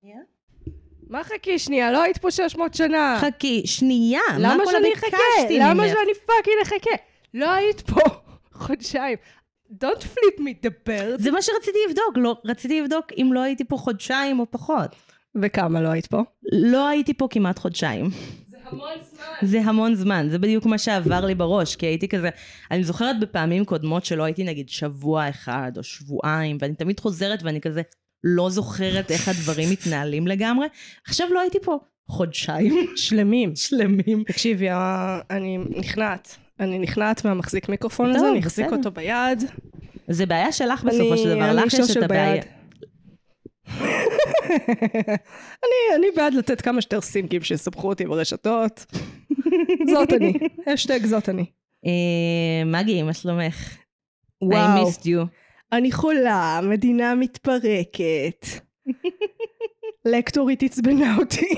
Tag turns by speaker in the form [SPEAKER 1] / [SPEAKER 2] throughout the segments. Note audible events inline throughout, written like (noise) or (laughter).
[SPEAKER 1] שנייה.
[SPEAKER 2] מה חכי שנייה? לא היית פה 600 שנה.
[SPEAKER 1] חכי, שנייה, מה
[SPEAKER 2] אה. למה
[SPEAKER 1] כל
[SPEAKER 2] שאני
[SPEAKER 1] הביקשתי
[SPEAKER 2] אחכה?
[SPEAKER 1] ממך?
[SPEAKER 2] למה שאני פאקינג אחכה? לא היית פה (laughs) חודשיים. Don't flip me the bird.
[SPEAKER 1] זה מה שרציתי לבדוק, לא, רציתי לבדוק אם לא הייתי פה חודשיים או פחות.
[SPEAKER 2] וכמה לא היית פה?
[SPEAKER 1] לא הייתי פה כמעט חודשיים.
[SPEAKER 2] זה המון זמן.
[SPEAKER 1] זה המון זמן, זה בדיוק מה שעבר לי בראש, כי הייתי כזה, אני זוכרת בפעמים קודמות שלא הייתי נגיד שבוע אחד או שבועיים, ואני תמיד חוזרת ואני כזה לא זוכרת
[SPEAKER 2] (laughs)
[SPEAKER 1] איך הדברים מתנהלים לגמרי. עכשיו לא הייתי פה חודשיים
[SPEAKER 2] (laughs) שלמים.
[SPEAKER 1] שלמים.
[SPEAKER 2] תקשיבי, אה, אני נכנעת. אני נכנעת מהמחזיק מיקרופון הזה,
[SPEAKER 1] טוב,
[SPEAKER 2] אני אחזיק
[SPEAKER 1] בסדר.
[SPEAKER 2] אותו ביד.
[SPEAKER 1] זה בעיה שלך בסופו של דבר,
[SPEAKER 2] אני
[SPEAKER 1] לך יש
[SPEAKER 2] שושל
[SPEAKER 1] את הבעיה.
[SPEAKER 2] ביד. אני, אני בעד לתת כמה שיותר סינקים שיסבכו אותי ברשתות. (laughs) זאת (laughs) אני. אשטג זאת אני.
[SPEAKER 1] אה, מגי, מה שלומך? I
[SPEAKER 2] וואו.
[SPEAKER 1] missed you.
[SPEAKER 2] אני חולה, המדינה מתפרקת. לקטורית עצבנה אותי.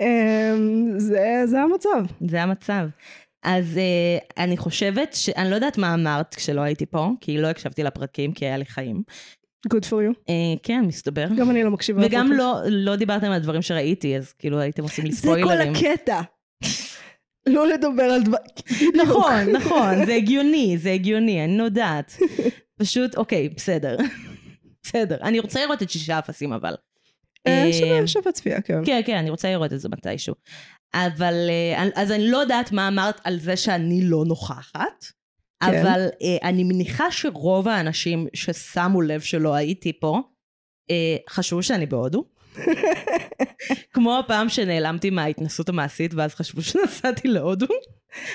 [SPEAKER 2] אמ, זה, זה המצב.
[SPEAKER 1] זה המצב. אז uh, אני חושבת, ש... אני לא יודעת מה אמרת כשלא הייתי פה, כי לא הקשבתי לפרקים, כי היה לי חיים.
[SPEAKER 2] Good for you.
[SPEAKER 1] Uh, כן, מסתבר.
[SPEAKER 2] גם אני לא מקשיבה.
[SPEAKER 1] וגם
[SPEAKER 2] לפודקאסט.
[SPEAKER 1] לא, לא דיברתם על דברים שראיתי, אז כאילו הייתם עושים לי
[SPEAKER 2] זה כל
[SPEAKER 1] ספוילרים.
[SPEAKER 2] הקטע. לא לדבר על דבר...
[SPEAKER 1] נכון, נכון, זה הגיוני, זה הגיוני, אני
[SPEAKER 2] (laughs)
[SPEAKER 1] לא יודעת. פשוט, אוקיי, בסדר. (laughs) בסדר. אני רוצה לראות את שישה אפסים, אבל.
[SPEAKER 2] אה,
[SPEAKER 1] אה,
[SPEAKER 2] שווה- שווה צפייה, כן.
[SPEAKER 1] כן, כן, אני רוצה לראות את זה מתישהו. אבל, אה, אז אני לא יודעת מה אמרת על זה שאני לא נוכחת,
[SPEAKER 2] כן.
[SPEAKER 1] אבל אה, אני מניחה שרוב האנשים ששמו לב שלא הייתי פה, אה, חשבו שאני
[SPEAKER 2] (laughs)
[SPEAKER 1] בהודו. כמו הפעם שנעלמתי מההתנסות המעשית, ואז חשבו שנסעתי להודו,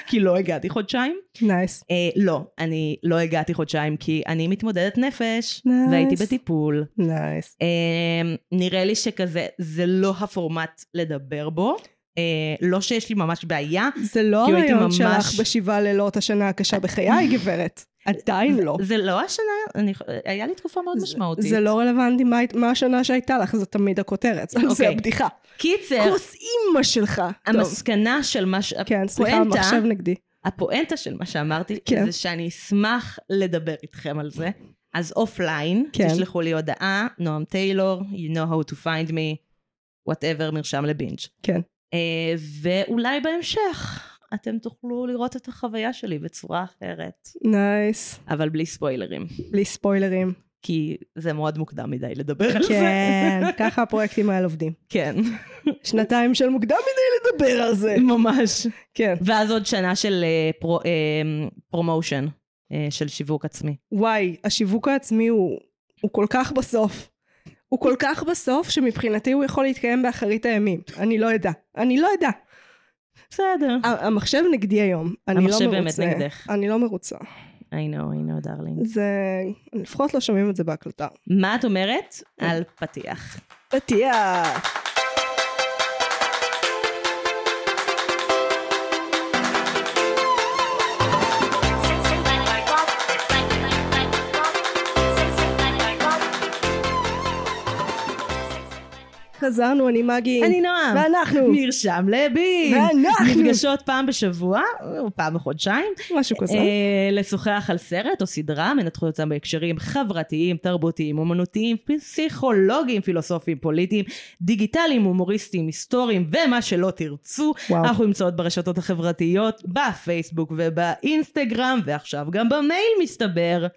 [SPEAKER 1] כי לא הגעתי חודשיים.
[SPEAKER 2] נייס.
[SPEAKER 1] אה, לא, אני לא הגעתי חודשיים, כי אני מתמודדת נפש,
[SPEAKER 2] Nice.
[SPEAKER 1] והייתי בטיפול.
[SPEAKER 2] נייס.
[SPEAKER 1] אמ, נראה לי שכזה, זה לא הפורמט לדבר בו. אה, לא שיש לי ממש בעיה.
[SPEAKER 2] זה לא
[SPEAKER 1] כאילו הייתי
[SPEAKER 2] הרעיון
[SPEAKER 1] ממש-
[SPEAKER 2] שלך בשבעה לילות השנה הקשה בחיי, גברת. עדיין לא.
[SPEAKER 1] זה- זה לא השנה, אני, היה לי תקופה מאוד משמעותית.
[SPEAKER 2] זה לא רלוונטי מה היית- מה השנה שהייתה לך, זו תמיד הכותרת. זה
[SPEAKER 1] אוקיי.
[SPEAKER 2] הבדיחה.
[SPEAKER 1] קיצר,
[SPEAKER 2] כוס אימא שלך. טוב.
[SPEAKER 1] המסקנה של מה ש...
[SPEAKER 2] כן, סליחה,
[SPEAKER 1] הפואנטה-
[SPEAKER 2] המחשב נגדי.
[SPEAKER 1] הפואנטה של מה שאמרתי,
[SPEAKER 2] כן.
[SPEAKER 1] זה שאני אשמח לדבר איתכם על זה. אז אופליין,
[SPEAKER 2] כן.
[SPEAKER 1] תשלחו לי הודעה, נועם טיילור, you know how to find me, whatever, מרשם לבינג'.
[SPEAKER 2] כן.
[SPEAKER 1] אה, ואולי בהמשך אתם תוכלו לראות את החוויה שלי בצורה אחרת,
[SPEAKER 2] נייס.
[SPEAKER 1] אבל בלי ספוילרים.
[SPEAKER 2] בלי ספוילרים.
[SPEAKER 1] כי זה מאוד מוקדם מדי לדבר על זה.
[SPEAKER 2] כן, ככה הפרויקטים האלה עובדים.
[SPEAKER 1] כן,
[SPEAKER 2] שנתיים של מוקדם מדי לדבר על זה.
[SPEAKER 1] ממש.
[SPEAKER 2] כן.
[SPEAKER 1] ואז עוד שנה של אה, פרו- אה, פרומושן, אה, של שיווק עצמי.
[SPEAKER 2] וואי, השיווק העצמי הוא, הוא כל כך בסוף. הוא כל כך בסוף, שמבחינתי הוא יכול להתקיים באחרית הימים. אני לא אדע. אני לא אדע.
[SPEAKER 1] בסדר.
[SPEAKER 2] ה- המחשב נגדי היום. אני
[SPEAKER 1] המחשב
[SPEAKER 2] לא
[SPEAKER 1] באמת
[SPEAKER 2] מרוצה.
[SPEAKER 1] נגדך.
[SPEAKER 2] אני לא מרוצה.
[SPEAKER 1] I know, I know, דארלינג.
[SPEAKER 2] זה... לפחות לא שומעים את זה בהקלטה.
[SPEAKER 1] מה את אומרת על פתיח?
[SPEAKER 2] פתיח. חזרנו, אני מגי.
[SPEAKER 1] אני נועם.
[SPEAKER 2] ואנחנו.
[SPEAKER 1] מרשם לבין.
[SPEAKER 2] ואנחנו.
[SPEAKER 1] נפגשות פעם בשבוע, או פעם בחודשיים,
[SPEAKER 2] משהו כזה.
[SPEAKER 1] אה, לשוחח על סרט או סדרה, מנתחו אותם בהקשרים חברתיים, תרבותיים, אומנותיים, פסיכולוגיים, פילוסופיים, פוליטיים, דיגיטליים, הומוריסטיים, היסטוריים, ומה שלא תרצו.
[SPEAKER 2] וואו.
[SPEAKER 1] אנחנו נמצאות ברשתות החברתיות, בפייסבוק ובאינסטגרם, ועכשיו גם במייל מסתבר.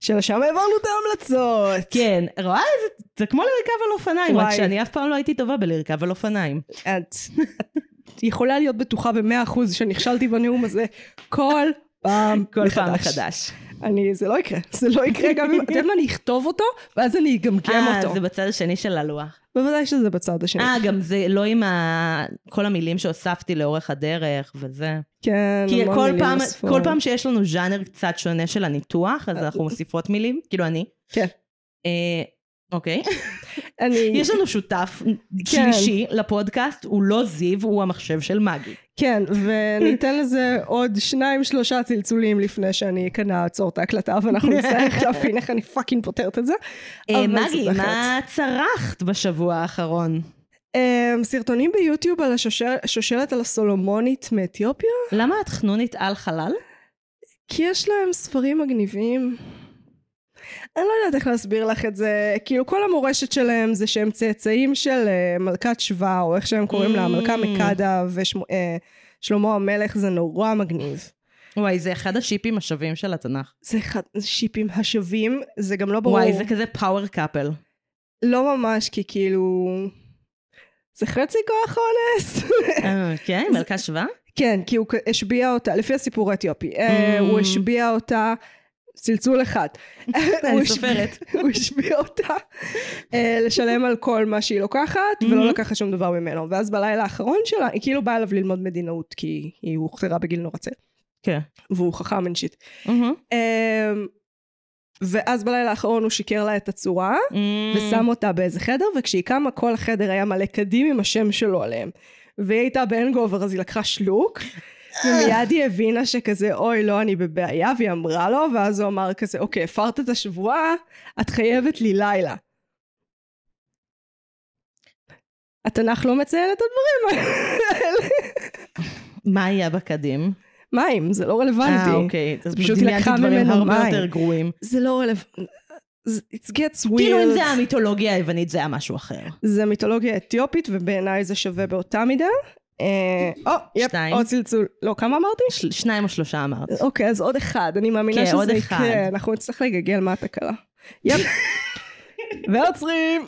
[SPEAKER 2] שלשם העברנו את ההמלצות.
[SPEAKER 1] כן, רואה? זה, זה כמו לרכב על אופניים, רק
[SPEAKER 2] וואי.
[SPEAKER 1] שאני אף פעם לא הייתי טובה בלרכב על אופניים.
[SPEAKER 2] את את יכולה להיות בטוחה במאה אחוז שנכשלתי בנאום הזה כל פעם
[SPEAKER 1] כל
[SPEAKER 2] מחדש.
[SPEAKER 1] פעם מחדש.
[SPEAKER 2] אני, זה לא יקרה, זה לא יקרה (laughs) גם אם, את יודעת מה, אני אכתוב אותו, ואז אני אגמגם
[SPEAKER 1] אה,
[SPEAKER 2] אותו.
[SPEAKER 1] זה בצד השני של הלוח.
[SPEAKER 2] בוודאי שזה בצד השני.
[SPEAKER 1] אה, גם זה לא עם ה... כל המילים שהוספתי לאורך הדרך וזה.
[SPEAKER 2] כן,
[SPEAKER 1] כי
[SPEAKER 2] המון
[SPEAKER 1] כל
[SPEAKER 2] מילים
[SPEAKER 1] פעם,
[SPEAKER 2] נוספות.
[SPEAKER 1] כל פעם שיש לנו ז'אנר קצת שונה של הניתוח, אז אנחנו מוסיפות מילים, כאילו אני.
[SPEAKER 2] אה, כן.
[SPEAKER 1] אה,
[SPEAKER 2] (laughs)
[SPEAKER 1] אוקיי.
[SPEAKER 2] אני,
[SPEAKER 1] יש לנו שותף שלישי לפודקאסט, הוא לא זיו, הוא המחשב של מגי.
[SPEAKER 2] כן, ואני אתן לזה עוד שניים שלושה צלצולים לפני שאני אכנע אעצור את ההקלטה, (laughs) ואנחנו נצטרך להבין איך אני פאקינג פותרת את זה.
[SPEAKER 1] אה,
[SPEAKER 2] אבל
[SPEAKER 1] מגי,
[SPEAKER 2] זה בהחלט.
[SPEAKER 1] מה צרחת בשבוע האחרון?
[SPEAKER 2] אמ, סרטונים ביוטיוב על השושל- השושלת על הסולומונית מאתיופיה,
[SPEAKER 1] למה את חנונית על חלל?
[SPEAKER 2] כי יש להם ספרים מגניבים. אני לא יודעת איך להסביר לך את זה. כאילו כל המורשת שלהם זה שהם צאצאים של אה, מלכת שבא, או איך שהם קוראים לה, המלכה
[SPEAKER 1] Mm.
[SPEAKER 2] מקדה ושלמה המלך, זה נורא מגניב.
[SPEAKER 1] וואי, זה אחד השיפים השווים של התנ"ך.
[SPEAKER 2] זה אחד השיפים השווים, זה גם לא ברור.
[SPEAKER 1] וואי, זה כזה פאוור קאפל.
[SPEAKER 2] (laughs) לא ממש, כי כאילו... זה חצי כוח אונס.
[SPEAKER 1] כן, מלכה שווה?
[SPEAKER 2] כן, כי הוא כ- השביע אותה, לפי הסיפור האתיופי, אה, הוא
[SPEAKER 1] Mm.
[SPEAKER 2] השביע אותה, צלצול
[SPEAKER 1] (laughs)
[SPEAKER 2] אחד. הוא השביע-
[SPEAKER 1] סופרת.
[SPEAKER 2] (laughs) הוא השביע אותה אה, לשלם על כל מה שהיא לוקחת, ולא
[SPEAKER 1] Mhm.
[SPEAKER 2] לקחה שום דבר ממנו. ואז בלילה האחרון שלה, היא כאילו באה אליו ללמוד מדינאות, כי היא הוכתרה בגיל נורא צעיר,
[SPEAKER 1] כן.
[SPEAKER 2] והוא חכם אין שיט.
[SPEAKER 1] מהמם.
[SPEAKER 2] אה, ואז בלילה האחרון הוא שיקר לה את הצורה,
[SPEAKER 1] Mm.
[SPEAKER 2] ושם אותה באיזה חדר, וכשהיא קמה כל החדר היה מלא קדים עם השם שלו עליהם. והיא הייתה באנגובר אז היא לקחה שלוק, ומיד היא הבינה שכזה אוי לא אני בבעיה, והיא אמרה לו, ואז הוא אמר כזה אוקיי הפרת את השבועה, את חייבת לי לילה. התנ"ך לא מציין את הדברים האלה.
[SPEAKER 1] מה היה בקדים?
[SPEAKER 2] מים, זה לא רלוונטי.
[SPEAKER 1] אה, אוקיי. אז
[SPEAKER 2] פשוט
[SPEAKER 1] דמיינתי
[SPEAKER 2] לקחה
[SPEAKER 1] דברים
[SPEAKER 2] ממנו
[SPEAKER 1] הרבה
[SPEAKER 2] מים.
[SPEAKER 1] יותר גרועים.
[SPEAKER 2] זה לא רלוונטי. It gets weird.
[SPEAKER 1] כאילו אם זה המיתולוגיה היוונית זה היה משהו אחר.
[SPEAKER 2] זה מיתולוגיה אתיופית, ובעיניי זה שווה באותה מידה. אה, או, יפ,
[SPEAKER 1] שתיים.
[SPEAKER 2] עוד צלצול. לא, כמה אמרתי?
[SPEAKER 1] של- שניים או שלושה אמרת.
[SPEAKER 2] אוקיי, אז עוד אחד. אני מאמינה
[SPEAKER 1] כן, עוד
[SPEAKER 2] שזה
[SPEAKER 1] אחד.
[SPEAKER 2] יקרה. אנחנו נצטרך לגגל מה התקלה. יפ.
[SPEAKER 1] (laughs)
[SPEAKER 2] ועוצרים.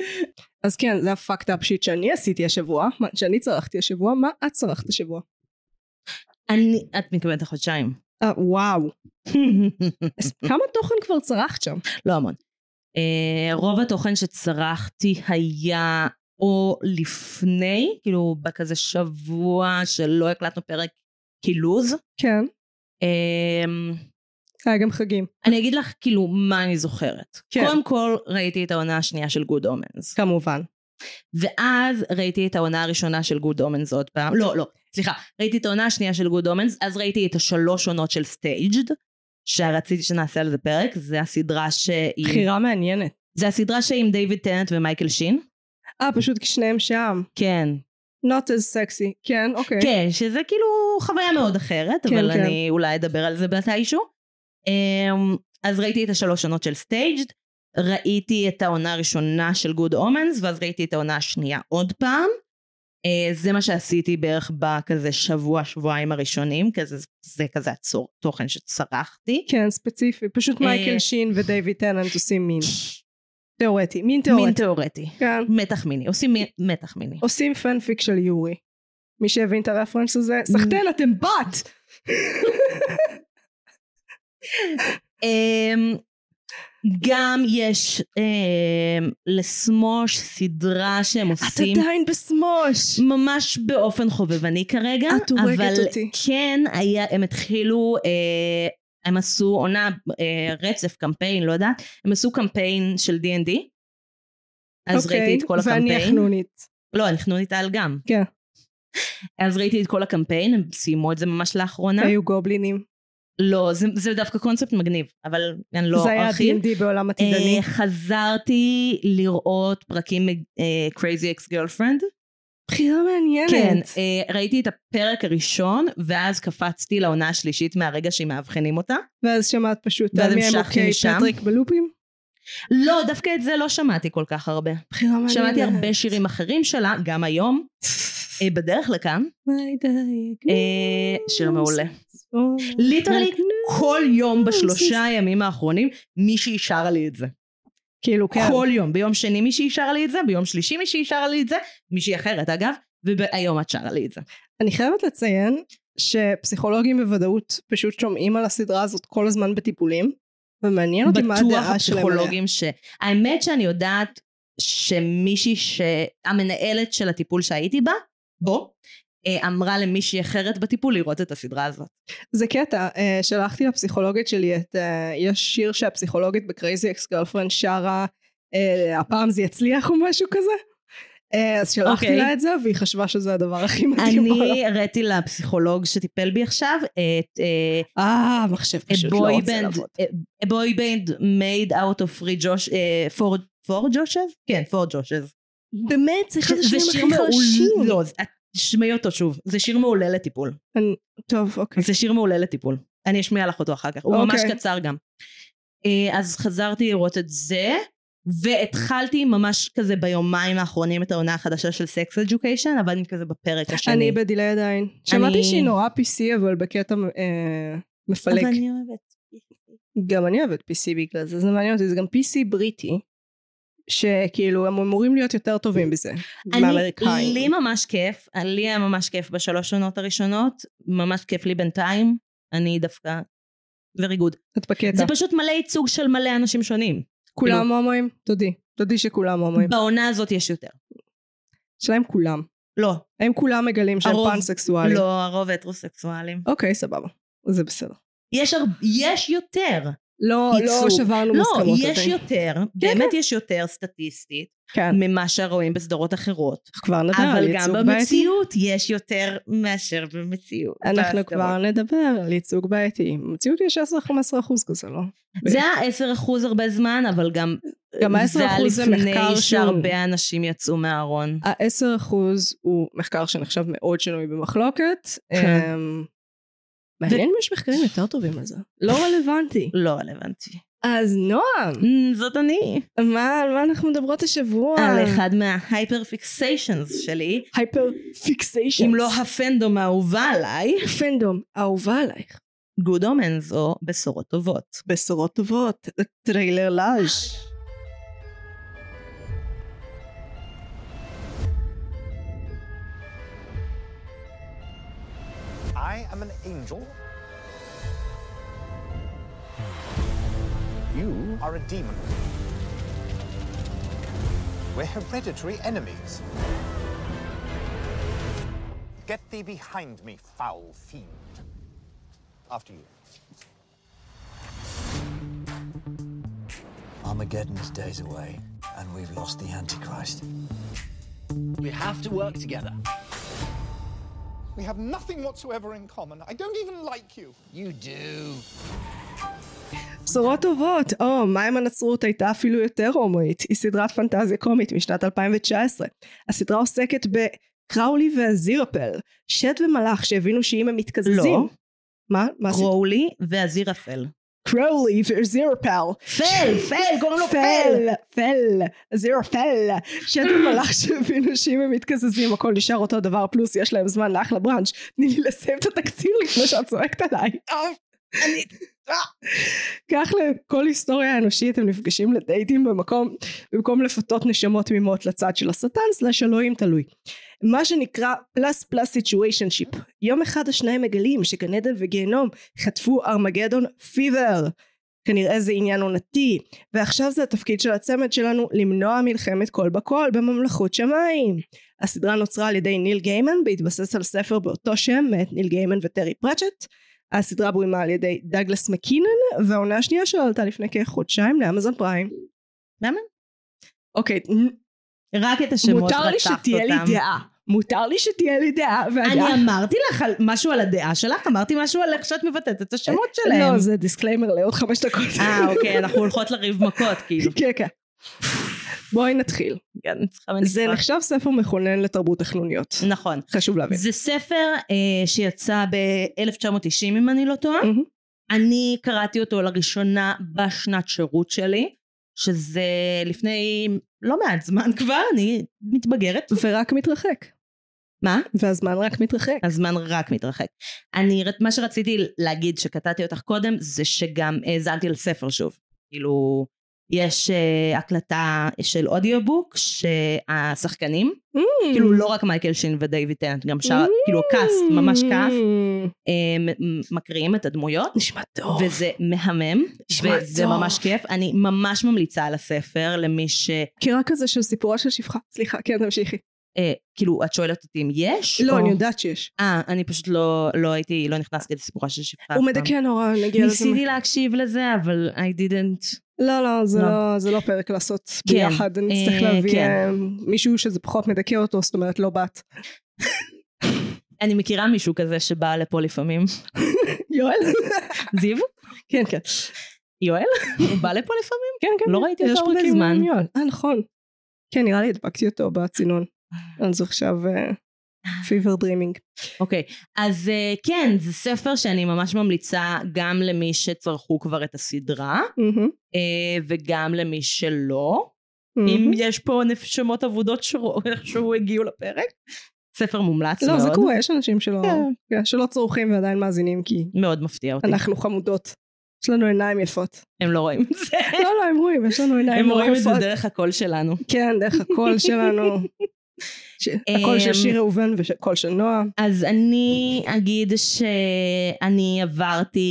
[SPEAKER 2] אז כן, זה הפאקד אפ שיט שאני עשיתי השבוע, מה- שאני צרכתי השבוע, מה את צרכת השבוע?
[SPEAKER 1] אני, את מתכוונת לחודשיים.
[SPEAKER 2] אה, וואו. אז כמה תוכן כבר צרכת שם?
[SPEAKER 1] (laughs) לא המון. אה, רוב התוכן שצרכתי היה או לפני, כאילו בכזה שבוע שלא הקלטנו פרק כילוז.
[SPEAKER 2] כן.
[SPEAKER 1] אה,
[SPEAKER 2] היה גם חגים.
[SPEAKER 1] אני אגיד לך כאילו מה אני זוכרת.
[SPEAKER 2] כן.
[SPEAKER 1] קודם כל ראיתי את העונה השנייה של גוד אומנס.
[SPEAKER 2] כמובן.
[SPEAKER 1] ואז ראיתי את העונה הראשונה של גוד אומנס עוד פעם. לא, לא, סליחה. ראיתי את העונה השנייה של גוד אומנס, אז ראיתי את השלוש עונות של סטייג'ד, שרציתי שנעשה על זה פרק. זה הסדרה שהיא...
[SPEAKER 2] בחירה מעניינת.
[SPEAKER 1] זה הסדרה שהיא עם דיוויד טננט ומייקל שין.
[SPEAKER 2] אה, פשוט כי שניהם שם.
[SPEAKER 1] כן.
[SPEAKER 2] Not as sexy. כן, אוקיי.
[SPEAKER 1] כן, שזה כאילו חוויה מאוד אחרת,
[SPEAKER 2] כן,
[SPEAKER 1] אבל
[SPEAKER 2] כן.
[SPEAKER 1] אני אולי אדבר על זה מתישהו. אמ, אז ראיתי את השלוש עונות של סטייג'ד, ראיתי את העונה הראשונה של גוד אומנס, ואז ראיתי את העונה השנייה עוד פעם. אה, זה מה שעשיתי בערך בכזה שבוע, שבועיים הראשונים, כזה, זה כזה התוכן שצרחתי.
[SPEAKER 2] כן, ספציפי. פשוט
[SPEAKER 1] אה,
[SPEAKER 2] מייקל שין ודייוויד טננט עושים
[SPEAKER 1] (laughs)
[SPEAKER 2] מין. תיאורטי. מין תיאורטי. אוקיי.
[SPEAKER 1] מין תיאורטי.
[SPEAKER 2] כן.
[SPEAKER 1] מתח מיני, עושים מי- מתח מיני.
[SPEAKER 2] עושים פנפיק של יורי. מי שהבין את הרפרנס הזה, סחטיין,
[SPEAKER 1] Mm.
[SPEAKER 2] אתם בת!
[SPEAKER 1] אמ, גם יש אמ, לסמוש סדרה שהם
[SPEAKER 2] את
[SPEAKER 1] עושים
[SPEAKER 2] עדיין בסמוש!
[SPEAKER 1] ממש באופן חובבני כרגע.
[SPEAKER 2] את הורגת
[SPEAKER 1] אבל
[SPEAKER 2] אותי.
[SPEAKER 1] כן, היה, הם התחילו, אה, הם עשו עונה, אה, רצף, קמפיין, לא יודעת, הם עשו קמפיין של D&D. אז
[SPEAKER 2] אוקיי,
[SPEAKER 1] ראיתי את כל
[SPEAKER 2] ואני
[SPEAKER 1] הקמפיין.
[SPEAKER 2] החנונית.
[SPEAKER 1] לא, אנחנו נתעל גם.
[SPEAKER 2] כן.
[SPEAKER 1] אז ראיתי את כל הקמפיין, הם סיימו את זה ממש לאחרונה.
[SPEAKER 2] היו גובלינים.
[SPEAKER 1] לא, זה, זה דווקא קונספט מגניב, אבל אני לא
[SPEAKER 2] זה היה
[SPEAKER 1] ארחיב.
[SPEAKER 2] D&D בעולם עתידני.
[SPEAKER 1] אה, חזרתי לראות פרקים אה, Crazy Ex Girlfriend.
[SPEAKER 2] בחירה
[SPEAKER 1] כן,
[SPEAKER 2] מעניינת.
[SPEAKER 1] אה, ראיתי את הפרק הראשון, ואז קפצתי לעונה השלישית מהרגע שמאבחנים אותה.
[SPEAKER 2] ואז שמעת פשוט,
[SPEAKER 1] ואז
[SPEAKER 2] מי
[SPEAKER 1] המשכתי
[SPEAKER 2] אוקיי,
[SPEAKER 1] משם.
[SPEAKER 2] פטריק בלופים?
[SPEAKER 1] לא, דווקא את זה לא שמעתי כל כך הרבה.
[SPEAKER 2] בחירה מעניינת. אה,
[SPEAKER 1] שמעתי הרבה שירים אחרים שלה, גם היום, אה, בדרך לכאן. אה,
[SPEAKER 2] Mm.
[SPEAKER 1] שיר מעולה.
[SPEAKER 2] אה,
[SPEAKER 1] ליטרלי כל יום בשלושה הימים האחרונים, מישהי שרה לי את זה.
[SPEAKER 2] כאילו, כן.
[SPEAKER 1] כל יום. ביום שני מישהי שרה לי את זה, ביום שלישי מישהי שרה לי את זה, מישהי אחרת אגב, והיום את שרה לי את זה.
[SPEAKER 2] אני חייבת לציין שפסיכולוגים בוודאות פשוט שומעים על הסדרה הזאת כל הזמן בטיפולים, ומעניין אותי מה
[SPEAKER 1] בטוח
[SPEAKER 2] הדעה שלהם עליה.
[SPEAKER 1] הפסיכולוגים ש... האמת שאני יודעת שמישהי ש... המנהלת של הטיפול שהייתי בה, בו, אה, אמרה למישהי אחרת בטיפול לראות את הסדרה הזאת.
[SPEAKER 2] זה קטע, אה, שלחתי לפסיכולוגית שלי את, אה, יש שיר שהפסיכולוגית בקרייזי אקס גרלפרנד שרה, אה, הפעם זה יצליח או משהו כזה, אה, אז שלחתי
[SPEAKER 1] אוקיי.
[SPEAKER 2] לה את זה והיא חשבה שזה הדבר הכי מתאים לה.
[SPEAKER 1] אני הראתי לפסיכולוג שטיפל בי עכשיו את אה,
[SPEAKER 2] אה, המחשב
[SPEAKER 1] A
[SPEAKER 2] פשוט לא
[SPEAKER 1] boy
[SPEAKER 2] רוצה
[SPEAKER 1] band,
[SPEAKER 2] לעבוד.
[SPEAKER 1] a boy band made out of free Josh, uh, for, for Joshes? כן, for Joshes.
[SPEAKER 2] באמת, זה אחד
[SPEAKER 1] זה שיר
[SPEAKER 2] השירים הכי
[SPEAKER 1] מעולה,
[SPEAKER 2] חלשים.
[SPEAKER 1] לא, זה- את תשמעי אותו שוב, זה שיר מעולה לטיפול.
[SPEAKER 2] אני- טוב, אוקיי.
[SPEAKER 1] זה שיר מעולה לטיפול. אני אשמיע לך אותו אחר כך, הוא ממש
[SPEAKER 2] אוקיי.
[SPEAKER 1] קצר גם. אה, אז חזרתי לראות את זה, והתחלתי ממש כזה ביומיים האחרונים את העונה החדשה של סקס אדיוקיישן, אבל אני כזה בפרק השני.
[SPEAKER 2] אני בדיליי עדיין. שמעתי שהיא נורא PC, אבל בקטע אה, מפלג.
[SPEAKER 1] אבל אני אוהבת.
[SPEAKER 2] גם אני אוהבת PC בגלל זה, זה מעניין אותי, זה גם PC בריטי, שכאילו הם אמורים להיות יותר טובים בזה,
[SPEAKER 1] אני,
[SPEAKER 2] מהאמריקאים.
[SPEAKER 1] לי ממש כיף, לי היה ממש כיף בשלוש עונות הראשונות, ממש כיף לי בינתיים, אני דווקא... very good.
[SPEAKER 2] את בקטע.
[SPEAKER 1] זה פשוט מלא ייצוג של מלא אנשים שונים.
[SPEAKER 2] כולם
[SPEAKER 1] כאילו-
[SPEAKER 2] הומואים? תודי. תודי שכולם הומואים.
[SPEAKER 1] בעונה הזאת יש יותר.
[SPEAKER 2] השאלה אם כולם.
[SPEAKER 1] לא,
[SPEAKER 2] האם כולם מגלים שהם
[SPEAKER 1] הרוב-
[SPEAKER 2] פאנסקסואלים?
[SPEAKER 1] לא, הרוב הטרוסקסואלים.
[SPEAKER 2] אוקיי, סבבה. זה בסדר.
[SPEAKER 1] יש, הר... יש יותר.
[SPEAKER 2] לא,
[SPEAKER 1] ייצוג.
[SPEAKER 2] לא שברנו
[SPEAKER 1] לא,
[SPEAKER 2] מסכמות.
[SPEAKER 1] יש
[SPEAKER 2] עדיין.
[SPEAKER 1] יותר, באמת יש יותר סטטיסטית
[SPEAKER 2] כן,
[SPEAKER 1] ממה שרואים בסדרות אחרות.
[SPEAKER 2] כבר נדבר על
[SPEAKER 1] אבל גם
[SPEAKER 2] ייצוג בעייתי.
[SPEAKER 1] במציאות יש יותר מאשר במציאות.
[SPEAKER 2] אנחנו
[SPEAKER 1] בסדרות.
[SPEAKER 2] כבר נדבר על ייצוג בעייתי. במציאות יש 10-15 אחוז כזה, לא?
[SPEAKER 1] זה היה 10% הרבה זמן, אבל גם...
[SPEAKER 2] גם ה- 10% זה
[SPEAKER 1] זה היה
[SPEAKER 2] מחקר שהוא-
[SPEAKER 1] לפני שהרבה אנשים יצאו מהארון.
[SPEAKER 2] ה-10 אחוז הוא מחקר שנחשב מאוד שנוי במחלוקת.
[SPEAKER 1] כן.
[SPEAKER 2] אמ, מעניין אם יש מחקרים יותר טובים על זה. לא רלוונטי.
[SPEAKER 1] לא רלוונטי.
[SPEAKER 2] אז נועם,
[SPEAKER 1] Mm, זאת אני.
[SPEAKER 2] מה- על מה אנחנו מדברות השבוע?
[SPEAKER 1] על אחד מההייפר פיקסיישנס שלי,
[SPEAKER 2] הייפר פיקסיישן.
[SPEAKER 1] אם לא הפנדום האהובה עליי,
[SPEAKER 2] הפנדום, אהובה עלייך.
[SPEAKER 1] Good Omens או בשורות טובות.
[SPEAKER 2] בשורות טובות, טריילר לאז'.
[SPEAKER 3] I am an angel. You are a demon. We're hereditary enemies. Get thee behind me, foul fiend. After you.
[SPEAKER 4] Armageddon's days away, and we've lost the Antichrist.
[SPEAKER 5] We have to work together.
[SPEAKER 3] We have nothing whatsoever in common. I don't even like you.
[SPEAKER 5] You do.
[SPEAKER 2] בשורות טובות, או, מה אם הנצרות הייתה אפילו יותר הומואית? היא סדרת פנטזיה קומית משנת 2019. הסדרה עוסקת בקראולי והזירפל, שד ומלאך שהבינו שאם הם מתקזזים...
[SPEAKER 1] לא.
[SPEAKER 2] מה? מה זה?
[SPEAKER 1] קרולי והזיר אפל.
[SPEAKER 2] קראולי והזירפל.
[SPEAKER 1] פל, פל, קוראים לו פל.
[SPEAKER 2] פל, פל, זירפל. שד ומלאך שהבינו שאם הם מתקזזים הכל נשאר אותו דבר, פלוס יש להם זמן לאחלה בראנץ'. תני לי לסיים את התקציר לפני שאת צועקת עליי.
[SPEAKER 1] אה.
[SPEAKER 2] כך לכל היסטוריה האנושית הם נפגשים לדייטים במקום, במקום לפתות נשמות תמימות לצד של השטן סלש אלוהים תלוי. מה שנקרא פלס פלס סיטואשנשיפ. יום אחד השניים מגלים שגן עדן וגיהנום חטפו ארמגדון פיבר. כנראה זה עניין עונתי, ועכשיו זה התפקיד של הצמד שלנו למנוע מלחמת כל בכל בממלכות שמיים. הסדרה נוצרה על ידי ניל גיימן בהתבסס על ספר באותו שם מאת ניל גיימן וטרי פרצ'ט. הסדרה בוימה על ידי דגלס מקינן והעונה השנייה שלה עלתה לפני כחודשיים לאמזון פריים.
[SPEAKER 1] למה?
[SPEAKER 2] אוקיי,
[SPEAKER 1] רק את השמות
[SPEAKER 2] מותר לי
[SPEAKER 1] רצחת אותם.
[SPEAKER 2] שתהיה לי דעה. מותר לי שתהיה לי דעה, והדעה...
[SPEAKER 1] אני אמרתי לך על- משהו על הדעה שלך, אמרתי משהו על איך שאת מבטאת את השמות שלהם.
[SPEAKER 2] לא, (laughs) זה דיסקליימר לעוד חמש דקות.
[SPEAKER 1] אה, אוקיי, אנחנו הולכות לריב מכות,
[SPEAKER 2] (laughs)
[SPEAKER 1] כאילו.
[SPEAKER 2] כן, כן. בואי נתחיל.
[SPEAKER 1] אני צריכה
[SPEAKER 2] זה
[SPEAKER 1] מנצחה.
[SPEAKER 2] נחשב ספר מכונן לתרבות החנוניות.
[SPEAKER 1] נכון.
[SPEAKER 2] חשוב להבין.
[SPEAKER 1] זה ספר אה, שיצא ב-1990 אם אני לא טועה.
[SPEAKER 2] מהמם.
[SPEAKER 1] אני קראתי אותו לראשונה בשנת שירות שלי, שזה לפני לא מעט זמן כבר, אני מתבגרת.
[SPEAKER 2] ורק מתרחק.
[SPEAKER 1] מה?
[SPEAKER 2] והזמן רק מתרחק.
[SPEAKER 1] הזמן רק מתרחק. אני, מה שרציתי להגיד שקטעתי אותך קודם, זה שגם האזנתי לספר שוב. כאילו, יש uh, הקלטה של אודיובוק שהשחקנים, mm. כאילו לא רק מייקל שין ודייוויד טנט, גם שאר, mm. כאילו הקאסט, ממש קאסט,
[SPEAKER 2] Mm.
[SPEAKER 1] אה, מ- מ- מקריאים את הדמויות.
[SPEAKER 2] נשמע טוב.
[SPEAKER 1] וזה מהמם,
[SPEAKER 2] נשמע
[SPEAKER 1] וזה
[SPEAKER 2] טוב.
[SPEAKER 1] ממש כיף. אני ממש ממליצה על הספר למי ש...
[SPEAKER 2] קירה כזה של סיפורה של שפחה. סליחה, כן, תמשיכי.
[SPEAKER 1] אה, כאילו, את שואלת אותי אם יש?
[SPEAKER 2] לא,
[SPEAKER 1] או-
[SPEAKER 2] אני יודעת שיש.
[SPEAKER 1] אה, אני פשוט לא, לא הייתי, לא נכנסתי לסיפורה של
[SPEAKER 2] הוא
[SPEAKER 1] שפחה. אף פעם.
[SPEAKER 2] מדכא כן, נורא, נגיע לזה.
[SPEAKER 1] ניסיתי להקשיב לזה, אבל I didn't.
[SPEAKER 2] לא, לא, זה
[SPEAKER 1] לא.
[SPEAKER 2] לא- זה לא פרק לעשות
[SPEAKER 1] כן.
[SPEAKER 2] ביחד. אני אצטרך
[SPEAKER 1] אה,
[SPEAKER 2] להביא
[SPEAKER 1] כן.
[SPEAKER 2] אה, מישהו שזה פחות מדכא אותו, זאת אומרת, לא בת.
[SPEAKER 1] אני מכירה מישהו כזה שבא לפה לפעמים.
[SPEAKER 2] יואל?
[SPEAKER 1] (laughs) זיו?
[SPEAKER 2] כן, כן.
[SPEAKER 1] יואל? הוא בא לפה לפעמים?
[SPEAKER 2] כן, כן.
[SPEAKER 1] לא ראיתי
[SPEAKER 2] יש
[SPEAKER 1] אותו הרבה
[SPEAKER 2] פרקים
[SPEAKER 1] זמן.
[SPEAKER 2] עם יואל. אה, נכון. כן, נראה לי הדבקתי אותו בצינון. אז עכשיו... אה, פיבר דרימינג.
[SPEAKER 1] אוקיי, אז אה, כן, זה ספר שאני ממש ממליצה גם למי שצרכו כבר את הסדרה, אה, וגם למי שלא. אם יש פה נשמות אבודות שאיכשהו הגיעו לפרק, ספר מומלץ מאוד.
[SPEAKER 2] לא, זה קורה, יש אנשים שלא
[SPEAKER 1] כן.
[SPEAKER 2] כן, שלא צורכים ועדיין מאזינים, כי
[SPEAKER 1] מאוד מפתיע אותי.
[SPEAKER 2] אנחנו חמודות. יש לנו עיניים יפות.
[SPEAKER 1] הם לא רואים את זה.
[SPEAKER 2] לא, לא, הם רואים, יש לנו עיניים
[SPEAKER 1] הם
[SPEAKER 2] נורא
[SPEAKER 1] רואים את זה
[SPEAKER 2] יפות.
[SPEAKER 1] דרך הקול שלנו.
[SPEAKER 2] כן, דרך הקול שלנו. ש- הקול של
[SPEAKER 1] אמ,
[SPEAKER 2] שיר ראובן והקול של נועה.
[SPEAKER 1] אז אני אגיד שאני עברתי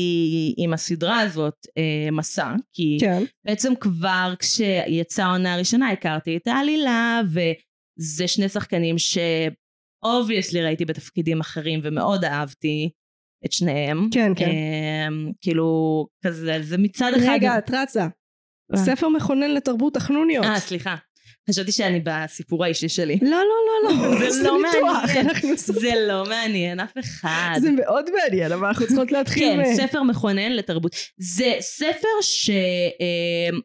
[SPEAKER 1] עם הסדרה הזאת אה, מסע, כי
[SPEAKER 2] כן.
[SPEAKER 1] בעצם כבר כשיצאה העונה הראשונה הכרתי את העלילה וזה שני שחקנים שאובייסלי ראיתי בתפקידים אחרים ומאוד אהבתי את שניהם.
[SPEAKER 2] כן, כן.
[SPEAKER 1] אמ, כאילו כזה זה מצד אחד.
[SPEAKER 2] רגע, את רצה.
[SPEAKER 1] אה.
[SPEAKER 2] ספר מכונן לתרבות החנוניות.
[SPEAKER 1] אה סליחה. חשבתי שאני בסיפור האישי שלי.
[SPEAKER 2] לא, לא, לא, לא.
[SPEAKER 1] זה לא
[SPEAKER 2] ניתוח,
[SPEAKER 1] מעניין.
[SPEAKER 2] אנחנו עושים-
[SPEAKER 1] זה לא מעניין אף אחד.
[SPEAKER 2] זה מאוד מעניין, אבל אנחנו צריכות להתחיל.
[SPEAKER 1] כן,
[SPEAKER 2] מ-
[SPEAKER 1] ספר מכונן לתרבות. זה ספר ש... אמ,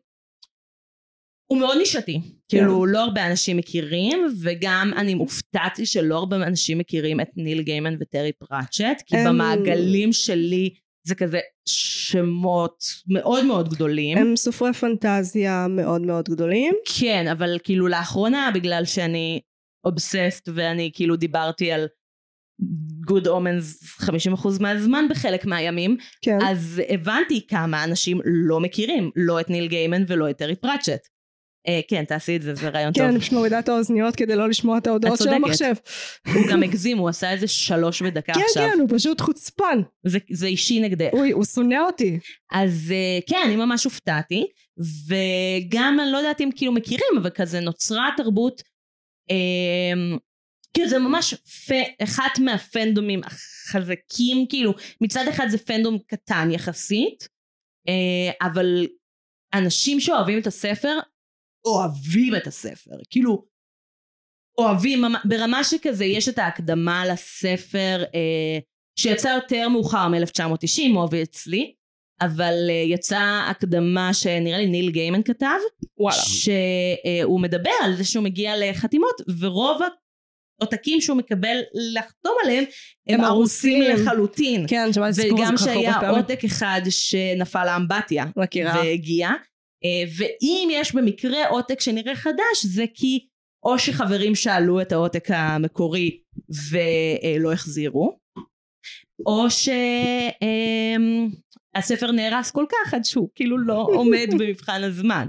[SPEAKER 1] הוא מאוד נישתי, כאילו
[SPEAKER 2] כן.
[SPEAKER 1] לא הרבה אנשים מכירים, וגם אני הופתעתי שלא הרבה אנשים מכירים את ניל גיימן וטרי פרצ'ט, כי
[SPEAKER 2] הם-
[SPEAKER 1] במעגלים שלי זה כזה שמות מאוד מאוד גדולים.
[SPEAKER 2] הם סופרי פנטזיה מאוד מאוד גדולים.
[SPEAKER 1] כן, אבל כאילו לאחרונה, בגלל שאני אובססט ואני כאילו דיברתי על Good Omens 50% מהזמן בחלק מהימים,
[SPEAKER 2] כן.
[SPEAKER 1] אז הבנתי כמה אנשים לא מכירים, לא את ניל גיימן ולא את טרי פרצ'ט. אה, כן, תעשי את זה, זה רעיון
[SPEAKER 2] כן,
[SPEAKER 1] טוב.
[SPEAKER 2] אני פשוט מורידה את האוזניות כדי לא לשמוע את ההודעות
[SPEAKER 1] את
[SPEAKER 2] של
[SPEAKER 1] צודקת.
[SPEAKER 2] המחשב.
[SPEAKER 1] הוא גם הגזים, הוא עשה איזה שלוש בדקה
[SPEAKER 2] כן,
[SPEAKER 1] עכשיו.
[SPEAKER 2] כן, הוא פשוט חוצפן.
[SPEAKER 1] זה, זה אישי נגדך.
[SPEAKER 2] אוי, הוא שונא אותי.
[SPEAKER 1] אז אה, כן, אני ממש הופתעתי, וגם אני לא יודעת אם כאילו מכירים, אבל כזה נוצרה תרבות, אה, כאילו זה ממש פ, אחת מהפנדומים החזקים, כאילו מצד אחד זה פנדום קטן יחסית, אה, אבל אנשים שאוהבים את הספר, אוהבים את הספר, כאילו אוהבים, ממ- ברמה שכזה יש את ההקדמה לספר, אה, שיצא יותר מאוחר מ-1990, אובייצלי, אבל אה, יצאה הקדמה שנראה לי ניל גיימן כתב, שהוא מדבר על זה שהוא מגיע לחתימות, ורוב העותקים שהוא מקבל לחתום עליהם הם
[SPEAKER 2] הם
[SPEAKER 1] הרוסים
[SPEAKER 2] הרוסים.
[SPEAKER 1] לחלוטין.
[SPEAKER 2] כן, שמעתי סיפור
[SPEAKER 1] וגם
[SPEAKER 2] כל כך הרבה
[SPEAKER 1] שהיה
[SPEAKER 2] פעמים.
[SPEAKER 1] עותק אחד שנפל לאמבטיה
[SPEAKER 2] מכירה.
[SPEAKER 1] והגיע. אה, ואם יש במקרה עותק שנראה חדש זה כי או שחברים שאלו את העותק המקורי ולא החזירו, או אה, שהספר נהרס כל כך עד שהוא כאילו
[SPEAKER 2] (laughs)
[SPEAKER 1] לא עומד במבחן הזמן.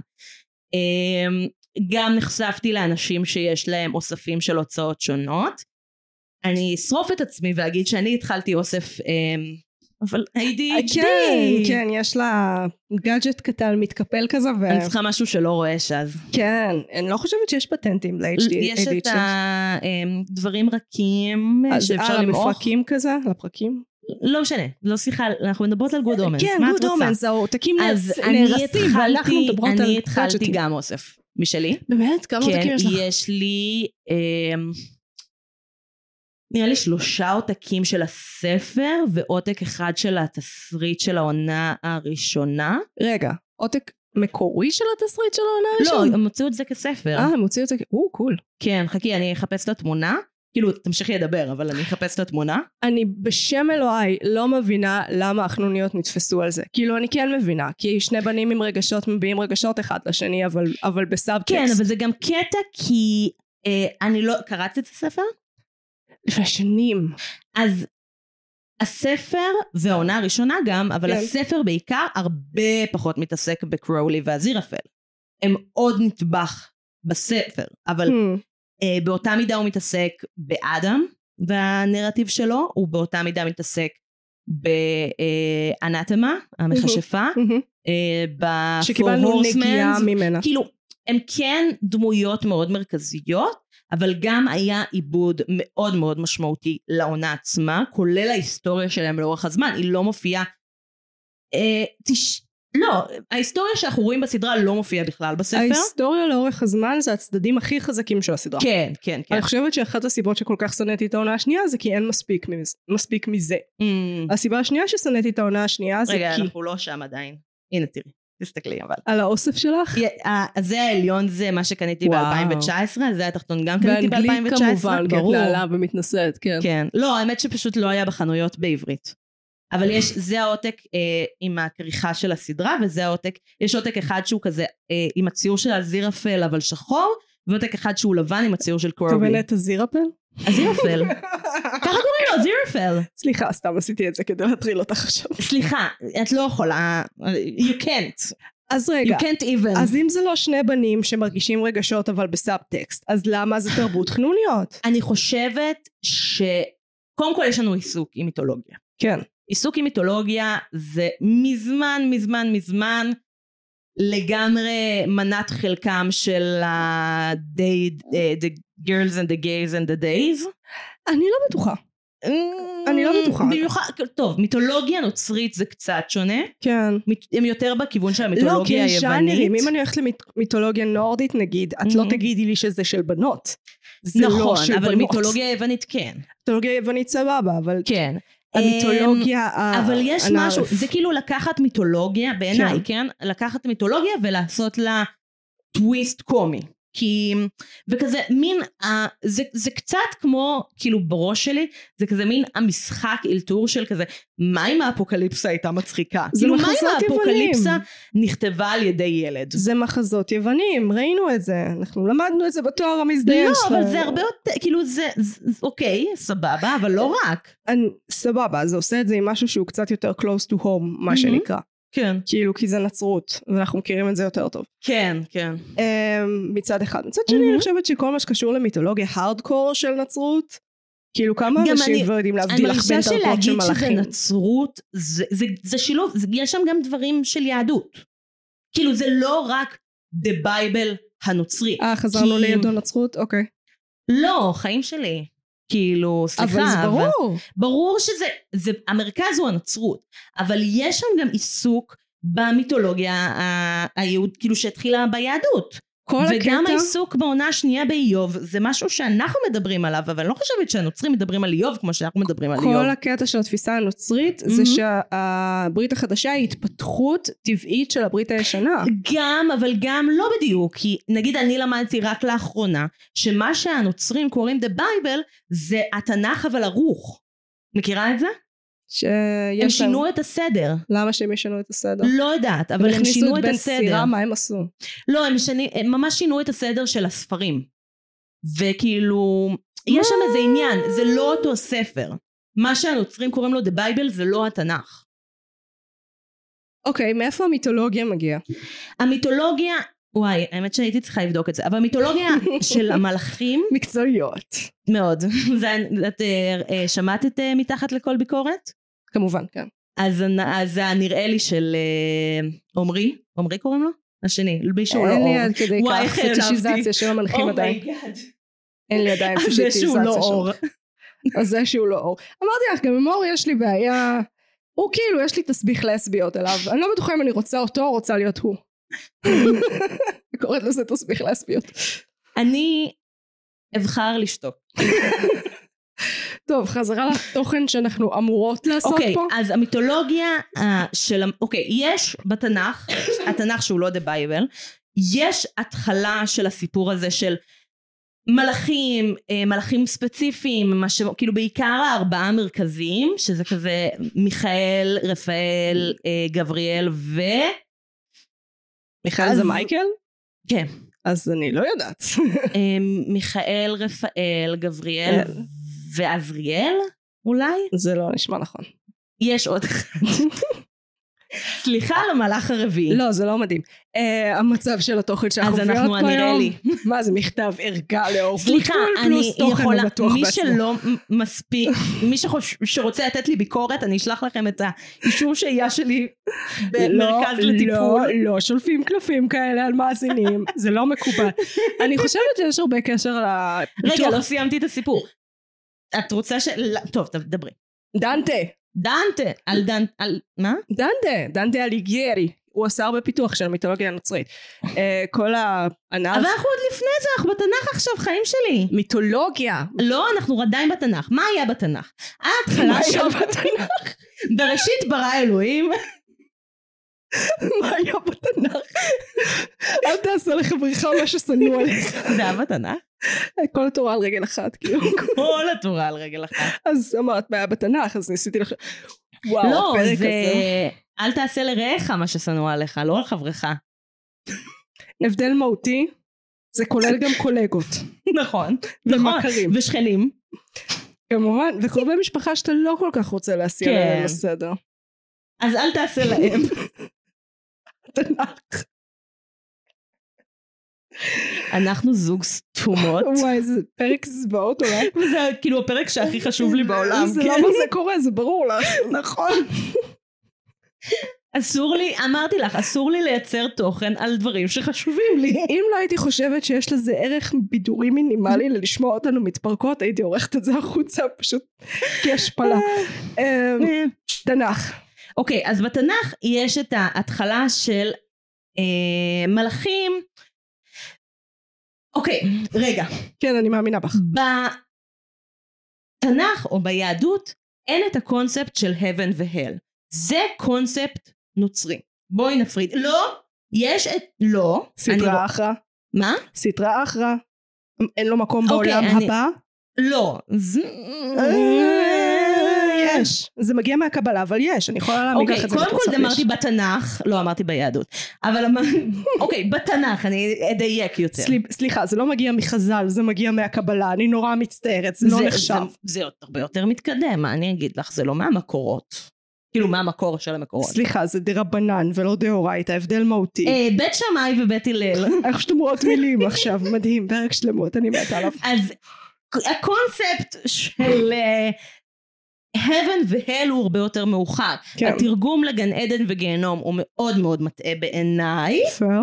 [SPEAKER 1] אמ, גם נחשפתי לאנשים שיש להם אוספים של הוצאות שונות. אני אשרוף את עצמי ואגיד שאני התחלתי אוסף, אמ, אבל ADHD.
[SPEAKER 2] כן, כן, יש לה גאדג'ט קטן מתקפל כזה, ו...
[SPEAKER 1] אני צריכה משהו שלא רועש אז.
[SPEAKER 2] כן, אני לא חושבת שיש פטנטים ל-HD.
[SPEAKER 1] יש את
[SPEAKER 2] כן.
[SPEAKER 1] הדברים רכים אה, שאפשר למעוך.
[SPEAKER 2] למפרקים כזה? לפרקים?
[SPEAKER 1] לא משנה, לא שיחה, אנחנו מדברות על גוד אומנס.
[SPEAKER 2] כן, גוד אומנס, העותקים
[SPEAKER 1] אז
[SPEAKER 2] נהרס-
[SPEAKER 1] אני
[SPEAKER 2] נהרסים, ואנחנו
[SPEAKER 1] התחלתי,
[SPEAKER 2] מדברות על
[SPEAKER 1] אני התחלתי
[SPEAKER 2] גאדג'טים.
[SPEAKER 1] גם אוסף משלי.
[SPEAKER 2] באמת? כמה עותקים
[SPEAKER 1] כן,
[SPEAKER 2] יש לך?
[SPEAKER 1] יש לי, אמ, נראה לי שלושה עותקים של הספר ועותק אחד של התסריט של העונה הראשונה.
[SPEAKER 2] רגע, עותק מקורי של התסריט של העונה
[SPEAKER 1] לא,
[SPEAKER 2] הראשונה?
[SPEAKER 1] הם הוציאו את זה כספר.
[SPEAKER 2] אה, הם הוציאו את זה, או, קול.
[SPEAKER 1] כן, חכי, אני אחפש את התמונה. כאילו, תמשיכי לדבר, אבל אני אחפש את התמונה.
[SPEAKER 2] אני בשם אלוהי לא מבינה למה החנוניות נתפסו על זה. כאילו, אני כן מבינה, כי שני בנים עם רגשות מביעים רגשות אחד לשני, אבל, אבל בסאבטקסט.
[SPEAKER 1] כן, אבל זה גם קטע כי אה, אני לא... קראת את הספר?
[SPEAKER 2] לפני שנים.
[SPEAKER 1] אז הספר, והעונה הראשונה גם, אבל
[SPEAKER 2] כן.
[SPEAKER 1] הספר בעיקר הרבה פחות מתעסק בקרולי והזירפל. הם עוד נדבך בספר, אבל
[SPEAKER 2] Hmm.
[SPEAKER 1] אה, באותה מידה הוא מתעסק באדם והנרטיב שלו, הוא באותה מידה מתעסק באנטמה, המכשפה,
[SPEAKER 2] מהמם.
[SPEAKER 1] אה,
[SPEAKER 2] Uh,
[SPEAKER 1] ב-Four
[SPEAKER 2] Hmm. שקיבלנו נגיעה
[SPEAKER 1] Horsemen,
[SPEAKER 2] ממנה.
[SPEAKER 1] כאילו, הם כן דמויות מאוד מרכזיות, אבל גם היה עיבוד מאוד מאוד משמעותי לעונה עצמה, כולל ההיסטוריה שלהם לאורך הזמן, היא לא מופיעה... אה, תש... לא, ההיסטוריה שאנחנו רואים בסדרה לא מופיעה בכלל בספר.
[SPEAKER 2] ההיסטוריה לאורך הזמן זה הצדדים הכי חזקים של הסדרה.
[SPEAKER 1] כן, כן, כן.
[SPEAKER 2] אני חושבת שאחת הסיבות שכל כך שנאתי את העונה השנייה זה כי אין מספיק מזה. מספיק מזה.
[SPEAKER 1] Mm.
[SPEAKER 2] הסיבה השנייה ששנאתי את העונה השנייה זה
[SPEAKER 1] רגע,
[SPEAKER 2] כי...
[SPEAKER 1] אנחנו לא שם עדיין. הנה, תראי. תסתכלי אבל.
[SPEAKER 2] על האוסף שלך?
[SPEAKER 1] אה, זה העליון זה מה שקניתי
[SPEAKER 2] וואו.
[SPEAKER 1] ב-2019, זה התחתון גם קניתי ב-2019.
[SPEAKER 2] באנגלית כמובן, כי את
[SPEAKER 1] לא,
[SPEAKER 2] נעלה ומתנשאת, כן.
[SPEAKER 1] כן. לא, האמת שפשוט לא היה בחנויות בעברית. אבל יש, זה העותק אה, עם הכריכה של הסדרה, וזה העותק, יש עותק אחד שהוא כזה אה, עם הציור של הזירפל אבל שחור, ועותק אחד שהוא לבן עם הציור של
[SPEAKER 2] את
[SPEAKER 1] קורבי.
[SPEAKER 2] אומרת הזירפל? (laughs)
[SPEAKER 1] הזירפל. ככה קוראים לו, הזירפל.
[SPEAKER 2] סליחה, סתם עשיתי את זה כדי להטריל אותך עכשיו.
[SPEAKER 1] סליחה, את לא יכולה, you can't,
[SPEAKER 2] אז רגע,
[SPEAKER 1] you can't even.
[SPEAKER 2] אז אם זה לא שני בנים שמרגישים רגשות אבל בסאבטקסט, אז למה זה תרבות חנוניות?
[SPEAKER 1] אני חושבת ש... קודם כל יש לנו עיסוק עם מיתולוגיה.
[SPEAKER 2] כן.
[SPEAKER 1] עיסוק עם מיתולוגיה זה מזמן מזמן מזמן לגמרי מנת חלקם של ה-day, the girls and the gays and the days. Mm,
[SPEAKER 2] אני לא בטוחה. אני לא בטוחה.
[SPEAKER 1] במיוחד, טוב, מיתולוגיה נוצרית זה קצת שונה.
[SPEAKER 2] כן.
[SPEAKER 1] מת- הם יותר בכיוון של
[SPEAKER 2] לא, כי
[SPEAKER 1] המיתולוגיה
[SPEAKER 2] יש ז'אנרים,
[SPEAKER 1] היוונית.
[SPEAKER 2] אם אני הולכת למיתולוגיה נורדית נגיד, את לא
[SPEAKER 1] Mhm.
[SPEAKER 2] תגידי לי שזה של בנות. זה לא
[SPEAKER 1] נכון,
[SPEAKER 2] של
[SPEAKER 1] אבל
[SPEAKER 2] בנות.
[SPEAKER 1] מיתולוגיה יוונית כן.
[SPEAKER 2] מיתולוגיה יוונית סבבה, אבל
[SPEAKER 1] כן. אמ,
[SPEAKER 2] המיתולוגיה ה-
[SPEAKER 1] אבל יש
[SPEAKER 2] הנערף.
[SPEAKER 1] משהו, זה כאילו לקחת מיתולוגיה, בעיניי, כן? לקחת מיתולוגיה ולעשות לה טוויסט קומי. כי, וכזה מין, אה, זה, זה קצת כמו, כאילו בראש שלי, זה כזה מין המשחק אלתור של כזה, מה אם האפוקליפסה הייתה מצחיקה?
[SPEAKER 2] זה
[SPEAKER 1] כאילו, מה אם
[SPEAKER 2] מחזות יוונים.
[SPEAKER 1] האפוקליפסה נכתבה על ידי ילד?
[SPEAKER 2] זה מחזות יוונים, ראינו את זה, אנחנו למדנו את זה בתואר המזדיין
[SPEAKER 1] לא,
[SPEAKER 2] שלנו.
[SPEAKER 1] אבל זה הרבה יותר, כאילו זה, זה, זה- אוקיי, סבבה, אבל לא רק.
[SPEAKER 2] אני- סבבה, זה עושה את זה עם משהו שהוא קצת יותר close to home, מה
[SPEAKER 1] Mhm.
[SPEAKER 2] שנקרא.
[SPEAKER 1] כן.
[SPEAKER 2] כאילו, כי זה נצרות, ואנחנו מכירים את זה יותר טוב.
[SPEAKER 1] כן, כן.
[SPEAKER 2] אמ, מצד אחד. מצד שני,
[SPEAKER 1] Mhm.
[SPEAKER 2] אני חושבת שכל מה שקשור למיתולוגיה הארדקור של נצרות, כאילו כמה
[SPEAKER 1] גם
[SPEAKER 2] אנשים
[SPEAKER 1] אני-
[SPEAKER 2] כבר יודעים
[SPEAKER 1] אני
[SPEAKER 2] להבדיל לך
[SPEAKER 1] מרגישה
[SPEAKER 2] בין דרכות של
[SPEAKER 1] שלהגיד שזה
[SPEAKER 2] מלאכים.
[SPEAKER 1] נצרות, זה, זה, זה שילוב, זה, יש שם גם דברים של יהדות. כאילו זה לא רק The Bible הנוצרי.
[SPEAKER 2] אה, חזרנו
[SPEAKER 1] כי-
[SPEAKER 2] לידו נצרות? אוקיי.
[SPEAKER 1] לא, חיים שלי. כאילו, סליחה,
[SPEAKER 2] אבל זה ברור.
[SPEAKER 1] ברור שזה, זה, המרכז הוא הנצרות, אבל יש שם גם עיסוק במיתולוגיה ה- היהוד, כאילו שהתחילה ביהדות.
[SPEAKER 2] כל
[SPEAKER 1] וגם
[SPEAKER 2] הקטע...
[SPEAKER 1] העיסוק בעונה השנייה באיוב, זה משהו שאנחנו מדברים עליו, אבל אני לא חושבת שהנוצרים מדברים על איוב כמו שאנחנו מדברים על איוב.
[SPEAKER 2] כל הקטע של התפיסה הנוצרית זה
[SPEAKER 1] Mhm.
[SPEAKER 2] שהברית החדשה היא התפתחות טבעית של הברית הישנה.
[SPEAKER 1] גם, אבל גם לא בדיוק, כי נגיד אני למדתי רק לאחרונה, שמה שהנוצרים קוראים The Bible זה התנ"ך אבל ערוך. מכירה את זה?
[SPEAKER 2] שיש
[SPEAKER 1] הם
[SPEAKER 2] להם-
[SPEAKER 1] שינו את הסדר.
[SPEAKER 2] למה שהם ישנו את הסדר?
[SPEAKER 1] לא יודעת, אבל הם שינו את
[SPEAKER 2] בן
[SPEAKER 1] הסדר.
[SPEAKER 2] סירה, מה הם עשו?
[SPEAKER 1] לא, הם, שני, הם ממש שינו את הסדר של הספרים. וכאילו, יש שם איזה עניין, זה לא אותו ספר. מה שהנוצרים קוראים לו The Bible זה לא התנ"ך.
[SPEAKER 2] אוקיי, מאיפה המיתולוגיה מגיעה?
[SPEAKER 1] המיתולוגיה, וואי, האמת שהייתי צריכה לבדוק את זה, אבל
[SPEAKER 2] (laughs)
[SPEAKER 1] המיתולוגיה של המלאכים
[SPEAKER 2] מקצועיות.
[SPEAKER 1] מאוד. (laughs) זה, את אה, אה, שמעת את אה, מתחת לכל ביקורת?
[SPEAKER 2] כמובן, כן.
[SPEAKER 1] אז, הנ- אז הנראה לי של אה, עמרי, עמרי קוראים לו? השני, מישהו לא
[SPEAKER 2] אין לי
[SPEAKER 1] אור.
[SPEAKER 2] עד כדי
[SPEAKER 1] וואי,
[SPEAKER 2] כך
[SPEAKER 1] איך העלבתי.
[SPEAKER 2] פטישיזציה של המלאכים עדיין.
[SPEAKER 1] אומייגאד.
[SPEAKER 2] אין לי עדיין
[SPEAKER 1] אז (laughs) זה
[SPEAKER 2] פטישיזציה
[SPEAKER 1] שהוא לא
[SPEAKER 2] שלו.
[SPEAKER 1] אור.
[SPEAKER 2] אז זה שהוא לא אור. אמרתי לך, גם עם אור יש לי בעיה... הוא כאילו, יש לי תסביך לסביות אליו. אני לא בטוחה אם אני רוצה אותו או רוצה להיות
[SPEAKER 1] (laughs)
[SPEAKER 2] הוא. אני קוראת לזה תסביך לסביות.
[SPEAKER 1] אני אבחר לשתוק.
[SPEAKER 2] טוב, חזרה לתוכן שאנחנו אמורות לעשות
[SPEAKER 1] אוקיי,
[SPEAKER 2] פה.
[SPEAKER 1] אז המיתולוגיה אה, של... המ- אוקיי, יש בתנ"ך, התנ"ך שהוא לא דה בייבל, יש התחלה של הסיפור הזה של מלאכים, אה, מלאכים ספציפיים, מה ש... כאילו בעיקר הארבעה המרכזיים, שזה כזה מיכאל, רפאל, אה, גבריאל ו...
[SPEAKER 2] מיכאל
[SPEAKER 1] אז-
[SPEAKER 2] זה מייקל?
[SPEAKER 1] כן.
[SPEAKER 2] אז אני לא יודעת. (laughs)
[SPEAKER 1] אה, מיכאל, רפאל, גבריאל
[SPEAKER 2] כן.
[SPEAKER 1] ועזריאל, אולי?
[SPEAKER 2] זה לא נשמע נכון.
[SPEAKER 1] יש עוד אחד. סליחה על המהלך הרביעי.
[SPEAKER 2] לא, זה לא מדהים. אה, המצב של התוכן שאנחנו
[SPEAKER 1] אז
[SPEAKER 2] מביאות פה היום...
[SPEAKER 1] אנחנו הנראה לי.
[SPEAKER 2] מה זה מכתב ערגה לאור
[SPEAKER 1] סליחה,
[SPEAKER 2] פוטבול
[SPEAKER 1] אני
[SPEAKER 2] פלוס תוכן
[SPEAKER 1] יכולה,
[SPEAKER 2] בטוח
[SPEAKER 1] מי
[SPEAKER 2] בעצמו.
[SPEAKER 1] שלא מ- מספיק, מי שחוש- שרוצה לתת לי ביקורת, אני אשלח לכם את האישור שהייה שלי במרכז
[SPEAKER 2] לא,
[SPEAKER 1] לטיפול.
[SPEAKER 2] לא, לא שולפים קלפים כאלה על (laughs) מאזינים, זה לא מקובל. אני חושבת שיש הרבה קשר לפיתוח.
[SPEAKER 1] רגע, לא סיימתי את הסיפור. את רוצה ש... לא, טוב, דברי.
[SPEAKER 2] דנטה,
[SPEAKER 1] דנטה, על דנטה, על... מה?
[SPEAKER 2] דנטה, דנטה אליגיירי. הוא עשה הרבה פיתוח של המיתולוגיה הנוצרית. אה, כל
[SPEAKER 1] אבל
[SPEAKER 2] הענף,
[SPEAKER 1] אנחנו עוד לפני זה, אנחנו בתנ"ך עכשיו, חיים שלי.
[SPEAKER 2] מיתולוגיה.
[SPEAKER 1] לא, אנחנו עדיין בתנ"ך. מה היה בתנ"ך? ההתחלה
[SPEAKER 2] מה
[SPEAKER 1] של...
[SPEAKER 2] היה בתנ"ך?
[SPEAKER 1] בראשית ברא אלוהים
[SPEAKER 2] (laughs) מה היה בתנ"ך? אל תעשה לחברך מה ששנוא עליך.
[SPEAKER 1] (laughs) זה היה בתנ"ך?
[SPEAKER 2] כל התורה על רגל אחת, (laughs) כאילו.
[SPEAKER 1] כל התורה על רגל אחת.
[SPEAKER 2] אז אמרת, מה היה בתנ"ך? אז ניסיתי לחשוב. וואו,
[SPEAKER 1] לא,
[SPEAKER 2] הפרק
[SPEAKER 1] זה...
[SPEAKER 2] הזה.
[SPEAKER 1] אל תעשה לרעך מה ששנוא עליך, לא על חברך.
[SPEAKER 2] הבדל מהותי, זה כולל גם קולגות.
[SPEAKER 1] נכון.
[SPEAKER 2] ומכרים.
[SPEAKER 1] ושכנים.
[SPEAKER 2] כמובן, וקרובי משפחה שאתה לא כל כך רוצה להסיע
[SPEAKER 1] כן.
[SPEAKER 2] עליהם לסדר.
[SPEAKER 1] אז אל (laughs) תעשה להם.
[SPEAKER 2] התנ"ך.
[SPEAKER 1] אנחנו זוג (laughs) סתומות.
[SPEAKER 2] וואי, איזה פרק זוועות אולי.
[SPEAKER 1] וזה כאילו הפרק שהכי חשוב לי בעולם.
[SPEAKER 2] זה
[SPEAKER 1] כן.
[SPEAKER 2] למה זה קורה, זה ברור לך. נכון.
[SPEAKER 1] אסור לי, אמרתי לך, אסור לי לייצר תוכן על דברים שחשובים (laughs) לי.
[SPEAKER 2] אם לא הייתי חושבת שיש לזה ערך בידורי מינימלי ללשמוע אותנו מתפרקות, הייתי עורכת את זה החוצה פשוט כהשפלה. אמ, תנ"ך.
[SPEAKER 1] אה. אוקיי, אז בתנ"ך יש את ההתחלה של אה, מלאכים. אוקיי, רגע.
[SPEAKER 2] כן, אני מאמינה בך.
[SPEAKER 1] בתנ"ך או ביהדות אין את הקונספט של heaven ו-hell. זה קונספט נוצרי. בואי נפריד. לא, יש את... לא.
[SPEAKER 2] סטרא
[SPEAKER 1] אני-
[SPEAKER 2] אחרא.
[SPEAKER 1] מה?
[SPEAKER 2] סטרא אחרא. אין לו מקום
[SPEAKER 1] אוקיי,
[SPEAKER 2] בעולם
[SPEAKER 1] אני-
[SPEAKER 2] הבא.
[SPEAKER 1] לא. אה, ז-
[SPEAKER 2] יש. זה מגיע מהקבלה, אבל יש. אה, אני יכולה להעמיד לך
[SPEAKER 1] אוקיי,
[SPEAKER 2] את זה
[SPEAKER 1] קודם כל
[SPEAKER 2] בתור
[SPEAKER 1] זה
[SPEAKER 2] ספליש.
[SPEAKER 1] אמרתי בתנ"ך, לא אמרתי ביהדות.
[SPEAKER 2] (laughs)
[SPEAKER 1] אבל אמרתי... אוקיי, בתנ"ך, אני אדייק יותר.
[SPEAKER 2] סלי- סליחה, זה לא מגיע מחז"ל, זה מגיע מהקבלה. אני נורא מצטערת, זה לא נחשב.
[SPEAKER 1] זה, זה עוד הרבה יותר מתקדם, מה אני אגיד לך? זה לא מהמקורות. כאילו, מה המקור של המקורות?
[SPEAKER 2] סליחה, זה דרבנן ולא דאורייתא, הבדל מהותי. (laughs)
[SPEAKER 1] אה, בית שמאי ובית הלל.
[SPEAKER 2] איך שאתם רואות מילים עכשיו,
[SPEAKER 1] (laughs)
[SPEAKER 2] מדהים, פרק שלמות, אני מתה עליו.
[SPEAKER 1] אז הקונספט של אה, heaven והל הוא הרבה יותר מאוחר.
[SPEAKER 2] כן.
[SPEAKER 1] התרגום לגן עדן וגיהנום הוא מאוד מאוד מטעה בעיניי.
[SPEAKER 2] פייר.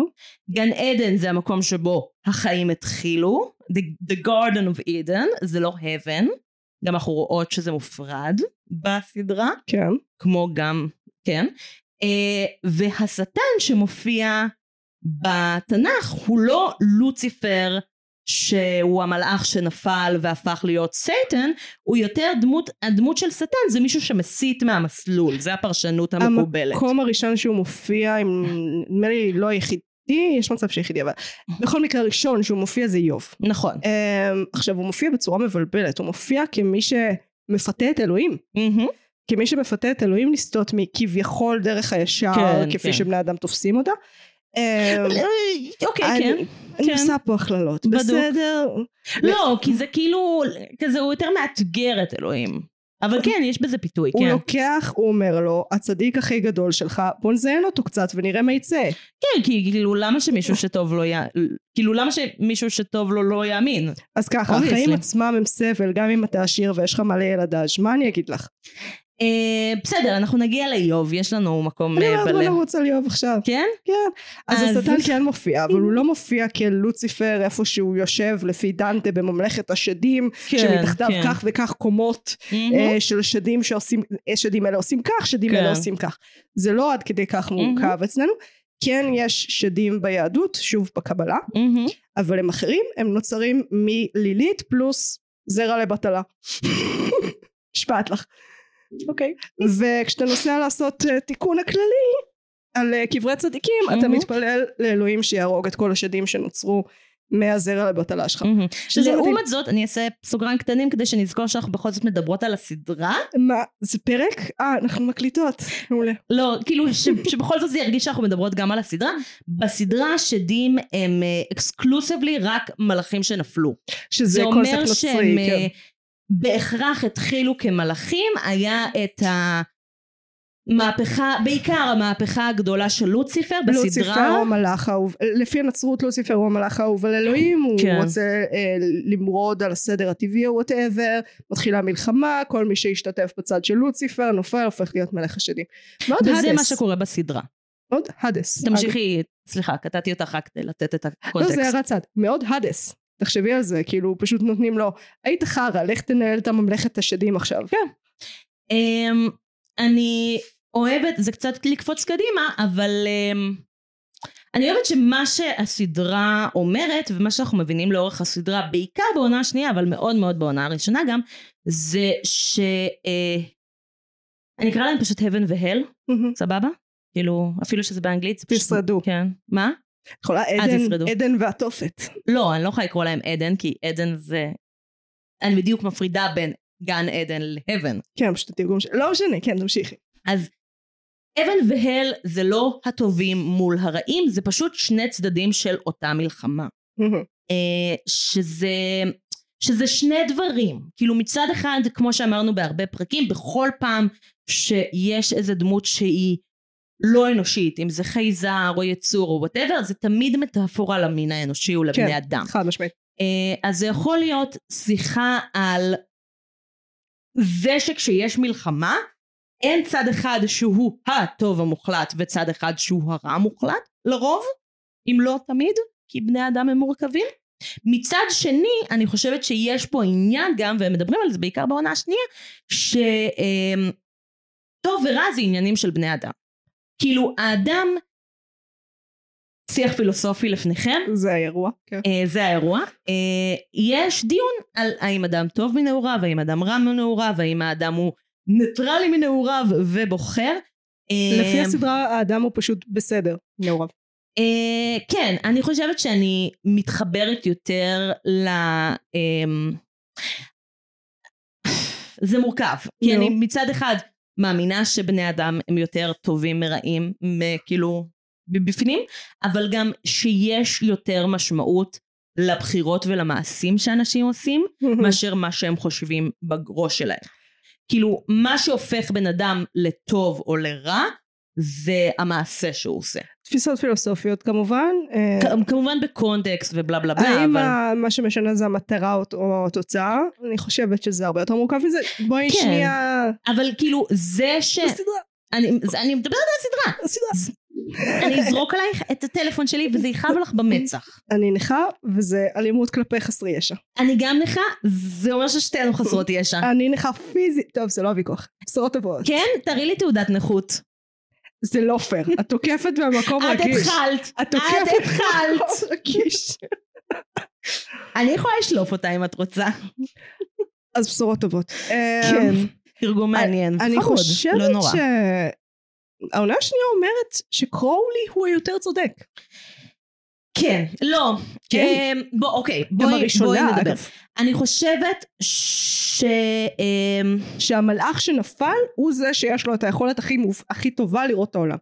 [SPEAKER 1] גן עדן זה המקום שבו החיים התחילו. The, the garden of Eden, זה לא heaven. גם אנחנו רואות שזה מופרד בסדרה.
[SPEAKER 2] כן.
[SPEAKER 1] כמו גם, כן. Uh, והשטן שמופיע בתנ"ך הוא לא לוציפר שהוא המלאך שנפל והפך להיות סייטן, הוא יותר דמות, הדמות של שטן זה מישהו שמסית מהמסלול, זה הפרשנות המקובלת.
[SPEAKER 2] המקום הראשון שהוא מופיע, עם- נדמה לי לא היחידי, יש מצב שיחידי, אבל
[SPEAKER 1] אה.
[SPEAKER 2] בכל מקרה הראשון שהוא מופיע זה איוב.
[SPEAKER 1] נכון.
[SPEAKER 2] אמ, עכשיו, הוא מופיע בצורה מבלבלת, הוא מופיע כמי שמפתה את אלוהים.
[SPEAKER 1] מהמם.
[SPEAKER 2] כמי שמפתה את אלוהים לסטות מכביכול דרך הישר,
[SPEAKER 1] כן,
[SPEAKER 2] כפי
[SPEAKER 1] כן.
[SPEAKER 2] שבני אדם תופסים אותה. אמ,
[SPEAKER 1] אוקיי,
[SPEAKER 2] אני-
[SPEAKER 1] כן.
[SPEAKER 2] אני
[SPEAKER 1] כן.
[SPEAKER 2] עושה פה הכללות,
[SPEAKER 1] בדוק.
[SPEAKER 2] בסדר?
[SPEAKER 1] לא, כי זה כאילו, כזה הוא יותר מאתגר את אלוהים. אבל כן, יש בזה פיתוי,
[SPEAKER 2] אוקיי. הוא לא-
[SPEAKER 1] כן.
[SPEAKER 2] לוקח, הוא אומר לו, הצדיק הכי גדול שלך, בוא נזיין אותו קצת ונראה מה יצא.
[SPEAKER 1] כן, כי כאילו, למה שמישהו שטוב לא י... כאילו, למה שמישהו שטוב לו לא יאמין?
[SPEAKER 2] אז ככה,
[SPEAKER 1] Obviously.
[SPEAKER 2] החיים עצמם הם סבל, גם אם אתה עשיר ויש לך מלא ילדאז', מה אני אגיד לך?
[SPEAKER 1] אה, בסדר, אנחנו נגיע לאיוב, יש לנו מקום
[SPEAKER 2] אני
[SPEAKER 1] אה,
[SPEAKER 2] אומרת, בוא
[SPEAKER 1] בלב.
[SPEAKER 2] נרוץ על איוב עכשיו.
[SPEAKER 1] כן?
[SPEAKER 2] כן. אז
[SPEAKER 1] אז-
[SPEAKER 2] השטן כן מופיע, אבל הוא לא מופיע כלוציפר איפה שהוא יושב לפי דנטה בממלכת השדים,
[SPEAKER 1] כן,
[SPEAKER 2] שמתחתיו
[SPEAKER 1] כן.
[SPEAKER 2] כך וכך קומות
[SPEAKER 1] מהמם.
[SPEAKER 2] אה, של שדים שעושים, אה, שדים אלה עושים כך, שדים
[SPEAKER 1] כן.
[SPEAKER 2] אלה עושים כך. זה לא עד כדי כך מורכב אצלנו. כן יש שדים ביהדות, שוב בקבלה,
[SPEAKER 1] מהמם.
[SPEAKER 2] אבל הם אחרים, הם נוצרים מלילית פלוס זרע לבטלה. (laughs) נשבעת לך.
[SPEAKER 1] אוקיי.
[SPEAKER 2] וכשאתה נוסע לעשות אה, תיקון הכללי על אה, קברי צדיקים, אתה
[SPEAKER 1] מהמם.
[SPEAKER 2] מתפלל לאלוהים שיהרוג את כל השדים שנוצרו מהזרע לבטלה שלך.
[SPEAKER 1] מהמם.
[SPEAKER 2] שזה מדהים.
[SPEAKER 1] לעומת זאת, אני אעשה סוגריים קטנים כדי שנזכור שאנחנו בכל זאת מדברות על הסדרה.
[SPEAKER 2] מה, זה פרק? אה, אנחנו מקליטות. מעולה.
[SPEAKER 1] לא, כאילו, ש- שבכל זאת זה ירגיש שאנחנו מדברות גם על הסדרה. בסדרה השדים הם אקסקלוסיבלי רק מלאכים שנפלו.
[SPEAKER 2] שזה קונספט נוצרי,
[SPEAKER 1] אה,
[SPEAKER 2] כן.
[SPEAKER 1] בהכרח התחילו כמלאכים, היה את המהפכה, בעיקר המהפכה הגדולה של לוציפר בסדרה.
[SPEAKER 2] לוציפר הוא המלאך האהוב, לפי הנצרות לוציפר הוא המלאך האהוב על אלוהים, הוא
[SPEAKER 1] כן.
[SPEAKER 2] רוצה אה, למרוד על הסדר הטבעי או וואטאבר, מתחילה מלחמה, כל מי שהשתתף בצד של לוציפר נופל, הופך להיות מלך השדים. מאוד האדס.
[SPEAKER 1] וזה מה שקורה בסדרה.
[SPEAKER 2] מאוד האדס.
[SPEAKER 1] תמשיכי, סליחה, קטעתי אותך רק כדי לתת את
[SPEAKER 2] לא, זה
[SPEAKER 1] הקונטקסט.
[SPEAKER 2] הערת צד. מאוד האדס. תחשבי על זה, כאילו פשוט נותנים לו, היית חרא, לך תנהל את הממלכת השדים עכשיו.
[SPEAKER 1] כן. אמ, אני אוהבת, זה קצת לקפוץ קדימה, אבל אמ, אני אוהבת שמה שהסדרה אומרת, ומה שאנחנו מבינים לאורך הסדרה, בעיקר בעונה השנייה, אבל מאוד מאוד בעונה הראשונה גם, זה ש... אה, אני אקרא להם פשוט heaven והל, סבבה? כאילו, אפילו שזה באנגלית. זה פשוט-
[SPEAKER 2] תשרדו.
[SPEAKER 1] כן. מה?
[SPEAKER 2] יכולה
[SPEAKER 1] ישרדו.
[SPEAKER 2] עדן, עדן והתופת.
[SPEAKER 1] לא, אני לא יכולה לקרוא להם עדן, כי עדן זה... אני בדיוק מפרידה בין גן עדן להבן.
[SPEAKER 2] כן, פשוט התרגום של... לא משנה, כן, תמשיכי.
[SPEAKER 1] אז אבן והל זה לא הטובים מול הרעים, זה פשוט שני צדדים של אותה מלחמה. אה, שזה, שזה שני דברים. כאילו מצד אחד, כמו שאמרנו בהרבה פרקים, בכל פעם שיש איזה דמות שהיא לא אנושית, אם זה חייזר או יצור או וואטאבר, זה תמיד מטאפורה למין האנושי ולבני
[SPEAKER 2] כן.
[SPEAKER 1] אדם.
[SPEAKER 2] חד משמעית.
[SPEAKER 1] אה, אז זה יכול להיות שיחה על זה שכשיש מלחמה אין צד אחד שהוא הטוב המוחלט וצד אחד שהוא הרע המוחלט לרוב אם לא תמיד כי בני אדם הם מורכבים מצד שני אני חושבת שיש פה עניין גם והם מדברים על זה בעיקר בעונה השנייה שטוב ורע זה עניינים של בני אדם כאילו האדם שיח פילוסופי לפניכם
[SPEAKER 2] זה האירוע. כן.
[SPEAKER 1] אה, זה האירוע. אה, יש דיון על האם אדם טוב מנעוריו, האם אדם רע מנעוריו, האם האדם הוא ניטרלי מנעוריו ובוחר. אה,
[SPEAKER 2] לפי הסדרה האדם הוא פשוט בסדר. נעוריו.
[SPEAKER 1] אה, כן, אני חושבת שאני מתחברת יותר ל... אמ, זה מורכב. כי
[SPEAKER 2] נו.
[SPEAKER 1] אני מצד אחד מאמינה שבני אדם הם יותר טובים מרעים, מ- כאילו, מבפנים, אבל גם שיש יותר משמעות לבחירות ולמעשים שאנשים עושים, מאשר (laughs) מה שהם חושבים בראש שלהם. כאילו, מה שהופך בן אדם לטוב או לרע, זה המעשה שהוא עושה.
[SPEAKER 2] תפיסות פילוסופיות כמובן. אה,
[SPEAKER 1] כ- כמובן בקונטקסט ובלה בלה בלה,
[SPEAKER 2] האם
[SPEAKER 1] אבל...
[SPEAKER 2] ה- מה שמשנה זה המטרה או- או התוצאה? אני חושבת שזה הרבה יותר מורכב מזה. בואי
[SPEAKER 1] כן.
[SPEAKER 2] שנייה...
[SPEAKER 1] אבל כאילו, זה ש...
[SPEAKER 2] הסדרה,
[SPEAKER 1] אני זה- אני מדברת על הסדרה.
[SPEAKER 2] הסדרה.
[SPEAKER 1] אני אזרוק עלייך את הטלפון שלי וזה יכאב לך במצח.
[SPEAKER 2] אני נכה, וזה אלימות כלפי חסרי ישע.
[SPEAKER 1] אני גם נכה, זה אומר ששתינו חסרות ישע.
[SPEAKER 2] אני נכה פיזית... טוב, זה לא הוויכוח. בשורות טובות.
[SPEAKER 1] כן, תראי לי תעודת נכות.
[SPEAKER 2] זה לא פייר. את תוקפת במקום
[SPEAKER 1] את
[SPEAKER 2] רגיש.
[SPEAKER 1] התחלת.
[SPEAKER 2] את
[SPEAKER 1] את
[SPEAKER 2] תוקפת
[SPEAKER 1] התחלת.
[SPEAKER 2] במקום רגיש.
[SPEAKER 1] אני יכולה לשלוף אותה אם את רוצה.
[SPEAKER 2] אז בשורות טובות. אמ,
[SPEAKER 1] כן. תרגום מעניין.
[SPEAKER 2] אה, אני
[SPEAKER 1] חמוד,
[SPEAKER 2] חושבת
[SPEAKER 1] לא נורא.
[SPEAKER 2] ש... העונה השנייה אומרת שקרואולי הוא היותר צודק.
[SPEAKER 1] כן. לא.
[SPEAKER 2] כן.
[SPEAKER 1] אמ, בוא, אוקיי.
[SPEAKER 2] גם
[SPEAKER 1] בואי
[SPEAKER 2] הראשונה,
[SPEAKER 1] בואי נדבר.
[SPEAKER 2] אגב,
[SPEAKER 1] אני חושבת ש... אמ,
[SPEAKER 2] שהמלאך שנפל הוא זה שיש לו את היכולת הכי, מוב... הכי טובה לראות את העולם.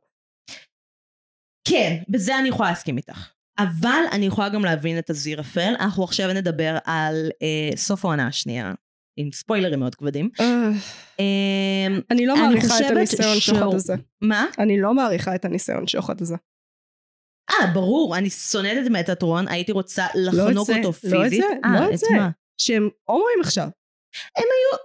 [SPEAKER 1] כן, בזה אני יכולה להסכים איתך. אבל אני יכולה גם להבין את הזיר אפל. אנחנו עכשיו נדבר על אה, סוף העונה השנייה, עם ספוילרים מאוד כבדים. אה,
[SPEAKER 2] אני לא
[SPEAKER 1] אני
[SPEAKER 2] מעריכה את
[SPEAKER 1] חושבת
[SPEAKER 2] הניסיון
[SPEAKER 1] שהוא-
[SPEAKER 2] שוחד הזה.
[SPEAKER 1] מה?
[SPEAKER 2] אני לא מעריכה את הניסיון שוחד הזה.
[SPEAKER 1] אה, ברור, אני שונאת את מטאטרון, הייתי רוצה
[SPEAKER 2] לא את
[SPEAKER 1] לחנוק
[SPEAKER 2] זה,
[SPEAKER 1] אותו
[SPEAKER 2] לא את
[SPEAKER 1] פיזית.
[SPEAKER 2] זה,
[SPEAKER 1] אה,
[SPEAKER 2] לא את זה.
[SPEAKER 1] מה?
[SPEAKER 2] שהם הומואים עכשיו.
[SPEAKER 1] הם היו...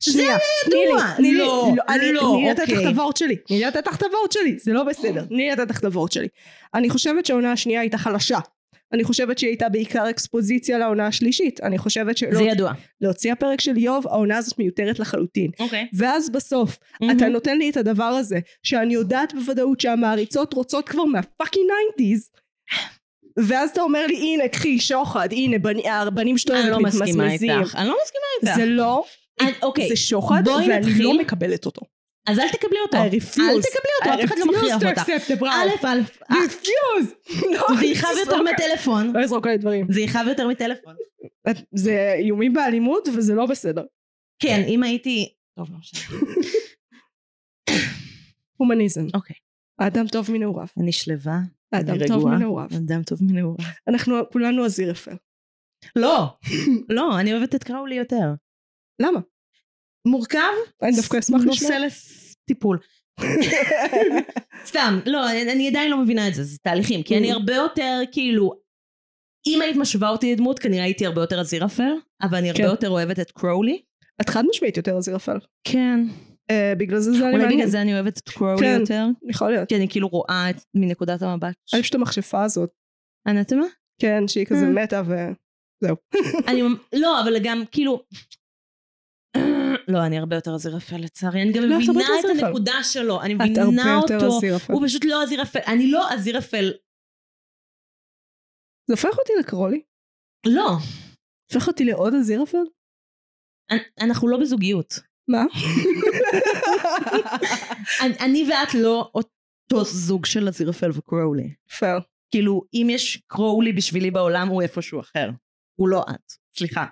[SPEAKER 2] שנייה,
[SPEAKER 1] זה ידוע.
[SPEAKER 2] תני לי,
[SPEAKER 1] לא,
[SPEAKER 2] תני לי, אני-
[SPEAKER 1] לא,
[SPEAKER 2] תני לי לתת לך
[SPEAKER 1] אוקיי.
[SPEAKER 2] את הוורט שלי. תני לי לתת לך את הוורט שלי. זה לא בסדר. תני לי לתת לך את הוורט שלי. אני חושבת שהעונה השנייה הייתה חלשה. אני חושבת שהיא הייתה בעיקר אקספוזיציה לעונה השלישית. אני חושבת
[SPEAKER 1] זה
[SPEAKER 2] שלהוציא
[SPEAKER 1] ידוע.
[SPEAKER 2] הפרק של איוב, העונה הזאת מיותרת לחלוטין.
[SPEAKER 1] אוקיי.
[SPEAKER 2] ואז בסוף,
[SPEAKER 1] Mm-hmm.
[SPEAKER 2] אתה נותן לי את הדבר הזה, שאני יודעת בוודאות שהמעריצות רוצות כבר מהפאקינג ניינטיז. ואז אתה אומר לי, הנה, קחי, שוחד, הנה, בני- הבנים שלו
[SPEAKER 1] אני לא מסכימה
[SPEAKER 2] מתמסמסים.
[SPEAKER 1] איתך. אני לא מסכימה איתך.
[SPEAKER 2] זה לא
[SPEAKER 1] אני- אוקיי,
[SPEAKER 2] זה שוחד,
[SPEAKER 1] בואי
[SPEAKER 2] ואני
[SPEAKER 1] נתחיל.
[SPEAKER 2] לא מקבלת אותו.
[SPEAKER 1] אז אל תקבלי אותו.
[SPEAKER 2] I
[SPEAKER 1] אל
[SPEAKER 2] refuse.
[SPEAKER 1] תקבלי אותו, אף אחד לא מכריח אותך. א', א', א',
[SPEAKER 2] (laughs) רפיוז!
[SPEAKER 1] זה יכאב יותר מטלפון.
[SPEAKER 2] לא לזרוק עלי דברים.
[SPEAKER 1] זה יכאב יותר מטלפון.
[SPEAKER 2] את- זה איומים באלימות וזה לא בסדר.
[SPEAKER 1] כן, אם הייתי... טוב, לא משנה.
[SPEAKER 2] הומניזם.
[SPEAKER 1] אוקיי.
[SPEAKER 2] האדם טוב מנעוריו.
[SPEAKER 1] אני שלווה.
[SPEAKER 2] האדם
[SPEAKER 1] אני
[SPEAKER 2] טוב
[SPEAKER 1] רגועה.
[SPEAKER 2] מנעוריו.
[SPEAKER 1] אדם טוב מנעוריו.
[SPEAKER 2] אנחנו כולנו הזיר אפל.
[SPEAKER 1] לא. (laughs) לא, אני אוהבת את קראולי יותר.
[SPEAKER 2] למה?
[SPEAKER 1] מורכב?
[SPEAKER 2] אני דווקא אשמח לשמוע.
[SPEAKER 1] נושא (laughs) לטיפול. סתם, לא, אני- אני עדיין לא מבינה את זה, זה תהליכים. כי אני הרבה יותר, כאילו... אם היית משווה אותי לדמות, כנראה הייתי הרבה יותר הזיר אפל, אבל אני הרבה
[SPEAKER 2] כן.
[SPEAKER 1] יותר אוהבת את קראולי.
[SPEAKER 2] את חד משמעית יותר הזיר אפל.
[SPEAKER 1] כן.
[SPEAKER 2] אה, בגלל זה זה אני
[SPEAKER 1] אולי בגלל
[SPEAKER 2] מעניין.
[SPEAKER 1] זה אני אוהבת את קראולי
[SPEAKER 2] כן.
[SPEAKER 1] יותר,
[SPEAKER 2] יכול להיות.
[SPEAKER 1] כי אני כאילו רואה את- מנקודת המבט.
[SPEAKER 2] אני פשוט המכשפה הזאת.
[SPEAKER 1] אנטומה?
[SPEAKER 2] כן, שהיא כזה
[SPEAKER 1] Mm.
[SPEAKER 2] מתה ו...
[SPEAKER 1] אני, ממ- לא, אבל גם כאילו... לא, אני הרבה יותר הזיר אפל לצערי. אני גם
[SPEAKER 2] לא, את הרבה
[SPEAKER 1] מבינה
[SPEAKER 2] יותר
[SPEAKER 1] את
[SPEAKER 2] הזיר אפל.
[SPEAKER 1] הנקודה שלו. אני
[SPEAKER 2] את הרבה
[SPEAKER 1] מבינה
[SPEAKER 2] יותר
[SPEAKER 1] אותו.
[SPEAKER 2] הזיר אפל.
[SPEAKER 1] הוא פשוט לא הזיר אפל. אני לא הזיר אפל.
[SPEAKER 2] זה הופך אותי לקרולי?
[SPEAKER 1] לא.
[SPEAKER 2] הופך אותי לעוד הזיר אפל?
[SPEAKER 1] אנ- אנחנו לא בזוגיות.
[SPEAKER 2] מה?
[SPEAKER 1] אני- אני ואת לא... אותו זוג של עזירפל וקרולי.
[SPEAKER 2] פייר.
[SPEAKER 1] כאילו, אם יש קרולי בשבילי בעולם, הוא איפשהו אחר. הוא לא את. סליחה.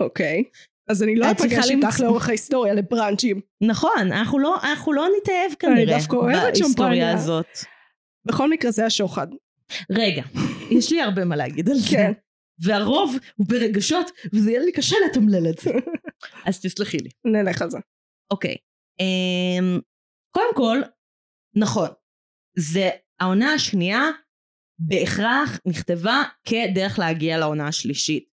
[SPEAKER 2] אוקיי. אז אני לא
[SPEAKER 1] את צריכה
[SPEAKER 2] אפגש איתך
[SPEAKER 1] למצוא-
[SPEAKER 2] לאורך ההיסטוריה לבראנצ'ים.
[SPEAKER 1] נכון, אנחנו לא, אנחנו לא נתאהב כנראה
[SPEAKER 2] דווקא אוהבת
[SPEAKER 1] בהיסטוריה
[SPEAKER 2] שמפניה.
[SPEAKER 1] הזאת.
[SPEAKER 2] בכל מקרה זה השוחד.
[SPEAKER 1] רגע, יש לי הרבה מה להגיד על זה.
[SPEAKER 2] כן.
[SPEAKER 1] והרוב הוא ברגשות, וזה יהיה לי קשה לתמלל את זה. אז תסלחי לי.
[SPEAKER 2] נלך על זה.
[SPEAKER 1] אוקיי. אמ, קודם כל, נכון, זה העונה השנייה בהכרח נכתבה כדרך להגיע לעונה השלישית.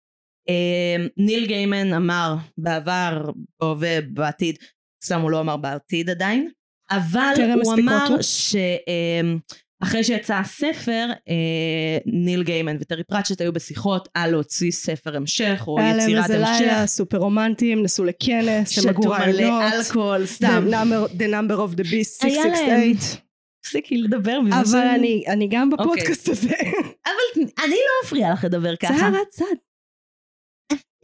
[SPEAKER 1] אמ, ניל גיימן אמר בעבר, בהווה, בעתיד, סתם הוא לא אמר בעתיד עדיין, אבל
[SPEAKER 2] טרם
[SPEAKER 1] הוא
[SPEAKER 2] הספיק
[SPEAKER 1] אמר
[SPEAKER 2] אותו.
[SPEAKER 1] שאחרי שיצא הספר, אה, ניל גיימן וטרי פרצ'ט היו בשיחות על להוציא ספר המשך או
[SPEAKER 2] היה להם
[SPEAKER 1] יצירת
[SPEAKER 2] איזה לילה
[SPEAKER 1] המשך.
[SPEAKER 2] סופר רומנטי, הם נסעו לכנס, הם עטו
[SPEAKER 1] שתו מלא
[SPEAKER 2] רעיונות.
[SPEAKER 1] אלכוהול,
[SPEAKER 2] The
[SPEAKER 1] סתם.
[SPEAKER 2] number, the number of the beast
[SPEAKER 1] היה להם.
[SPEAKER 2] 668.
[SPEAKER 1] תפסיקי לדבר מזה.
[SPEAKER 2] אבל
[SPEAKER 1] שאני-
[SPEAKER 2] אני, אני גם
[SPEAKER 1] אוקיי.
[SPEAKER 2] בפודקאסט הזה.
[SPEAKER 1] אבל אני לא אפריע לך לדבר ככה.
[SPEAKER 2] צער הצד.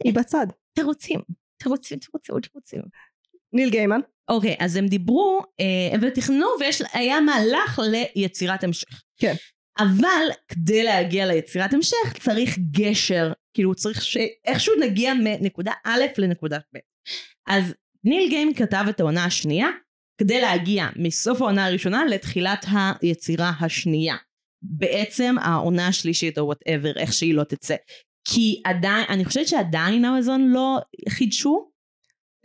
[SPEAKER 2] היא בצד.
[SPEAKER 1] תירוצים. תירוצים, תירוצים, תירוצים.
[SPEAKER 2] ניל גיימן.
[SPEAKER 1] אוקיי, אז הם דיברו אה, ותכננו, והיה מהלך ליצירת המשך.
[SPEAKER 2] כן.
[SPEAKER 1] אבל כדי להגיע ליצירת המשך צריך גשר, כאילו צריך שאיכשהו נגיע מנקודה א' לנקודה ב'. אז ניל גיימן כתב את העונה השנייה כדי להגיע מסוף העונה הראשונה לתחילת היצירה השנייה. בעצם העונה השלישית או וואטאבר, איך שהיא לא תצא. כי עדיין, אני חושבת שעדיין אמזון לא חידשו.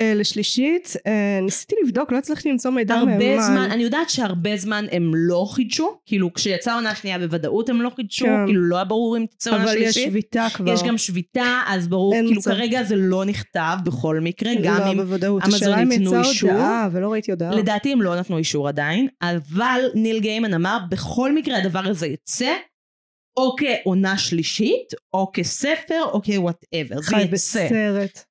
[SPEAKER 2] אה, לשלישית, אה, ניסיתי לבדוק, לא הצלחתי למצוא מידע
[SPEAKER 1] הרבה
[SPEAKER 2] מהימן.
[SPEAKER 1] זמן, אני יודעת שהרבה זמן הם לא חידשו, כאילו כשיצאה עונה שנייה בוודאות הם לא חידשו,
[SPEAKER 2] כן.
[SPEAKER 1] כאילו לא היה ברור אם תצא עונה
[SPEAKER 2] אבל יש
[SPEAKER 1] שלישית.
[SPEAKER 2] שביתה כבר.
[SPEAKER 1] יש גם שביתה, אז ברור,
[SPEAKER 2] אין
[SPEAKER 1] כאילו
[SPEAKER 2] מצב.
[SPEAKER 1] כרגע זה לא נכתב בכל מקרה, גם
[SPEAKER 2] לא,
[SPEAKER 1] אם...
[SPEAKER 2] בוודאות.
[SPEAKER 1] אמזון
[SPEAKER 2] השאלה אם
[SPEAKER 1] ייתנו
[SPEAKER 2] יצאה
[SPEAKER 1] אישור.
[SPEAKER 2] הודעה, ולא ראיתי הודעה.
[SPEAKER 1] לדעתי הם לא נתנו אישור עדיין, אבל ניל גיימן אמר בכל מקרה הדבר הזה יצא או כעונה שלישית, או כספר, או כוואטאבר, זה
[SPEAKER 2] חי
[SPEAKER 1] יצא.
[SPEAKER 2] בסרט.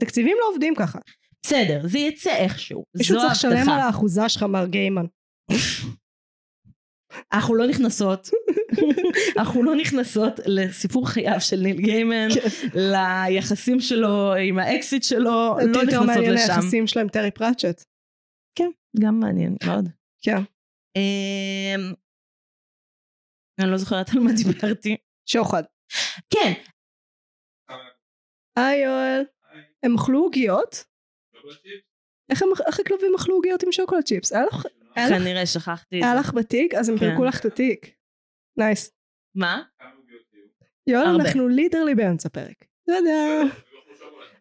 [SPEAKER 2] תקציבים לא עובדים ככה.
[SPEAKER 1] בסדר, זה יצא איכשהו,
[SPEAKER 2] מישהו
[SPEAKER 1] זו לא
[SPEAKER 2] צריך לשלם על
[SPEAKER 1] ההבטחה.
[SPEAKER 2] האחוזה שלך, מר גיימן.
[SPEAKER 1] אנחנו לא
[SPEAKER 2] (laughs)
[SPEAKER 1] נכנסות, אנחנו לא נכנסות לסיפור חייו של ניל גיימן,
[SPEAKER 2] כן.
[SPEAKER 1] ליחסים שלו עם האקסיט שלו, לא
[SPEAKER 2] יותר
[SPEAKER 1] נכנסות
[SPEAKER 2] מעניין
[SPEAKER 1] לשם.
[SPEAKER 2] היחסים שלו עם טרי פרצ'ט.
[SPEAKER 1] גם מעניין מאוד.
[SPEAKER 2] כן.
[SPEAKER 1] אמ, אני לא זוכרת על מה דיברתי.
[SPEAKER 2] שוחד.
[SPEAKER 1] כן,
[SPEAKER 2] היי יואל. הם אכלו עוגיות? איך הם- איך הכלבים אכלו עוגיות עם שוקולד צ'יפס? היה לך- היה לך-
[SPEAKER 1] כנראה שכחתי. את
[SPEAKER 2] היה
[SPEAKER 1] זה.
[SPEAKER 2] לך בתיק? אז הם
[SPEAKER 1] כן.
[SPEAKER 2] פירקו לך את התיק. נייס.
[SPEAKER 1] מה?
[SPEAKER 2] יואל,
[SPEAKER 1] הרבה.
[SPEAKER 2] אנחנו ליטרלי באמצע פרק. תודה.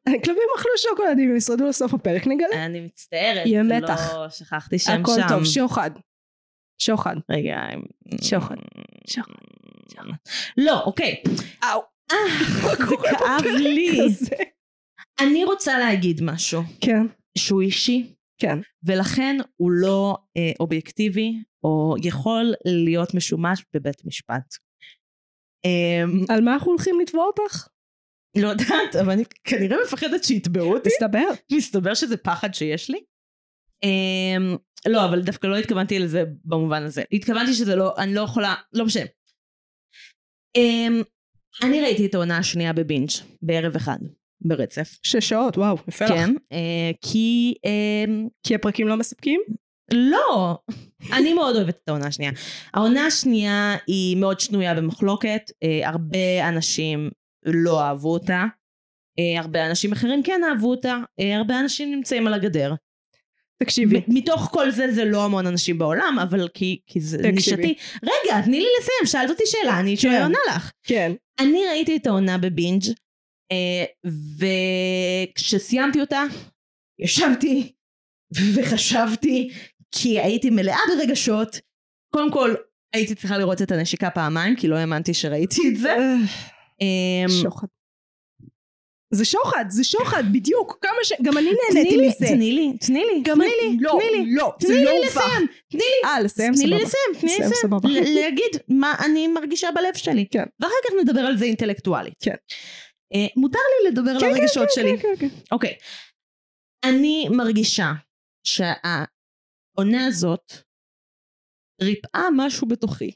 [SPEAKER 2] הכלבים אכלו שוקולד, אם הם ישרדו לסוף הפרק נגלה.
[SPEAKER 1] אני מצטערת.
[SPEAKER 2] יהיה
[SPEAKER 1] לא
[SPEAKER 2] מתח.
[SPEAKER 1] שכחתי שם שם.
[SPEAKER 2] הכל טוב, שוחד. שוחד.
[SPEAKER 1] רגע. אמ,
[SPEAKER 2] שוחד. שוחד.
[SPEAKER 1] לא, אוקיי.
[SPEAKER 2] אאו. (laughs)
[SPEAKER 1] אה, זה
[SPEAKER 2] קורה
[SPEAKER 1] כאב
[SPEAKER 2] בפרק
[SPEAKER 1] לי.
[SPEAKER 2] כזה.
[SPEAKER 1] אני רוצה להגיד משהו
[SPEAKER 2] כן,
[SPEAKER 1] שהוא אישי,
[SPEAKER 2] כן.
[SPEAKER 1] ולכן הוא לא אה, אובייקטיבי, או יכול להיות משומש בבית משפט. אה,
[SPEAKER 2] על מה אנחנו הולכים לתבוע אותך?
[SPEAKER 1] לא יודעת, אבל אני כנראה מפחדת שיתבעו אותי. (laughs)
[SPEAKER 2] מסתבר.
[SPEAKER 1] מסתבר שזה פחד שיש לי. אמ, לא, אבל דווקא לא התכוונתי לזה במובן הזה. התכוונתי שזה לא, אני לא יכולה, לא משנה. אמ, אני ראיתי את העונה השנייה בבינג' בערב אחד, ברצף.
[SPEAKER 2] שש שעות, וואו, יפה לך.
[SPEAKER 1] כן, אה, כי אמ,
[SPEAKER 2] כי הפרקים לא מספקים?
[SPEAKER 1] לא, אני מאוד אוהבת את העונה השנייה. העונה השנייה היא מאוד שנויה במחלוקת, אה, הרבה אנשים לא אהבו אותה, אה, הרבה אנשים אחרים כן אהבו אותה, אה, הרבה אנשים נמצאים על הגדר.
[SPEAKER 2] תקשיבי.
[SPEAKER 1] מ- מתוך כל זה זה לא המון אנשים בעולם, אבל כי, כי זה
[SPEAKER 2] תקשיבי.
[SPEAKER 1] נישתי. רגע, תני לי לסיים, שאלת אותי שאלה, אני
[SPEAKER 2] כן.
[SPEAKER 1] עונה לך.
[SPEAKER 2] כן.
[SPEAKER 1] אני ראיתי את העונה בבינג' אה, וכשסיימתי אותה ישבתי וחשבתי כי הייתי מלאה ברגשות קודם כל הייתי צריכה לראות את הנשיקה פעמיים כי לא האמנתי שראיתי את
[SPEAKER 2] (laughs)
[SPEAKER 1] זה אה,
[SPEAKER 2] שוחד. זה שוחד, זה שוחד, בדיוק. כמה ש... גם אני
[SPEAKER 1] תני
[SPEAKER 2] נהניתי
[SPEAKER 1] לי,
[SPEAKER 2] מזה.
[SPEAKER 1] תני לי, תני לי,
[SPEAKER 2] גם
[SPEAKER 1] תני
[SPEAKER 2] אני-
[SPEAKER 1] לי,
[SPEAKER 2] לא,
[SPEAKER 1] תני לי,
[SPEAKER 2] לא,
[SPEAKER 1] תני
[SPEAKER 2] זה
[SPEAKER 1] לי
[SPEAKER 2] לא הובך.
[SPEAKER 1] לסיים, תני לי,
[SPEAKER 2] אה, לסיים
[SPEAKER 1] תני לי
[SPEAKER 2] סבבה.
[SPEAKER 1] לסיים, תני לי
[SPEAKER 2] לסיים,
[SPEAKER 1] לסיים,
[SPEAKER 2] סבבה.
[SPEAKER 1] ל- להגיד מה אני מרגישה בלב שלי,
[SPEAKER 2] כן.
[SPEAKER 1] ואחר כך נדבר על זה אינטלקטואלית.
[SPEAKER 2] כן.
[SPEAKER 1] אה, מותר לי לדבר על
[SPEAKER 2] כן,
[SPEAKER 1] הרגשות
[SPEAKER 2] כן,
[SPEAKER 1] שלי.
[SPEAKER 2] כן, כן, כן.
[SPEAKER 1] אוקיי. אני מרגישה שהעונה הזאת ריפאה משהו בתוכי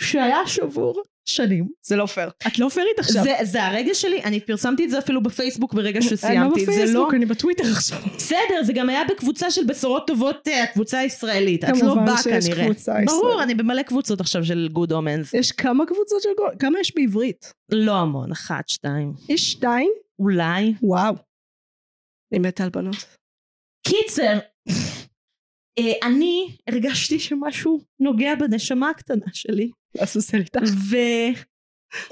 [SPEAKER 1] שהיה שבור שנים.
[SPEAKER 2] זה לא פייר. את לא פיירית עכשיו.
[SPEAKER 1] זה, זה הרגע שלי, אני פרסמתי את זה אפילו בפייסבוק ברגע
[SPEAKER 2] אני לא
[SPEAKER 1] שסיימתי. זה לא...
[SPEAKER 2] בפייסבוק, אני בטוויטר עכשיו.
[SPEAKER 1] בסדר, זה גם היה בקבוצה של בשורות טובות, אה, הקבוצה הישראלית. את לא
[SPEAKER 2] כמובן
[SPEAKER 1] באה
[SPEAKER 2] שיש
[SPEAKER 1] כנראה.
[SPEAKER 2] קבוצה
[SPEAKER 1] ברור,
[SPEAKER 2] ישראלית.
[SPEAKER 1] אני במלא קבוצות עכשיו של גוד אומנס.
[SPEAKER 2] יש כמה קבוצות של גול? כמה יש בעברית?
[SPEAKER 1] לא המון, אחת, שתיים.
[SPEAKER 2] יש שתיים?
[SPEAKER 1] אולי.
[SPEAKER 2] וואו. אני מתה על בנות.
[SPEAKER 1] קיצר, אה, אני הרגשתי שמשהו נוגע בנשמה הקטנה שלי,
[SPEAKER 2] לעשות איתך.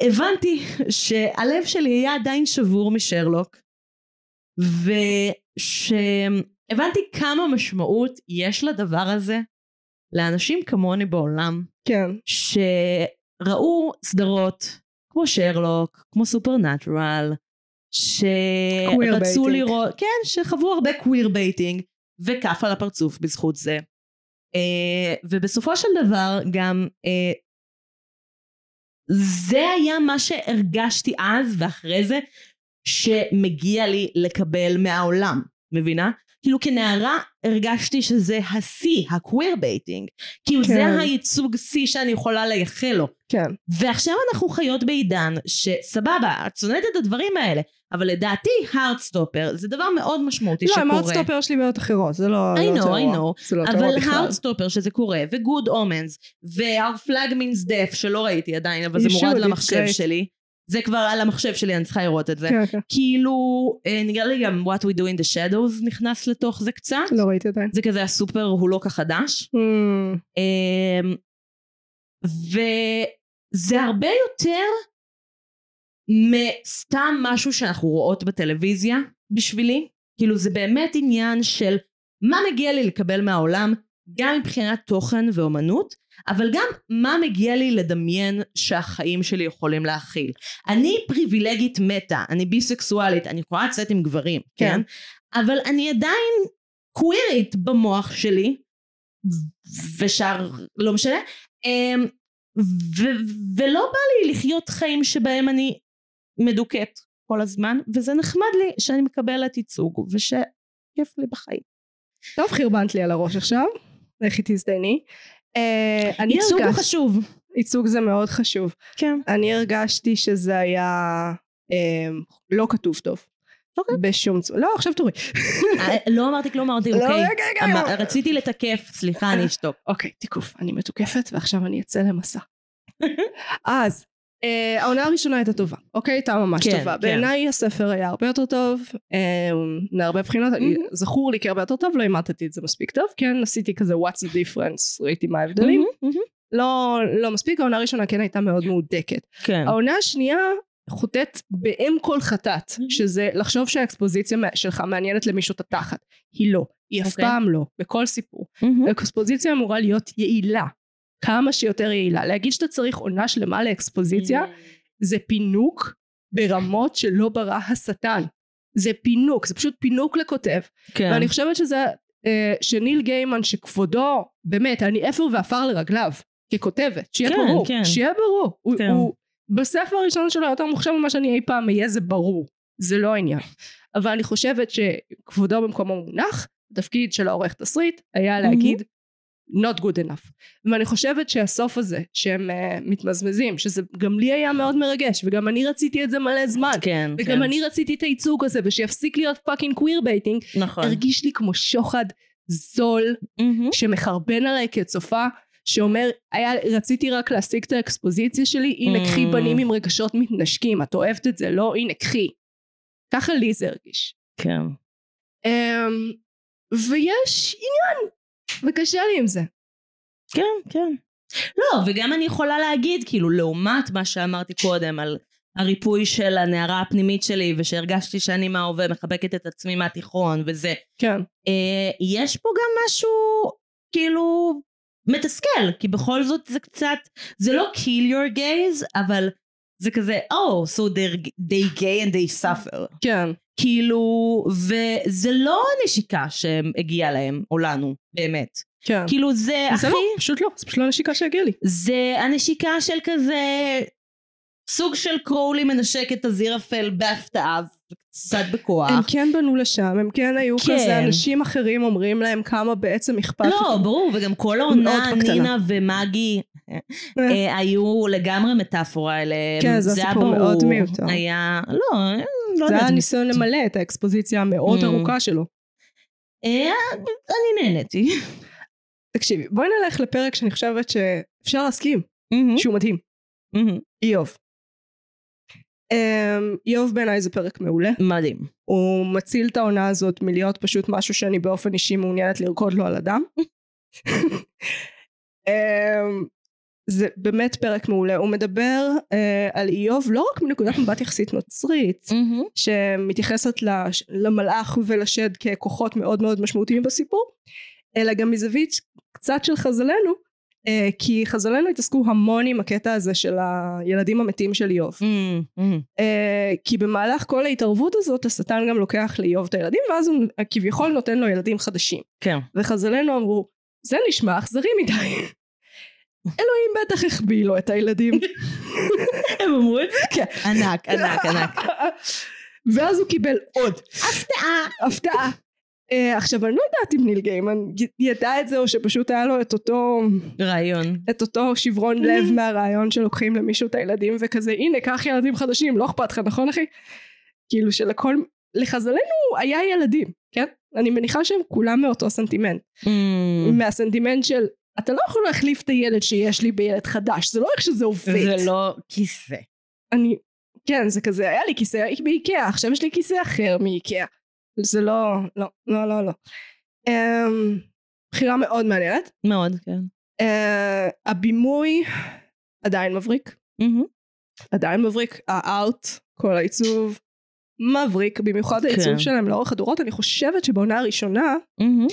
[SPEAKER 1] והבנתי שהלב שלי היה עדיין שבור משרלוק, ושהבנתי כמה משמעות יש לדבר הזה לאנשים כמוני בעולם,
[SPEAKER 2] כן.
[SPEAKER 1] שראו סדרות כמו שרלוק, כמו סופרנטרל,
[SPEAKER 2] Queer
[SPEAKER 1] שרצו
[SPEAKER 2] baiting.
[SPEAKER 1] לראות, כן, שחוו הרבה קוויר בייטינג, וכף על הפרצוף בזכות זה. אה, ובסופו של דבר גם אה, זה היה מה שהרגשתי אז ואחרי זה שמגיע לי לקבל מהעולם, מבינה? כאילו כנערה הרגשתי שזה השיא, הקוויר בייטינג. כאילו
[SPEAKER 2] כן.
[SPEAKER 1] זה הייצוג שיא שאני יכולה לייחל לו.
[SPEAKER 2] כן.
[SPEAKER 1] ועכשיו אנחנו חיות בעידן שסבבה, את שונאת את הדברים האלה, אבל לדעתי הארדסטופר זה דבר מאוד משמעותי
[SPEAKER 2] לא,
[SPEAKER 1] שקורה.
[SPEAKER 2] עם הארדסטופר יש לי בעיות אחרות, זה לא...
[SPEAKER 1] I
[SPEAKER 2] לא
[SPEAKER 1] know,
[SPEAKER 2] אותו
[SPEAKER 1] I
[SPEAKER 2] אירוע.
[SPEAKER 1] know.
[SPEAKER 2] זה לא אותו
[SPEAKER 1] אבל
[SPEAKER 2] אירוע בכלל.
[SPEAKER 1] הארדסטופר שזה קורה, וגוד אומנס, והאר פלאג מינס דף שלא ראיתי עדיין, אבל זה
[SPEAKER 2] You
[SPEAKER 1] מורד
[SPEAKER 2] should, it's
[SPEAKER 1] למחשב
[SPEAKER 2] great.
[SPEAKER 1] שלי. זה כבר על המחשב שלי, אני צריכה לראות את זה.
[SPEAKER 2] כן, כן.
[SPEAKER 1] כאילו, אה, נראה לי גם What We Do in the Shadows נכנס לתוך זה קצת.
[SPEAKER 2] לא ראיתי עדיין.
[SPEAKER 1] זה כזה הסופר לא הולוק החדש.
[SPEAKER 2] Hmm,
[SPEAKER 1] אמ, וזה הרבה יותר מסתם משהו שאנחנו רואות בטלוויזיה בשבילי. כאילו זה באמת עניין של מה מגיע לי לקבל מהעולם, גם מבחינת תוכן ואומנות, אבל גם מה מגיע לי לדמיין שהחיים שלי יכולים להכיל. אני פריבילגית מתה, אני ביסקסואלית, אני יכולה לצאת עם גברים, כן? אבל אני עדיין קווירית במוח שלי, ושאר, לא משנה, אמ, ו- ולא בא לי לחיות חיים שבהם אני מדוכאת כל הזמן, וזה נחמד לי שאני מקבלת ייצוג, ושכיף לי בחיים.
[SPEAKER 2] טוב, חרבנת לי על הראש עכשיו. לכי תזדייני. אה, אני
[SPEAKER 1] ייצוג הוא
[SPEAKER 2] הרגשתי-
[SPEAKER 1] חשוב.
[SPEAKER 2] ייצוג זה מאוד חשוב.
[SPEAKER 1] (laughs) כן.
[SPEAKER 2] אני הרגשתי שזה היה אה, לא כתוב טוב.
[SPEAKER 1] אוקיי.
[SPEAKER 2] בשום צורה. לא, עכשיו תורי.
[SPEAKER 1] לא אמרתי כלום, אמרתי,
[SPEAKER 2] לא,
[SPEAKER 1] אוקיי.
[SPEAKER 2] רגע, רגע,
[SPEAKER 1] אמר-
[SPEAKER 2] רגע.
[SPEAKER 1] רציתי לתקף, סליחה, אני אשתוק.
[SPEAKER 2] אוקיי, תיקוף. אני מתוקפת, ועכשיו אני אצא למסע. (laughs) אז, אה, העונה הראשונה הייתה טובה. אוקיי, הייתה ממש
[SPEAKER 1] כן,
[SPEAKER 2] טובה.
[SPEAKER 1] כן.
[SPEAKER 2] בעיניי הספר היה הרבה יותר טוב, אה, מהרבה בחינות, אני- זכור לי כהרבה יותר טוב, לא המטתי את זה מספיק טוב, כן, עשיתי כזה what's the difference, ראיתי מה ההבדלים. לא, לא מספיק, העונה הראשונה כן הייתה מאוד מהודקת.
[SPEAKER 1] כן.
[SPEAKER 2] העונה השנייה חוטאת באם כל חטאת, שזה לחשוב שהאקספוזיציה מה- שלך מעניינת למישהו את התחת. היא לא. היא אף
[SPEAKER 1] אוקיי.
[SPEAKER 2] פעם לא, בכל סיפור. אקספוזיציה אמורה להיות יעילה. כמה שיותר יעילה. להגיד שאתה צריך עונה שלמה לאקספוזיציה, זה פינוק ברמות שלא ברא השטן. זה פינוק, זה פשוט פינוק לכותב.
[SPEAKER 1] כן.
[SPEAKER 2] ואני חושבת שזה, אה, שניל גיימן שכבודו, באמת, אני אפר ועפר לרגליו, ככותבת, שיהיה
[SPEAKER 1] כן,
[SPEAKER 2] ברור,
[SPEAKER 1] כן.
[SPEAKER 2] שיהיה ברור. הוא,
[SPEAKER 1] כן.
[SPEAKER 2] הוא בספר הראשון שלו יותר מוכשר ממה שאני אי פעם אהיה, זה ברור, זה לא העניין. אבל אני חושבת שכבודו במקומו מונח, התפקיד של העורך תסריט היה
[SPEAKER 1] Mhm.
[SPEAKER 2] להגיד not good enough. ואני חושבת שהסוף הזה, שהם אה, מתמזמזים, שזה גם לי היה מאוד מרגש, וגם אני רציתי את זה מלא זמן.
[SPEAKER 1] כן,
[SPEAKER 2] וגם
[SPEAKER 1] כן.
[SPEAKER 2] אני רציתי את הייצוג הזה, ושיפסיק להיות פאקינג קוויר בייטינג,
[SPEAKER 1] נכון.
[SPEAKER 2] הרגיש לי כמו שוחד זול
[SPEAKER 1] מהמם.
[SPEAKER 2] שמחרבן עליי כצופה שאומר היה, רציתי רק להשיג את האקספוזיציה שלי הנה קחי
[SPEAKER 1] Mm.
[SPEAKER 2] בנים עם רגשות מתנשקים את אוהבת את זה לא הנה קחי ככה לי זה הרגיש
[SPEAKER 1] כן.
[SPEAKER 2] אמ, ויש עניין וקשה לי עם זה
[SPEAKER 1] כן, כן. לא, וגם אני יכולה להגיד, כאילו, לעומת מה שאמרתי קודם על הריפוי של הנערה הפנימית שלי, ושהרגשתי שאני מההווה מחבקת את עצמי מהתיכון וזה,
[SPEAKER 2] כן
[SPEAKER 1] אה, יש פה גם משהו, כאילו, מתסכל, כי בכל זאת זה קצת, זה לא kill your gaze, אבל זה כזה, oh, so they're, they gay and they suffer.
[SPEAKER 2] כן
[SPEAKER 1] כאילו, וזה לא הנשיקה שהם הגיעה להם, או לנו, באמת.
[SPEAKER 2] כן
[SPEAKER 1] כאילו, זה
[SPEAKER 2] זה
[SPEAKER 1] הכי...
[SPEAKER 2] לא פשוט לא זה פשוט לא נשיקה שהגיעה לי
[SPEAKER 1] זה הנשיקה של כזה סוג של קרולי מנשק את הזיר אפל בהפתעה, קצת בכוח.
[SPEAKER 2] הם כן בנו לשם, הם כן היו
[SPEAKER 1] כן.
[SPEAKER 2] כזה, אנשים אחרים אומרים להם כמה בעצם אכפת
[SPEAKER 1] לא, ברור, וגם כל העונה,
[SPEAKER 2] כאילו מאוד בקטנה.
[SPEAKER 1] נינה ומגי, אה, היו לגמרי מטאפורה אליהם.
[SPEAKER 2] כן, זה היה
[SPEAKER 1] היה
[SPEAKER 2] סיפור
[SPEAKER 1] ברור.
[SPEAKER 2] מאוד מיותר.
[SPEAKER 1] היה, לא, אה, לא
[SPEAKER 2] זה
[SPEAKER 1] יודעת.
[SPEAKER 2] היה ניסיון למלא את האקספוזיציה המאוד
[SPEAKER 1] Mm.
[SPEAKER 2] ארוכה שלו.
[SPEAKER 1] אה, אני נהניתי.
[SPEAKER 2] תקשיבי, בואי נלך לפרק שאני חושבת שאפשר להסכים,
[SPEAKER 1] Mm-hmm.
[SPEAKER 2] שהוא מדהים.
[SPEAKER 1] מהמם.
[SPEAKER 2] איוב. אמ, איוב בעיניי זה פרק מעולה.
[SPEAKER 1] מדהים.
[SPEAKER 2] הוא מציל את העונה הזאת מלהיות פשוט משהו שאני באופן אישי מעוניינת לרקוד לו על הדם. (laughs) אמ, זה באמת פרק מעולה. הוא מדבר אה, על איוב לא רק מנקודת מבט יחסית נוצרית, שמתייחסת לש- למלאך ולשד ככוחות מאוד מאוד משמעותיים בסיפור, אלא גם מזווית קצת של חז"לנו, אה, כי חז"לנו התעסקו המון עם הקטע הזה של הילדים המתים של איוב.
[SPEAKER 1] מהמם. מהמם.
[SPEAKER 2] אה, כי במהלך כל ההתערבות הזאת השטן גם לוקח לאיוב את הילדים ואז הוא אה, כביכול נותן לו ילדים חדשים
[SPEAKER 1] כן.
[SPEAKER 2] וחז"לנו אמרו זה נשמע אכזרי מדי
[SPEAKER 1] (laughs)
[SPEAKER 2] אלוהים בטח החביא לו את הילדים
[SPEAKER 1] הם אמרו את זה?
[SPEAKER 2] כן.
[SPEAKER 1] ענק, ענק, ענק.
[SPEAKER 2] (laughs) ואז הוא קיבל עוד
[SPEAKER 1] הפתעה.
[SPEAKER 2] הפתעה אה, עכשיו אני לא יודעת אם ניל גיימן י- ידע את זה או שפשוט היה לו את אותו
[SPEAKER 1] רעיון.
[SPEAKER 2] את אותו שברון לב מהרעיון שלוקחים למישהו את הילדים וכזה הנה קח ילדים חדשים לא אכפת לך נכון אחי? כאילו שלכל לחזלנו היה ילדים כן? אני מניחה שהם כולם מאותו סנטימנט
[SPEAKER 1] מהמם.
[SPEAKER 2] מהסנטימנט של אתה לא יכול להחליף את הילד שיש לי בילד חדש זה לא איך שזה עובד
[SPEAKER 1] זה לא כיסא.
[SPEAKER 2] אני כן זה כזה היה לי כיסא באיקאה עכשיו יש לי כיסא אחר מאיקאה זה לא לא לא לא לא אמ, בחירה מאוד מעניינת
[SPEAKER 1] מאוד, כן.
[SPEAKER 2] אה, הבימוי עדיין מבריק,
[SPEAKER 1] מהמם.
[SPEAKER 2] עדיין מבריק, הארט, כל העיצוב, מבריק, במיוחד העיצוב
[SPEAKER 1] כן.
[SPEAKER 2] שלהם לאורך הדורות, אני חושבת שבעונה הראשונה
[SPEAKER 1] מהמם.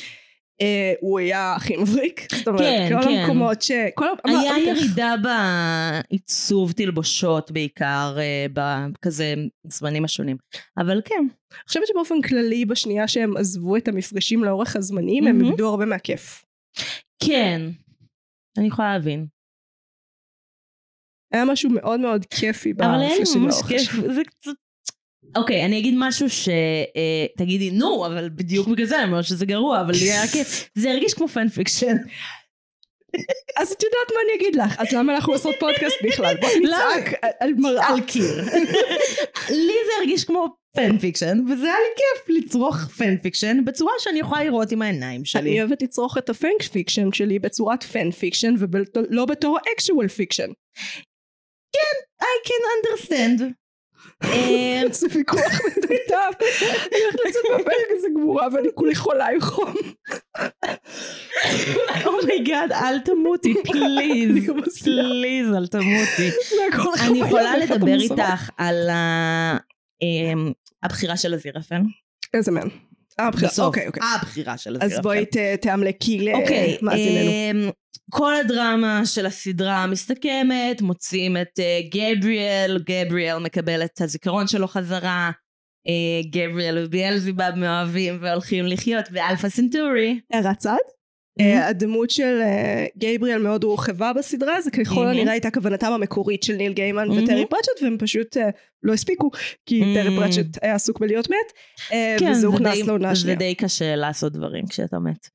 [SPEAKER 2] אה, הוא היה הכי מבריק, זאת אומרת,
[SPEAKER 1] כן,
[SPEAKER 2] כל
[SPEAKER 1] כן.
[SPEAKER 2] המקומות ש... כל המ-
[SPEAKER 1] היה
[SPEAKER 2] המ-
[SPEAKER 1] ירידה בעיצוב תלבושות בעיקר, אה, בכזה זמנים השונים. אבל כן.
[SPEAKER 2] אני חושבת שבאופן כללי, בשנייה שהם עזבו את המפגשים לאורך הזמנים, הם
[SPEAKER 1] מהמם.
[SPEAKER 2] איבדו הרבה מהכיף.
[SPEAKER 1] כן. אני יכולה להבין.
[SPEAKER 2] היה משהו מאוד מאוד כיפי
[SPEAKER 1] אבל היה לא, לי
[SPEAKER 2] במפגשים
[SPEAKER 1] ממש
[SPEAKER 2] לאורך
[SPEAKER 1] כיף.
[SPEAKER 2] הזמנים.
[SPEAKER 1] זה קצת... אוקיי, אני אגיד משהו שתגידי, נו, אבל בדיוק בגלל זה אני אומרת שזה גרוע, אבל לי היה כיף. זה הרגיש כמו פן פיקשן.
[SPEAKER 2] אז את יודעת מה אני אגיד לך, אז למה אנחנו עושות פודקאסט בכלל? בואי נצעק על- על מראה.
[SPEAKER 1] לא, על קיר. (laughs) לי זה הרגיש כמו פנפיקשן, וזה היה לי כיף לצרוך פנפיקשן בצורה שאני יכולה לראות עם העיניים
[SPEAKER 2] אני
[SPEAKER 1] שלי.
[SPEAKER 2] אוהבת לצרוך את הפנק פיקשן שלי בצורת פן פיקשן ולא בתור אקשואל פיקשן.
[SPEAKER 1] I can
[SPEAKER 2] (laughs)
[SPEAKER 1] understand. אה,
[SPEAKER 2] זה ויכוח מטומטם. אני הולכת לצאת מהפרק הזה גמורה ואני כולי חולה עם חום.
[SPEAKER 1] אומייגאד, oh אל תמותי,
[SPEAKER 2] אני
[SPEAKER 1] פליז.
[SPEAKER 2] גם מזיעה.
[SPEAKER 1] פליז, אל
[SPEAKER 2] (laughs)
[SPEAKER 1] תמותי.
[SPEAKER 2] והכל
[SPEAKER 1] אני
[SPEAKER 2] חוויה
[SPEAKER 1] יכולה
[SPEAKER 2] ואחת
[SPEAKER 1] לדבר
[SPEAKER 2] המוזרות.
[SPEAKER 1] איתך על ה- אמ, הבחירה של הזירפן.
[SPEAKER 2] איזה מן. אה, הבחירה.
[SPEAKER 1] בסוף.
[SPEAKER 2] אוקיי, אוקיי.
[SPEAKER 1] הבחירה של הזירפן.
[SPEAKER 2] אז בואי ת- תאמלקי
[SPEAKER 1] אוקיי,
[SPEAKER 2] למאזיננו.
[SPEAKER 1] אמ, כל הדרמה של הסדרה מסתכמת, מוצאים את אה, גבריאל, גבריאל מקבל את הזיכרון שלו חזרה, אה, גבריאל וביאלזיבאב מאוהבים והולכים לחיות באלפא סנטורי.
[SPEAKER 2] הערת צד.
[SPEAKER 1] Mm-hmm.
[SPEAKER 2] אה, הדמות של אה, גייבריאל מאוד הורחבה בסדרה, זה ככל
[SPEAKER 1] מהמם.
[SPEAKER 2] הנראה הייתה כוונתם המקורית של ניל גיימן
[SPEAKER 1] מהמם.
[SPEAKER 2] וטרי פרצ'ט, והם פשוט אה, לא הספיקו, כי
[SPEAKER 1] מהמם.
[SPEAKER 2] טרי פרצ'ט היה עסוק בלהיות מת, אה,
[SPEAKER 1] כן,
[SPEAKER 2] וזה הוכנס
[SPEAKER 1] די-
[SPEAKER 2] לעונה
[SPEAKER 1] זה
[SPEAKER 2] שנייה.
[SPEAKER 1] די קשה לעשות דברים כשאתה מת.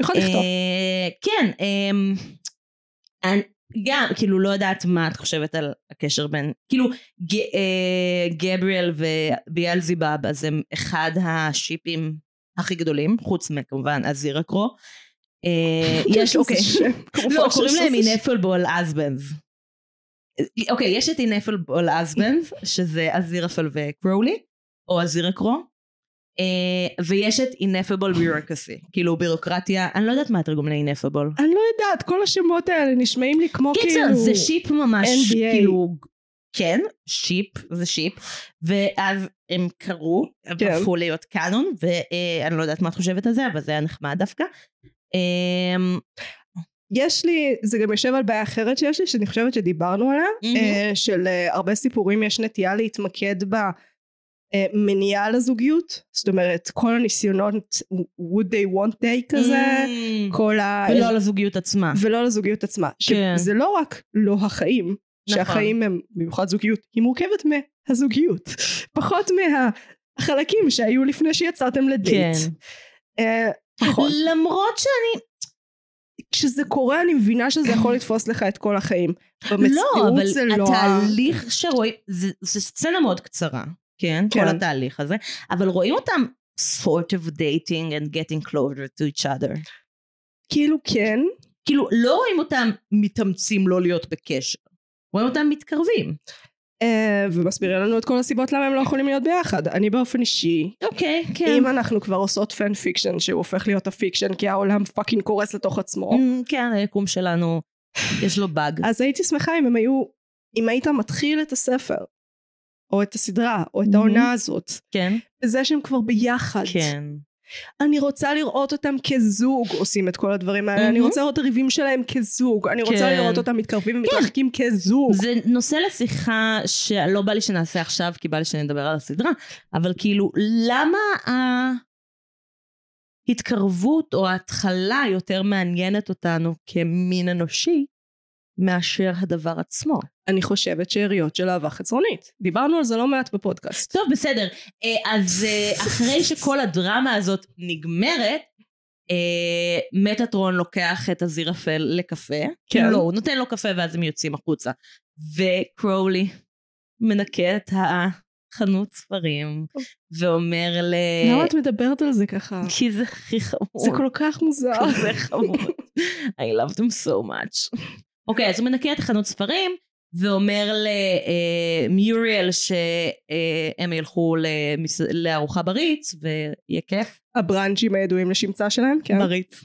[SPEAKER 2] יכול לכתוב.
[SPEAKER 1] אה, כן, אמ, אני- גם, כאילו, לא יודעת מה את חושבת על הקשר בין, כאילו, ג, אה, גבריאל וביאלזיבאב, אז הם אחד השיפים הכי גדולים, חוץ מכמובן הזירקרו.
[SPEAKER 2] (laughs)
[SPEAKER 1] אה, יש, אוקיי.
[SPEAKER 2] איזה כן, שם, כמו
[SPEAKER 1] (laughs) לא,
[SPEAKER 2] פרשת
[SPEAKER 1] קוראים להם
[SPEAKER 2] סוסיס.
[SPEAKER 1] אינפלבול אזבנס. אוקיי, יש את אינפלבול אזבנס, שזה אזירפל וקרולי, או אזירקרו, אה, ויש את אינפלבול ביורקסי, כאילו בירוקרטיה, אני לא יודעת מה התרגום לאינפלבול.
[SPEAKER 2] אני לא יודעת, כל השמות האלה נשמעים לי כמו
[SPEAKER 1] קיצר,
[SPEAKER 2] כאילו...
[SPEAKER 1] זה שיפ ממש,
[SPEAKER 2] NBA.
[SPEAKER 1] כאילו, כן, שיפ, זה שיפ, ואז הם קרו, הם
[SPEAKER 2] כן.
[SPEAKER 1] הפכו להיות קאנון, ואני לא יודעת מה את חושבת על זה, אבל זה היה נחמד דווקא. אמ,
[SPEAKER 2] יש לי, זה גם יושב על בעיה אחרת שיש לי, שאני חושבת שדיברנו עליה,
[SPEAKER 1] מהמם.
[SPEAKER 2] אה, של אה, הרבה סיפורים יש נטייה להתמקד במניעה לזוגיות, זאת אומרת, כל הניסיונות, would they want they כזה,
[SPEAKER 1] אמ,
[SPEAKER 2] כל ה...
[SPEAKER 1] ולא על הזוגיות עצמה.
[SPEAKER 2] ולא לזוגיות עצמה.
[SPEAKER 1] כן.
[SPEAKER 2] שזה לא רק לא החיים,
[SPEAKER 1] נכון.
[SPEAKER 2] שהחיים הם, במיוחד זוגיות, היא מורכבת מהזוגיות, פחות מהחלקים שהיו לפני שיצאתם לדייט.
[SPEAKER 1] כן.
[SPEAKER 2] אה, פחות.
[SPEAKER 1] למרות שאני...
[SPEAKER 2] כשזה קורה אני מבינה שזה יכול לתפוס לך את כל החיים.
[SPEAKER 1] לא,
[SPEAKER 2] במציאות
[SPEAKER 1] אבל
[SPEAKER 2] זה לא...
[SPEAKER 1] התהליך שרואים... זה- זה סצנה מאוד קצרה, כן?
[SPEAKER 2] כן.
[SPEAKER 1] כל התהליך הזה. אבל רואים אותם sort of dating and getting closer to each other.
[SPEAKER 2] כאילו כן,
[SPEAKER 1] כאילו, לא רואים אותם מתאמצים לא להיות בקשר. רואים אותם מתקרבים.
[SPEAKER 2] אה, ומסבירים לנו את כל הסיבות למה הם לא יכולים להיות ביחד. אני באופן אישי,
[SPEAKER 1] אוקיי,
[SPEAKER 2] אם אנחנו כבר עושות פן פיקשן שהוא הופך להיות הפיקשן כי העולם פאקינג קורס לתוך עצמו,
[SPEAKER 1] Mm, כן, היקום שלנו, יש לו באג.
[SPEAKER 2] אז הייתי שמחה אם הם היו, אם היית מתחיל את הספר, או את הסדרה, או את העונה הזאת,
[SPEAKER 1] כן?
[SPEAKER 2] בזה שהם כבר ביחד.
[SPEAKER 1] Mm-hmm. כן.
[SPEAKER 2] אני רוצה לראות אותם כזוג עושים את כל הדברים האלה, אני
[SPEAKER 1] מהמם.
[SPEAKER 2] רוצה לראות את הריבים שלהם כזוג, אני רוצה
[SPEAKER 1] Mm-hmm. כן.
[SPEAKER 2] לראות אותם מתקרבים ומתרחקים כזוג.
[SPEAKER 1] זה נושא לשיחה שלא בא לי שנעשה עכשיו, כי בא לי שנדבר על הסדרה, אבל כאילו, למה ההתקרבות או ההתחלה יותר מעניינת אותנו כמין אנושי, מאשר הדבר עצמו?
[SPEAKER 2] אני חושבת שאריות של אהבה חצרונית. דיברנו על זה לא מעט בפודקאסט.
[SPEAKER 1] טוב, בסדר. אה, אז אה,
[SPEAKER 2] (laughs)
[SPEAKER 1] אחרי שכל הדרמה הזאת נגמרת, אה, מטאטרון לוקח את הזירפל לקפה.
[SPEAKER 2] כן.
[SPEAKER 1] לא, הוא נותן לו קפה ואז הם יוצאים החוצה. וקרולי מנקה את החנות ספרים, ואומר ל...
[SPEAKER 2] אוקיי. למה את מדברת על זה ככה?
[SPEAKER 1] כי זה הכי חמור.
[SPEAKER 2] זה כל כך מוזר.
[SPEAKER 1] כזה חמוד. I loved him so much. אוקיי, אז הוא מנקה את החנות ספרים, ואומר אה, למיוריאל שהם אה, ילכו למס- לארוחה בריץ, ויהיה כיף.
[SPEAKER 2] הבראנג'ים הידועים לשמצה שלהם? כן.
[SPEAKER 1] בריץ.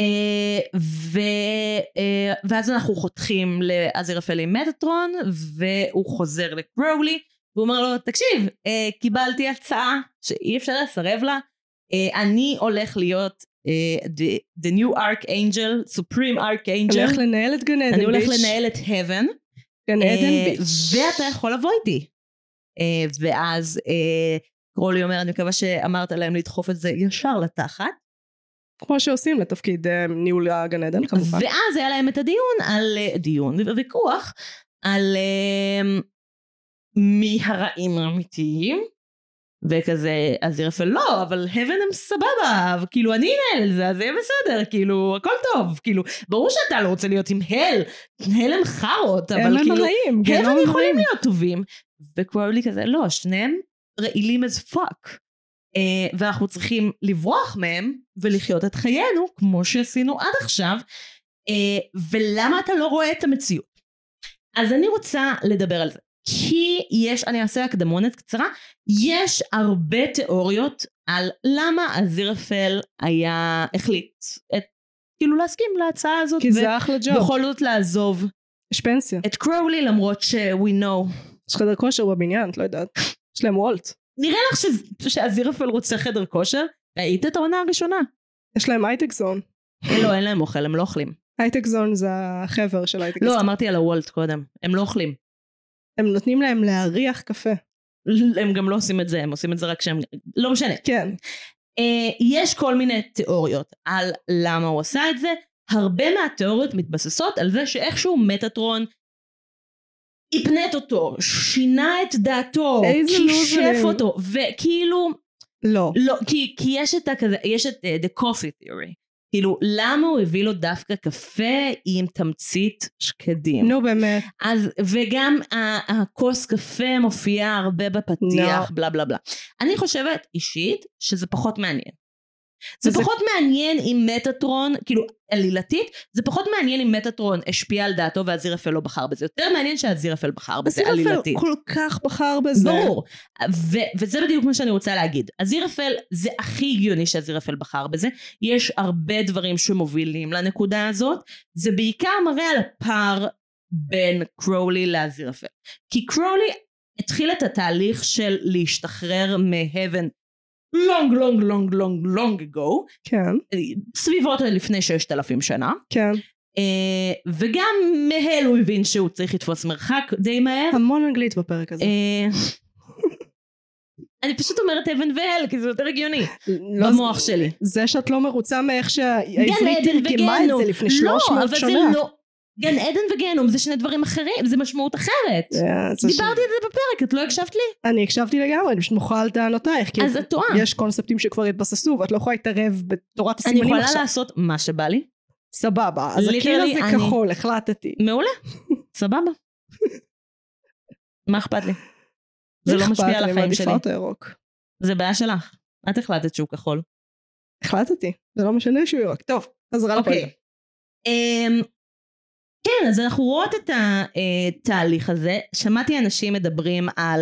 [SPEAKER 1] אה, ו- אה, ואז אנחנו חותכים לעזירפל עם מטאטרון, והוא חוזר לקרולי, והוא אומר לו, תקשיב, אה, קיבלתי הצעה שאי אפשר לסרב לה, אה, אני הולך להיות אה, the, the new Archangel, Supreme
[SPEAKER 2] אני הולך
[SPEAKER 1] Archangel,
[SPEAKER 2] לנהל את גן עדן,
[SPEAKER 1] אני הולך
[SPEAKER 2] ביץ'.
[SPEAKER 1] לנהל את heaven,
[SPEAKER 2] גן עדן,
[SPEAKER 1] אה,
[SPEAKER 2] ביץ'.
[SPEAKER 1] ואתה יכול לבוא איתי. אה, ואז אה, קרולי אומר, אני מקווה שאמרת להם לדחוף את זה ישר לתחת.
[SPEAKER 2] כמו שעושים לתפקיד אה, ניהול הגן עדן כן, כמובן.
[SPEAKER 1] ואז היה להם את הדיון על, אה, דיון, ויכוח, על אה, מי הרעים האמיתיים, וכזה, אז ירפל לא, אבל האבן הם סבבה, אבל כאילו אני אנהל את זה, אז יהיה בסדר, כאילו, הכל טוב, כאילו, ברור שאתה לא רוצה להיות עם הל, הל הם חארות,
[SPEAKER 2] הם
[SPEAKER 1] אבל
[SPEAKER 2] הם
[SPEAKER 1] כאילו,
[SPEAKER 2] הרעים, גן
[SPEAKER 1] האבן
[SPEAKER 2] הם לא
[SPEAKER 1] יכולים
[SPEAKER 2] הרעים.
[SPEAKER 1] להיות טובים, וקרולי כזה, לא, שניהם רעילים as fuck. אה, ואנחנו צריכים לברוח מהם ולחיות את חיינו כמו שעשינו עד עכשיו אה, ולמה אתה לא רואה את המציאות אז אני רוצה לדבר על זה כי יש אני אעשה הקדמונת קצרה יש הרבה תיאוריות על למה הזירפל היה החליט את, כאילו להסכים להצעה הזאת
[SPEAKER 2] כי זה אחלה ג'וב.
[SPEAKER 1] ובכל זאת לעזוב
[SPEAKER 2] יש פנסיה.
[SPEAKER 1] את קרולי למרות ש- we know
[SPEAKER 2] יש חדר כושר בבניין, את לא יודעת. יש להם וולט.
[SPEAKER 1] נראה לך ש- שהזירפל רוצה חדר כושר? ראית את העונה הראשונה?
[SPEAKER 2] יש להם הייטק זון.
[SPEAKER 1] לא, אין להם אוכל, הם לא אוכלים.
[SPEAKER 2] הייטק זון זה החבר של הייטק
[SPEAKER 1] לא,
[SPEAKER 2] זון.
[SPEAKER 1] אמרתי על הוולט קודם. הם לא אוכלים.
[SPEAKER 2] הם נותנים להם להריח קפה.
[SPEAKER 1] הם גם לא עושים את זה, הם עושים את זה רק כשהם... לא משנה.
[SPEAKER 2] כן.
[SPEAKER 1] אה, יש כל מיני תיאוריות על למה הוא עשה את זה. הרבה מהתיאוריות מתבססות על זה שאיכשהו מטאטרון הפנט אותו, שינה את דעתו,
[SPEAKER 2] איזה
[SPEAKER 1] כישף
[SPEAKER 2] לוזרים.
[SPEAKER 1] אותו, וכאילו...
[SPEAKER 2] לא.
[SPEAKER 1] לא, כי, כי יש את הכזה, יש את uh, the coffee theory. כאילו, למה הוא הביא לו דווקא קפה עם תמצית שקדים?
[SPEAKER 2] נו באמת.
[SPEAKER 1] אז, וגם ה- הכוס קפה מופיעה הרבה בפתיח,
[SPEAKER 2] No.
[SPEAKER 1] בלה בלה בלה. אני חושבת אישית שזה פחות מעניין. זה
[SPEAKER 2] וזה-
[SPEAKER 1] פחות מעניין אם מטאטרון, כאילו עלילתית, זה פחות מעניין אם מטאטרון השפיע על דעתו והזירפל לא בחר בזה. יותר מעניין שהזירפל בחר בזה
[SPEAKER 2] הסרט
[SPEAKER 1] עלילתית.
[SPEAKER 2] כל כך בחר בזה.
[SPEAKER 1] ברור. ו- וזה בדיוק מה שאני רוצה להגיד. הזירפל, זה הכי הגיוני שהזירפל בחר בזה. יש הרבה דברים שמובילים לנקודה הזאת. זה בעיקר מראה על הפער בין קרולי להזירפל. כי קרולי התחיל את התהליך של להשתחרר מהבן long long long long long ago,
[SPEAKER 2] כן,
[SPEAKER 1] סביבות לפני ששת אלפים שנה.
[SPEAKER 2] כן.
[SPEAKER 1] אה, וגם מהל הוא הבין שהוא צריך לתפוס מרחק די מהר.
[SPEAKER 2] המון אנגלית בפרק הזה.
[SPEAKER 1] אה, (laughs) אני פשוט אומרת אבן ואל, כי זה יותר הגיוני.
[SPEAKER 2] לא,
[SPEAKER 1] במוח
[SPEAKER 2] זה-
[SPEAKER 1] שלי.
[SPEAKER 2] זה שאת לא מרוצה מאיך
[SPEAKER 1] גן
[SPEAKER 2] שהעברית
[SPEAKER 1] עדן
[SPEAKER 2] תרגמה את
[SPEAKER 1] וגהנום.
[SPEAKER 2] זה לפני 300
[SPEAKER 1] לא, אבל
[SPEAKER 2] שנה.
[SPEAKER 1] זה לא... גן עדן וגיהנום זה שני דברים אחרים, זה משמעות אחרת.
[SPEAKER 2] אה, זה ש-
[SPEAKER 1] דיברתי על זה בפרק, את לא הקשבת לי?
[SPEAKER 2] אני הקשבתי לגמרי, אני פשוט מוחה על טענותייך. כי
[SPEAKER 1] אז את טועה.
[SPEAKER 2] יש קונספטים שכבר התבססו, ואת לא יכולה להתערב בתורת
[SPEAKER 1] כן. אני
[SPEAKER 2] הסימנים
[SPEAKER 1] יכולה
[SPEAKER 2] עכשיו.
[SPEAKER 1] לעשות מה שבא לי.
[SPEAKER 2] סבבה, אז הקיר
[SPEAKER 1] Literally,
[SPEAKER 2] הזה
[SPEAKER 1] אני-
[SPEAKER 2] כחול, החלטתי.
[SPEAKER 1] מעולה, (laughs) סבבה. מה אכפת לי? זה לא משפיע על החיים
[SPEAKER 2] אני
[SPEAKER 1] שלי.
[SPEAKER 2] מעדיפה אותו ירוק.
[SPEAKER 1] זה בעיה שלך. את החלטת שהוא כחול.
[SPEAKER 2] החלטתי, זה לא משנה שהוא ירוק. טוב, חזרה לפואנטה.
[SPEAKER 1] אוקיי. אמ, כן, אז אנחנו רואות את התהליך הזה. שמעתי אנשים מדברים על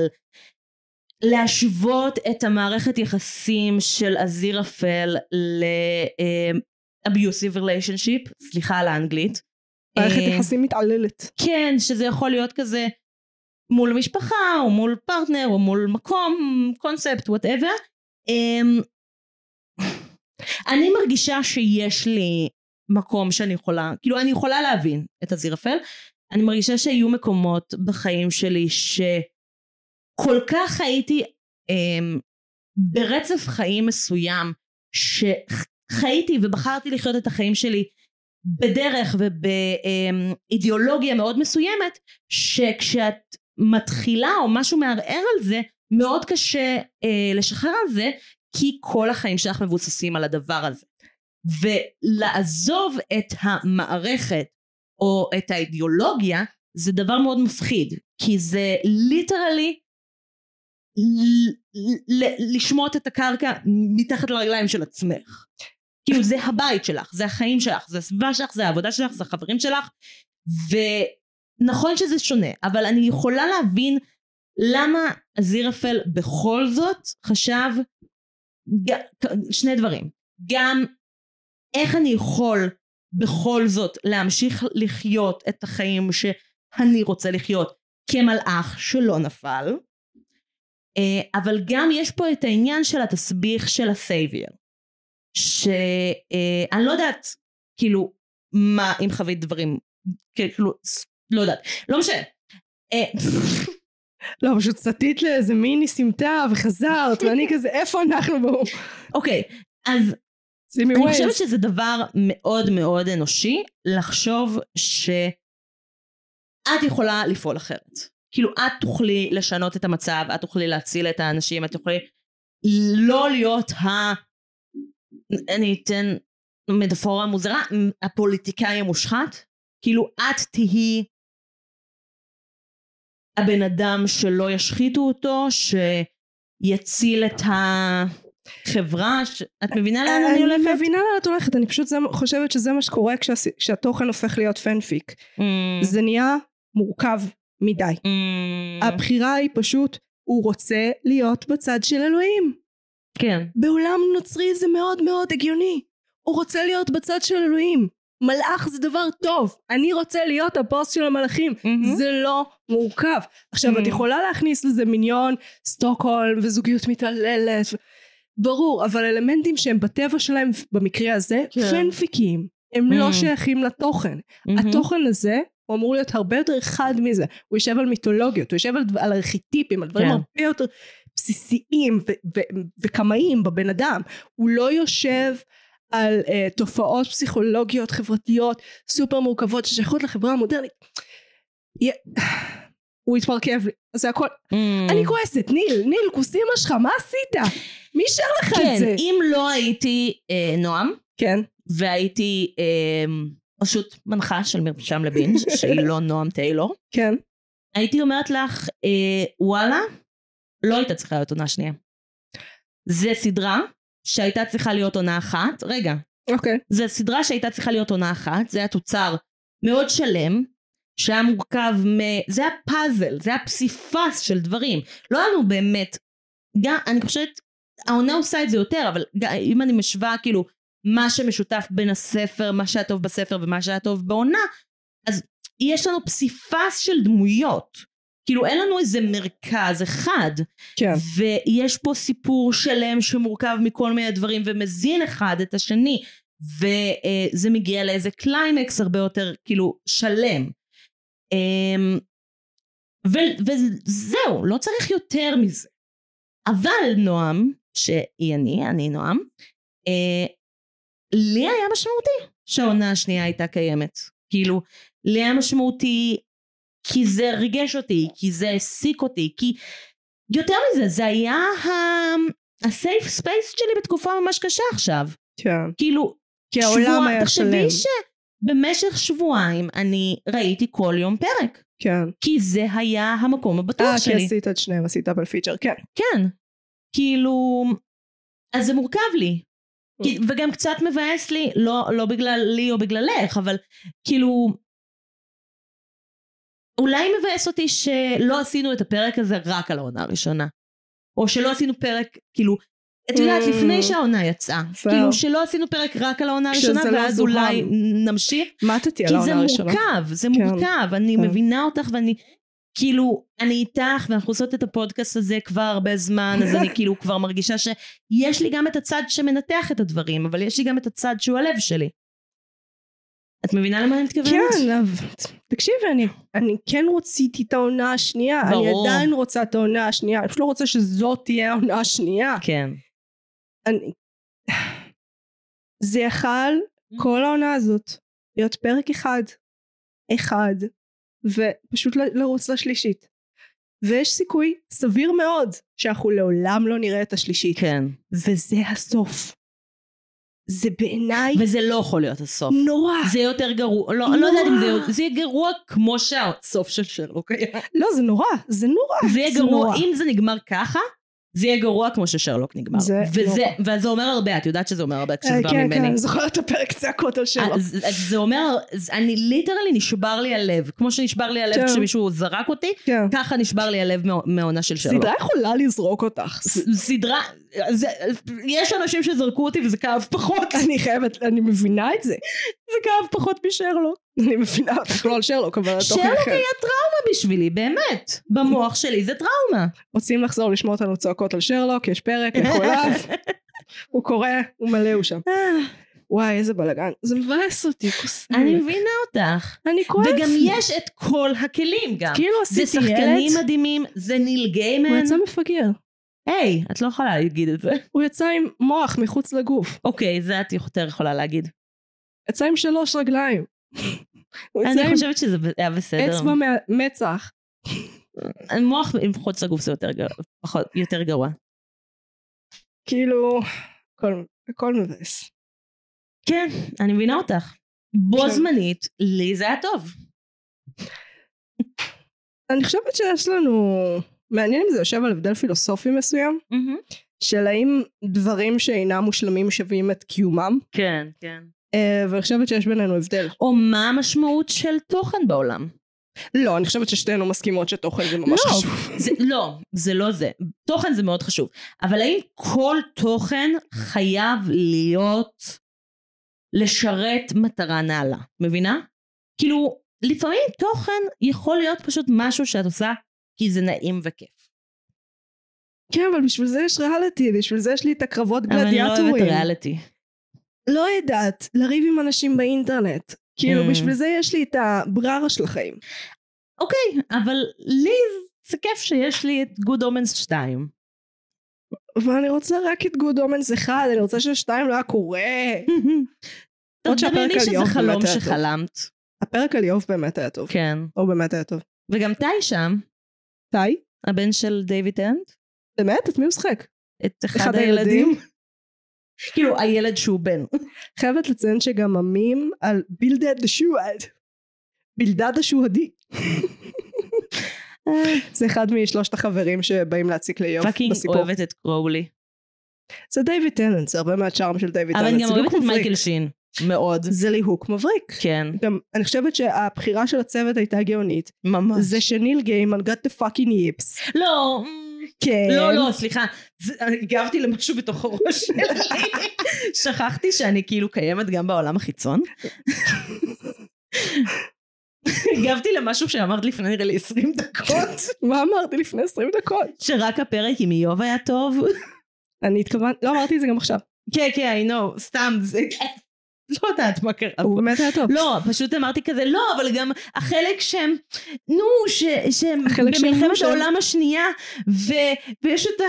[SPEAKER 1] להשוות את המערכת יחסים של הזיר אפל ל-abusive relationship, סליחה על האנגלית.
[SPEAKER 2] מערכת
[SPEAKER 1] אמ,
[SPEAKER 2] יחסים מתעללת.
[SPEAKER 1] כן, שזה יכול להיות כזה מול משפחה, או מול פרטנר, או מול מקום, קונספט, וואטאבר. אני מרגישה שיש לי מקום שאני יכולה, כאילו אני יכולה להבין את הזירפל, אני מרגישה שהיו מקומות בחיים שלי שכל כך הייתי אמ, ברצף חיים מסוים, שחייתי ובחרתי לחיות את החיים שלי בדרך ובאידיאולוגיה מאוד מסוימת, שכשאת מתחילה או משהו מערער על זה, מאוד קשה אה, לשחרר על זה, כי כל החיים שלך מבוססים על הדבר הזה. ולעזוב את המערכת או את האידיאולוגיה, זה דבר מאוד מפחיד, כי זה ליטרלי ל- ל- ל- לשמוט את הקרקע מתחת לרגליים של עצמך. כאילו זה הבית שלך, זה החיים שלך, זה הסביבה שלך, זה העבודה שלך, זה החברים שלך, ונכון שזה שונה, אבל אני יכולה להבין למה זירפל בכל זאת חשב ג- שני דברים. גם איך אני יכול בכל זאת להמשיך לחיות את החיים שאני רוצה לחיות כמלאך שלא נפל, אה, אבל גם יש פה את העניין של התסביך של הסייבייר. שאני לא יודעת כאילו מה אם חווית דברים כאילו ס- לא יודעת לא משנה אה,
[SPEAKER 2] לא, פשוט סטית לאיזה מיני סמטה וחזרת, ואני כזה, איפה אנחנו בואו?
[SPEAKER 1] אוקיי אז
[SPEAKER 2] שימי
[SPEAKER 1] אני חושבת
[SPEAKER 2] ווייז.
[SPEAKER 1] שזה דבר מאוד מאוד אנושי לחשוב שאת יכולה לפעול אחרת כאילו את תוכלי לשנות את המצב את תוכלי להציל את האנשים את תוכלי לא להיות ה... אני אתן מטאפורה מוזרה הפוליטיקאי המושחת כאילו את תהיי הבן אדם שלא ישחיתו אותו שיציל את החברה ש... את מבינה לאן אני הולכת?
[SPEAKER 2] אני מבינה לאן את הולכת, אני פשוט זה- חושבת שזה מה שקורה כשהס- כשהתוכן הופך להיות פנפיק.
[SPEAKER 1] Mm,
[SPEAKER 2] זה נהיה מורכב מדי.
[SPEAKER 1] mm,
[SPEAKER 2] הבחירה היא פשוט, הוא רוצה להיות בצד של אלוהים.
[SPEAKER 1] כן.
[SPEAKER 2] בעולם נוצרי זה מאוד מאוד הגיוני. הוא רוצה להיות בצד של אלוהים. מלאך זה דבר טוב. אני רוצה להיות הבוס של המלאכים.
[SPEAKER 1] מהמם.
[SPEAKER 2] זה לא מורכב. עכשיו, את
[SPEAKER 1] Mhm.
[SPEAKER 2] יכולה להכניס לזה מיניון, סטוקהולם וזוגיות מתעללת. ו- ברור, אבל אלמנטים שהם בטבע שלהם, במקרה הזה,
[SPEAKER 1] כן.
[SPEAKER 2] פנפיקיים. הם לא
[SPEAKER 1] Mhm.
[SPEAKER 2] שייכים לתוכן.
[SPEAKER 1] מהמם.
[SPEAKER 2] התוכן הזה הוא אמור להיות הרבה יותר אחד מזה. הוא יושב על מיתולוגיות, הוא יושב על, דבר- על ארכיטיפים, על דברים
[SPEAKER 1] כן.
[SPEAKER 2] הרבה יותר בסיסיים ו- ו- וקמאיים בבן אדם. הוא לא יושב על uh, תופעות פסיכולוגיות חברתיות סופר מורכבות ששייכות לחברה המודרנית. יה- הוא התפרקב, לי. זה הכל.
[SPEAKER 1] Mm.
[SPEAKER 2] אני כועסת, ניל, ניל, כוסימה שלך, מה עשית? מי אישר לך את
[SPEAKER 1] כן,
[SPEAKER 2] זה?
[SPEAKER 1] אם לא הייתי אה, נועם
[SPEAKER 2] כן.
[SPEAKER 1] והייתי אה, פשוט מנחה של מרשם לבינג' שהיא
[SPEAKER 2] (laughs)
[SPEAKER 1] לא נועם טיילור
[SPEAKER 2] כן.
[SPEAKER 1] הייתי אומרת לך, אה, וואלה, לא הייתה צריכה להיות עונה שנייה. זה סדרה שהייתה צריכה להיות עונה אחת, רגע,
[SPEAKER 2] אוקיי.
[SPEAKER 1] זו סדרה שהייתה צריכה להיות עונה אחת, זה היה תוצר מאוד שלם, שהיה מורכב מ... זה היה פאזל, זה היה פסיפס של דברים. לא היה לנו באמת... גם, אני חושבת, העונה עושה את זה יותר, אבל גם, אם אני משווה כאילו מה שמשותף בין הספר, מה שהיה טוב בספר ומה שהיה טוב בעונה, אז יש לנו פסיפס של דמויות. כאילו אין לנו איזה מרכז אחד.
[SPEAKER 2] כן.
[SPEAKER 1] ויש פה סיפור שלם שמורכב מכל מיני דברים ומזין אחד את השני וזה מגיע לאיזה קליימקס הרבה יותר כאילו שלם אמ, ו- וזהו לא צריך יותר מזה אבל נועם שהיא אני אני נועם אה, לי היה משמעותי שהעונה השנייה הייתה קיימת כאילו לי היה משמעותי כי זה ריגש אותי, כי זה העסיק אותי, כי יותר מזה, זה היה ה- הסייף ספייס שלי בתקופה ממש קשה עכשיו.
[SPEAKER 2] כן.
[SPEAKER 1] כאילו,
[SPEAKER 2] כי העולם
[SPEAKER 1] שבוע-
[SPEAKER 2] היה
[SPEAKER 1] תחשבי
[SPEAKER 2] שלם.
[SPEAKER 1] שבמשך שבועיים אני ראיתי כל יום פרק,
[SPEAKER 2] כן.
[SPEAKER 1] כי זה היה המקום
[SPEAKER 2] אה,
[SPEAKER 1] הבטוח
[SPEAKER 2] כי
[SPEAKER 1] שלי.
[SPEAKER 2] עשית את שניהם, עשית דאבל פיצ'ר, כן.
[SPEAKER 1] כן. כאילו, אז זה מורכב לי.
[SPEAKER 2] Mm.
[SPEAKER 1] כי- וגם קצת מבאס לי, לא, לא בגלל לי או בגללך, אבל כאילו, אולי מבאס אותי שלא עשינו את הפרק הזה רק על העונה הראשונה. או שלא עשינו פרק, כאילו, את יודעת,
[SPEAKER 2] Mm.
[SPEAKER 1] לפני שהעונה יצאה.
[SPEAKER 2] Fair.
[SPEAKER 1] כאילו, שלא עשינו פרק רק על העונה הראשונה,
[SPEAKER 2] כשזה לא
[SPEAKER 1] ואז
[SPEAKER 2] זוהם.
[SPEAKER 1] אולי נמשיך.
[SPEAKER 2] מתתי על
[SPEAKER 1] כי זה
[SPEAKER 2] העונה הראשונה.
[SPEAKER 1] מורכב, זה מורכב, אני
[SPEAKER 2] כן.
[SPEAKER 1] מבינה אותך ואני, כאילו, אני איתך ואנחנו עושות את הפודקאסט הזה כבר הרבה זמן, אז
[SPEAKER 2] (laughs)
[SPEAKER 1] אני כאילו כבר מרגישה שיש לי גם את הצד שמנתח את הדברים, אבל יש לי גם את הצד שהוא הלב שלי. את מבינה למה אני מתכוונת?
[SPEAKER 2] כן, אבל- תקשיבי, אני, אני כן רציתי את העונה השנייה, אני
[SPEAKER 1] ברור.
[SPEAKER 2] עדיין רוצה את העונה השנייה, אני פשוט לא רוצה שזאת תהיה העונה השנייה.
[SPEAKER 1] כן.
[SPEAKER 2] אני... זה יכל כל העונה הזאת להיות פרק אחד, אחד, ופשוט ל- לרוץ לשלישית. ויש סיכוי סביר מאוד שאנחנו לעולם לא נראה את השלישית.
[SPEAKER 1] כן.
[SPEAKER 2] וזה הסוף. זה בעיניי
[SPEAKER 1] וזה לא יכול להיות הסוף.
[SPEAKER 2] נורא.
[SPEAKER 1] זה יותר גרוע, לא, אני לא
[SPEAKER 2] נורא.
[SPEAKER 1] יודעת אם זה, זה יהיה גרוע כמו שהסוף של שרלוק היה.
[SPEAKER 2] לא, זה נורא, זה נורא.
[SPEAKER 1] זה יהיה
[SPEAKER 2] זה
[SPEAKER 1] גרוע,
[SPEAKER 2] נורא.
[SPEAKER 1] אם זה נגמר ככה, זה יהיה גרוע כמו ששרלוק נגמר.
[SPEAKER 2] זה לא
[SPEAKER 1] וזה, וזה אומר הרבה, את יודעת שזה אומר הרבה כשזה
[SPEAKER 2] אה,
[SPEAKER 1] בא
[SPEAKER 2] כן, כן,
[SPEAKER 1] ממני.
[SPEAKER 2] אני זוכרת את הפרק צעקות על שלו.
[SPEAKER 1] אז, אז זה אומר, אז אני ליטרלי נשבר לי הלב, כמו שנשבר לי
[SPEAKER 2] כן.
[SPEAKER 1] הלב כשמישהו זרק אותי,
[SPEAKER 2] כן.
[SPEAKER 1] ככה נשבר לי הלב מה- מהעונה של שלו.
[SPEAKER 2] סדרה יכולה לזרוק אותך.
[SPEAKER 1] סדרה, זה, יש אנשים שזרקו אותי וזה כאב פחות,
[SPEAKER 2] אני לא חייבת, אני מבינה את זה.
[SPEAKER 1] זה כאב פחות משרלוק.
[SPEAKER 2] אני מבינה אותך, לא על שרלוק, אבל על תוכן
[SPEAKER 1] שרלוק
[SPEAKER 2] אחר.
[SPEAKER 1] היה טראומה בשבילי, באמת. במוח שלי זה טראומה.
[SPEAKER 2] רוצים לחזור לשמוע אותנו צועקות על שרלוק, יש פרק, לכו אליו.
[SPEAKER 1] (laughs)
[SPEAKER 2] הוא קורא, הוא מלא, הוא שם. וואי, איזה בלאגן. זה מבאס אותי, כוס...
[SPEAKER 1] אני מבינה אותך.
[SPEAKER 2] אני כועס.
[SPEAKER 1] וגם יש את כל הכלים גם.
[SPEAKER 2] כאילו
[SPEAKER 1] זה
[SPEAKER 2] עשיתי
[SPEAKER 1] שחקנים
[SPEAKER 2] ילד,
[SPEAKER 1] מדהימים, זה ניל
[SPEAKER 2] הוא
[SPEAKER 1] גיימן.
[SPEAKER 2] יצא מפגר.
[SPEAKER 1] היי, את לא יכולה להגיד את זה. (laughs)
[SPEAKER 2] הוא יצא עם מוח מחוץ לגוף.
[SPEAKER 1] אוקיי, זה את יותר יכולה להגיד.
[SPEAKER 2] יצא עם שלוש
[SPEAKER 1] (laughs)
[SPEAKER 2] רגליים. הוא יצא
[SPEAKER 1] אני
[SPEAKER 2] עם
[SPEAKER 1] חושבת שזה לא. היה בסדר.
[SPEAKER 2] אצבע מהמצח.
[SPEAKER 1] מוח עם חוץ לגוף זה יותר גרוע. פחות, יותר גרוע.
[SPEAKER 2] כאילו, הכל- הכל מבאס.
[SPEAKER 1] כן, אני מבינה אותך. בו
[SPEAKER 2] כן.
[SPEAKER 1] זמנית, לי זה היה טוב.
[SPEAKER 2] אני חושבת שיש לנו... מעניין אם זה יושב על הבדל פילוסופי מסוים, של האם דברים שאינם מושלמים שווים את קיומם,
[SPEAKER 1] כן, כן.
[SPEAKER 2] אה, ואני חושבת שיש בינינו הבדל.
[SPEAKER 1] או מה המשמעות של תוכן בעולם.
[SPEAKER 2] לא, אני חושבת ששתינו מסכימות שתוכן זה ממש
[SPEAKER 1] לא,
[SPEAKER 2] חשוב.
[SPEAKER 1] זה, לא, זה לא זה. תוכן זה מאוד חשוב. אבל האם כל תוכן חייב להיות, לשרת מטרה נעלה? מבינה? כאילו, לפעמים תוכן יכול להיות פשוט משהו שאת עושה כי זה נעים וכיף.
[SPEAKER 2] כן, אבל בשביל זה יש ריאליטי, בשביל זה יש לי את הקרבות
[SPEAKER 1] אבל אני לא אוהבת
[SPEAKER 2] גלדיאטורים.
[SPEAKER 1] ריאליטי.
[SPEAKER 2] לא יודעת, לריב עם אנשים באינטרנט. כאילו,
[SPEAKER 1] Mm.
[SPEAKER 2] בשביל זה יש לי את הבררה של החיים.
[SPEAKER 1] אוקיי, אבל לי זה כיף שיש לי את גוד אומנס 2.
[SPEAKER 2] ואני רוצה רק את גוד אומנס אחד, אני רוצה ששתיים לא היה קורה. (laughs) עוד שהפרק
[SPEAKER 1] תדמייני
[SPEAKER 2] על יום
[SPEAKER 1] שזה חלום
[SPEAKER 2] באמת היה טוב.
[SPEAKER 1] שחלמת.
[SPEAKER 2] הפרק על איוב באמת היה טוב.
[SPEAKER 1] כן.
[SPEAKER 2] הוא באמת היה טוב.
[SPEAKER 1] וגם טאי שם,
[SPEAKER 2] טאי?
[SPEAKER 1] הבן של דיוויד אנד,
[SPEAKER 2] באמת? את מי הוא משחק?
[SPEAKER 1] את אחד הילדים. כאילו, הילד שהוא בן.
[SPEAKER 2] חייבת לציין שגם המים על בילדד השועד. בילדד
[SPEAKER 1] (laughs)
[SPEAKER 2] השועדי. זה אחד משלושת החברים שבאים להציק לאיוב
[SPEAKER 1] פאקינג
[SPEAKER 2] בסיפור.
[SPEAKER 1] אוהבת את קרואולי.
[SPEAKER 2] זה דיוויד טלנט, זה הרבה מהצ'ארם של דיוויד
[SPEAKER 1] אבל
[SPEAKER 2] טלנט.
[SPEAKER 1] אני גם
[SPEAKER 2] זה
[SPEAKER 1] אוהבת
[SPEAKER 2] ליהוק
[SPEAKER 1] את
[SPEAKER 2] מבריק.
[SPEAKER 1] מייקל שין. מאוד.
[SPEAKER 2] זה ליהוק מבריק.
[SPEAKER 1] כן.
[SPEAKER 2] גם, אני חושבת שהבחירה של הצוות הייתה גאונית.
[SPEAKER 1] ממש.
[SPEAKER 2] זה שניל גיימן got the fucking yips.
[SPEAKER 1] לא, מ,
[SPEAKER 2] כן.
[SPEAKER 1] לא, לא, סליחה. זה- הגבתי למשהו בתוך הראש (laughs) שלי. שכחתי שאני כאילו קיימת גם בעולם החיצון. הגבתי למשהו שאמרת לפני נראה לי 20 דקות,
[SPEAKER 2] מה אמרתי לפני 20 דקות?
[SPEAKER 1] שרק הפרק עם איוב היה טוב.
[SPEAKER 2] אני התכוונתי, לא אמרתי את זה גם עכשיו.
[SPEAKER 1] כן, כן, I know, סתם, זה... לא יודעת מה קרה
[SPEAKER 2] הוא
[SPEAKER 1] פה.
[SPEAKER 2] באמת היה טוב.
[SPEAKER 1] לא, פשוט אמרתי כזה, לא, אבל גם החלק שהם, נו, ש, שהם
[SPEAKER 2] החלק שהם-
[SPEAKER 1] במלחמת
[SPEAKER 2] שהם-
[SPEAKER 1] העולם השנייה, ו, ויש את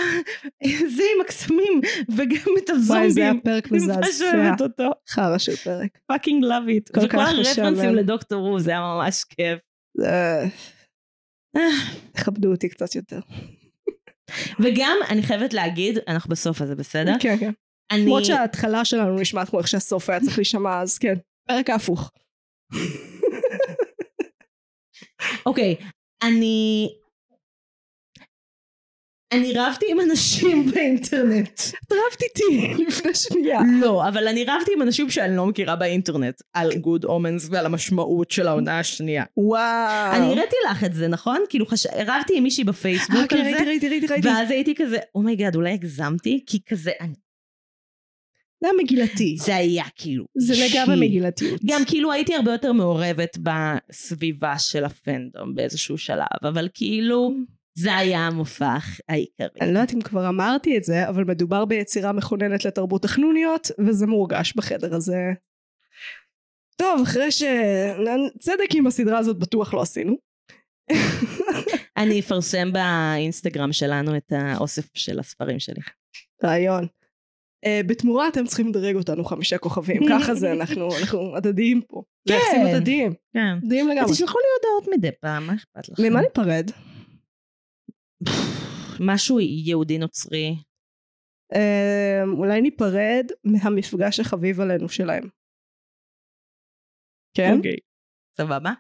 [SPEAKER 1] הזים הקסמים, וגם את הזומבים.
[SPEAKER 2] וואי, זה היה פרק
[SPEAKER 1] אני ממש
[SPEAKER 2] מזעזע.
[SPEAKER 1] אוהבת אותו.
[SPEAKER 2] חרא של פרק.
[SPEAKER 1] פאקינג לאב איט.
[SPEAKER 2] כל
[SPEAKER 1] וכל
[SPEAKER 2] כך
[SPEAKER 1] הרפרנסים
[SPEAKER 2] משעמם.
[SPEAKER 1] לדוקטור רו, זה היה ממש כיף.
[SPEAKER 2] אה, תכבדו אותי קצת יותר.
[SPEAKER 1] וגם, אני חייבת להגיד, אנחנו בסוף, אז זה בסדר?
[SPEAKER 2] כן, כן.
[SPEAKER 1] אני...
[SPEAKER 2] למרות שההתחלה שלנו נשמעת כמו איך שהסוף היה צריך להישמע אז, כן. פרק ההפוך.
[SPEAKER 1] אוקיי, אני... אני רבתי עם אנשים באינטרנט.
[SPEAKER 2] את רבת איתי (laughs) לפני שנייה.
[SPEAKER 1] לא, אבל אני רבתי עם אנשים שאני לא מכירה באינטרנט על גוד אומנס ועל המשמעות של העונה השנייה.
[SPEAKER 2] אה. וואו.
[SPEAKER 1] אני הראתי לך את זה, נכון? כאילו, חש... רבתי עם מישהי
[SPEAKER 2] אה,
[SPEAKER 1] בפייסבוק
[SPEAKER 2] כן,
[SPEAKER 1] על
[SPEAKER 2] ראיתי,
[SPEAKER 1] זה,
[SPEAKER 2] ראיתי, ראיתי, ראיתי.
[SPEAKER 1] ואז הייתי כזה, אומייגאד, אולי הגזמתי? כי כזה, אני...
[SPEAKER 2] זה היה מגילתי.
[SPEAKER 1] זה היה כאילו...
[SPEAKER 2] זה לגמרי
[SPEAKER 1] שיט.
[SPEAKER 2] מגילתיות.
[SPEAKER 1] גם כאילו הייתי הרבה יותר מעורבת בסביבה של הפנדום באיזשהו שלב, אבל כאילו, זה היה המופע העיקרי.
[SPEAKER 2] אני לא יודעת אם כבר אמרתי את זה, אבל מדובר ביצירה מכוננת לתרבות החנוניות, וזה מורגש בחדר הזה. טוב, אחרי ש... צדק עם הסדרה הזאת בטוח לא עשינו. (laughs)
[SPEAKER 1] אני אפרסם באינסטגרם שלנו את האוסף של הספרים שלי.
[SPEAKER 2] רעיון. Uh, בתמורה אתם צריכים לדרג אותנו חמישה (laughs) כוכבים, ככה זה, אנחנו, אנחנו הדדיים פה.
[SPEAKER 1] כן.
[SPEAKER 2] זה יחסים הדדיים,
[SPEAKER 1] כן.
[SPEAKER 2] הדדיים לגמרי.
[SPEAKER 1] אז תשלחו לי הודעות מדי פעם, מה אכפת לכם?
[SPEAKER 2] ממה ניפרד?
[SPEAKER 1] משהו יהודי נוצרי.
[SPEAKER 2] Uh, אולי ניפרד מהמפגש החביב עלינו שלהם. כן?
[SPEAKER 1] סבבה?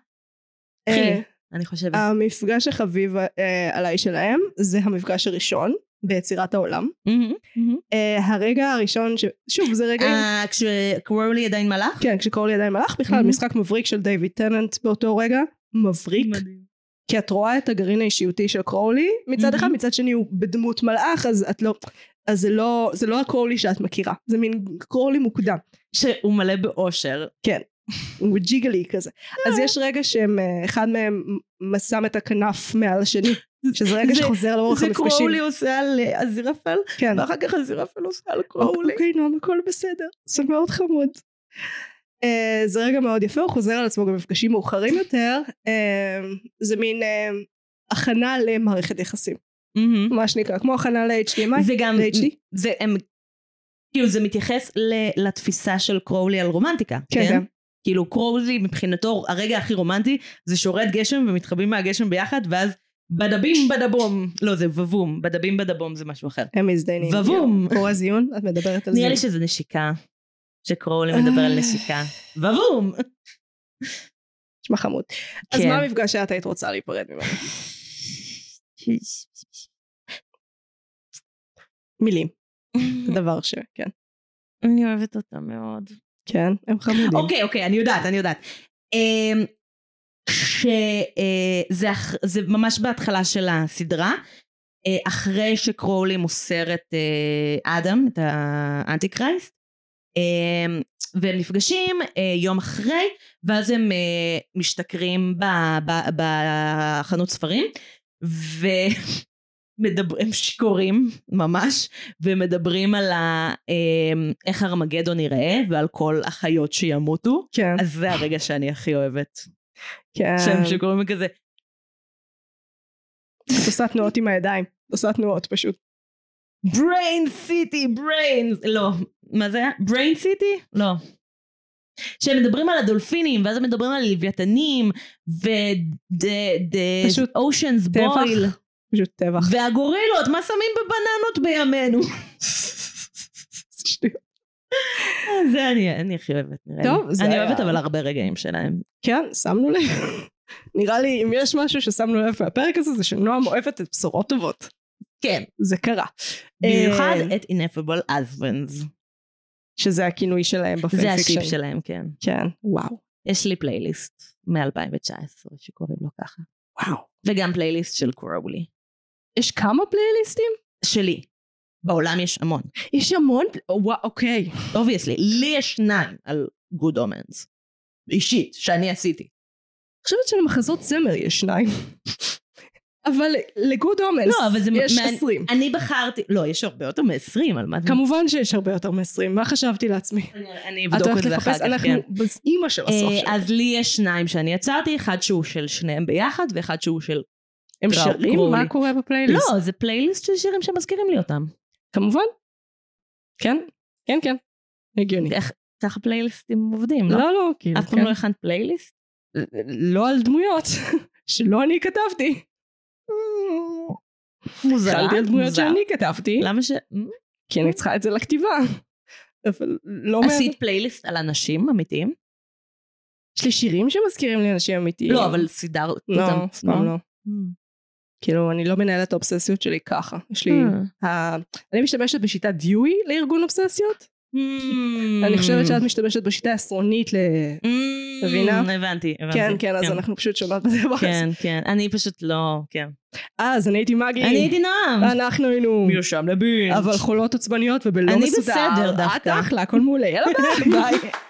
[SPEAKER 2] אה,
[SPEAKER 1] חילי. אני חושבת.
[SPEAKER 2] המפגש החביב אה, עליי שלהם זה המפגש הראשון ביצירת העולם.
[SPEAKER 1] מהמם, מהמם.
[SPEAKER 2] אה, הרגע הראשון, ש... שוב זה רגע,
[SPEAKER 1] אה, כשקרולי עדיין מלאך?
[SPEAKER 2] כן כשקורלי עדיין מלאך, בכלל
[SPEAKER 1] Mhm.
[SPEAKER 2] משחק מבריק של דיוויד טננט באותו רגע, מבריק, כי את רואה את הגרעין האישיותי של קרולי מצד
[SPEAKER 1] Mhm.
[SPEAKER 2] אחד, מצד שני הוא בדמות מלאך אז את לא, אז זה לא, זה לא הקרולי שאת מכירה, זה מין קרולי מוקדם,
[SPEAKER 1] שהוא מלא באושר.
[SPEAKER 2] הוא ג'יגלי כזה, אז יש רגע שהם, אה, אחד מהם שם את הכנף מעל השני, שזה רגע
[SPEAKER 1] זה-
[SPEAKER 2] שחוזר לאורך
[SPEAKER 1] זה
[SPEAKER 2] המפגשים,
[SPEAKER 1] קרולי עושה על אה, עזירפל,
[SPEAKER 2] כן,
[SPEAKER 1] ואחר כך עזירפל עושה על קרולי.
[SPEAKER 2] אוקיי נועם הכל בסדר, זה מאוד חמוד. אה, זה רגע מאוד יפה, הוא חוזר על עצמו גם במפגשים מאוחרים יותר, אה, זה מין אה, הכנה למערכת יחסים,
[SPEAKER 1] מהמם.
[SPEAKER 2] מה שנקרא, כמו הכנה ל-HDMI,
[SPEAKER 1] זה גם,
[SPEAKER 2] ל-HD.
[SPEAKER 1] זה הם, כאילו זה מתייחס ל- לתפיסה של קרולי על רומנטיקה,
[SPEAKER 2] כן,
[SPEAKER 1] כן?
[SPEAKER 2] כן.
[SPEAKER 1] כאילו קרולי מבחינתו הרגע הכי רומנטי זה שורד גשם ומתחבאים מהגשם ביחד ואז בדבים בדבום לא זה ובום בדבים בדבום זה משהו אחר
[SPEAKER 2] הם מזדיינים.
[SPEAKER 1] ובום
[SPEAKER 2] קורא זיון, את מדברת על זה.
[SPEAKER 1] נראה לי שזה נשיקה שקרולי מדבר על נשיקה ובום
[SPEAKER 2] נשמע חמוד. אז
[SPEAKER 1] כן.
[SPEAKER 2] מה המפגש שאת היית רוצה להיפרד ממנו? מילים. זה דבר ש... כן.
[SPEAKER 1] (laughs) אני אוהבת אותה מאוד
[SPEAKER 2] כן, הם חמודים.
[SPEAKER 1] אוקיי אוקיי אני יודעת אני יודעת אמ, שזה אח- זה ממש בהתחלה של הסדרה אה, אחרי שקרולי מוסר את אה, אדם את האנטי קרייסט אמ, והם נפגשים אה, יום אחרי ואז הם אה, משתכרים ב- ב- בחנות ספרים (laughs) ומדברים שיכורים ממש ומדברים על ה, אמ, איך ארמגדון ייראה ועל כל החיות שימותו
[SPEAKER 2] כן,
[SPEAKER 1] אז זה הרגע שאני הכי אוהבת
[SPEAKER 2] כן.
[SPEAKER 1] שהם שקוראים לי כזה
[SPEAKER 2] את עושה תנועות עם הידיים. את עושה תנועות פשוט.
[SPEAKER 1] brain city brains לא מה זה היה? brain city? לא שהם מדברים על הדולפינים ואז הם מדברים על לוויתנים ו-the
[SPEAKER 2] פשוט
[SPEAKER 1] oceans boil
[SPEAKER 2] טבח. פשוט טבח.
[SPEAKER 1] והגורילות מה שמים בבננות
[SPEAKER 2] (laughs)
[SPEAKER 1] בימינו
[SPEAKER 2] שטויות.
[SPEAKER 1] זה אני אני הכי אוהבת נראה לי
[SPEAKER 2] טוב, זה
[SPEAKER 1] אני
[SPEAKER 2] היה-
[SPEAKER 1] אוהבת אבל הרבה רגעים שלהם
[SPEAKER 2] כן, שמנו לב. נראה לי, אם יש משהו ששמנו לב מהפרק הזה, זה שנועם אוהבת את בשורות טובות.
[SPEAKER 1] כן
[SPEAKER 2] זה קרה.
[SPEAKER 1] במיוחד
[SPEAKER 2] אה,
[SPEAKER 1] את Ineffable Husbands.
[SPEAKER 2] שזה הכינוי שלהם בפנפיקשן.
[SPEAKER 1] זה השיפ שלהם, כן.
[SPEAKER 2] כן, וואו.
[SPEAKER 1] יש לי פלייליסט מ-2019 שקוראים לו ככה.
[SPEAKER 2] וואו.
[SPEAKER 1] וגם פלייליסט של קרולי.
[SPEAKER 2] יש כמה פלייליסטים?
[SPEAKER 1] שלי. בעולם יש המון.
[SPEAKER 2] יש המון, פל- וואו, אוקיי.
[SPEAKER 1] אובייסלי. לי יש שניים על Good Omens. אישית, שאני עשיתי.
[SPEAKER 2] חושבת שלמחזות זמר יש שניים. אבל לגוד אומנס
[SPEAKER 1] לא, אבל זה...
[SPEAKER 2] יש
[SPEAKER 1] מעניין-
[SPEAKER 2] 20.
[SPEAKER 1] אני בחרתי... לא, יש הרבה יותר מ-20, על מה את...
[SPEAKER 2] כמובן שיש הרבה יותר מ-20, מה חשבתי לעצמי?
[SPEAKER 1] אני- אני
[SPEAKER 2] את
[SPEAKER 1] אבדוק את
[SPEAKER 2] הולכת
[SPEAKER 1] זה אחר
[SPEAKER 2] לחפש,
[SPEAKER 1] כך,
[SPEAKER 2] אנחנו
[SPEAKER 1] כן.
[SPEAKER 2] באימא של הסוף
[SPEAKER 1] אה,
[SPEAKER 2] שלנו.
[SPEAKER 1] אז לי יש שניים שאני יצרתי, אחד שהוא של שניהם ביחד, ואחד שהוא של...
[SPEAKER 2] הם
[SPEAKER 1] קראו-
[SPEAKER 2] שרים?
[SPEAKER 1] קראו
[SPEAKER 2] מה
[SPEAKER 1] לי.
[SPEAKER 2] קורה בפלייליסט?
[SPEAKER 1] לא, זה פלייליסט של שירים שמזכירים לי אותם.
[SPEAKER 2] כמובן. כן, כן, כן. הגיוני.
[SPEAKER 1] איך- ככה פלייליסטים עובדים, לא?
[SPEAKER 2] לא, לא, כאילו,
[SPEAKER 1] אף
[SPEAKER 2] כן.
[SPEAKER 1] פעם לא הכנת פלייליסט?
[SPEAKER 2] לא על דמויות, (laughs) שלא אני כתבתי.
[SPEAKER 1] Mm, מוזר.
[SPEAKER 2] שאלתי על דמויות
[SPEAKER 1] מוזר.
[SPEAKER 2] שאני כתבתי,
[SPEAKER 1] למה ש...
[SPEAKER 2] כי אני צריכה את זה לכתיבה. אבל לא מעט.
[SPEAKER 1] עשית פלייליסט על אנשים אמיתיים?
[SPEAKER 2] יש לי שירים שמזכירים לי אנשים אמיתיים.
[SPEAKER 1] לא, אבל סידרת
[SPEAKER 2] לא,
[SPEAKER 1] אותם.
[SPEAKER 2] אף פעם לא.
[SPEAKER 1] Mm.
[SPEAKER 2] כאילו, אני לא מנהלת את האובססיות שלי ככה. יש לי...
[SPEAKER 1] Mm.
[SPEAKER 2] ה- אני משתמשת בשיטת דיואי לארגון אובססיות. אני חושבת שאת משתמשת בשיטה העשרונית ל...
[SPEAKER 1] Mm,
[SPEAKER 2] מבינה?
[SPEAKER 1] הבנתי, הבנתי.
[SPEAKER 2] כן, כן, אז אנחנו פשוט שונות בדבר הזה.
[SPEAKER 1] כן, כן, אני פשוט לא, כן.
[SPEAKER 2] אז אני הייתי מגי.
[SPEAKER 1] אני הייתי נועם.
[SPEAKER 2] אנחנו היינו...
[SPEAKER 1] מיושם לבינץ'.
[SPEAKER 2] אבל חולות עצבניות ובלא
[SPEAKER 1] אני
[SPEAKER 2] מסודר.
[SPEAKER 1] בסדר
[SPEAKER 2] את
[SPEAKER 1] דווקא.
[SPEAKER 2] אחלה, הכל מעולה. יאללה, ביי.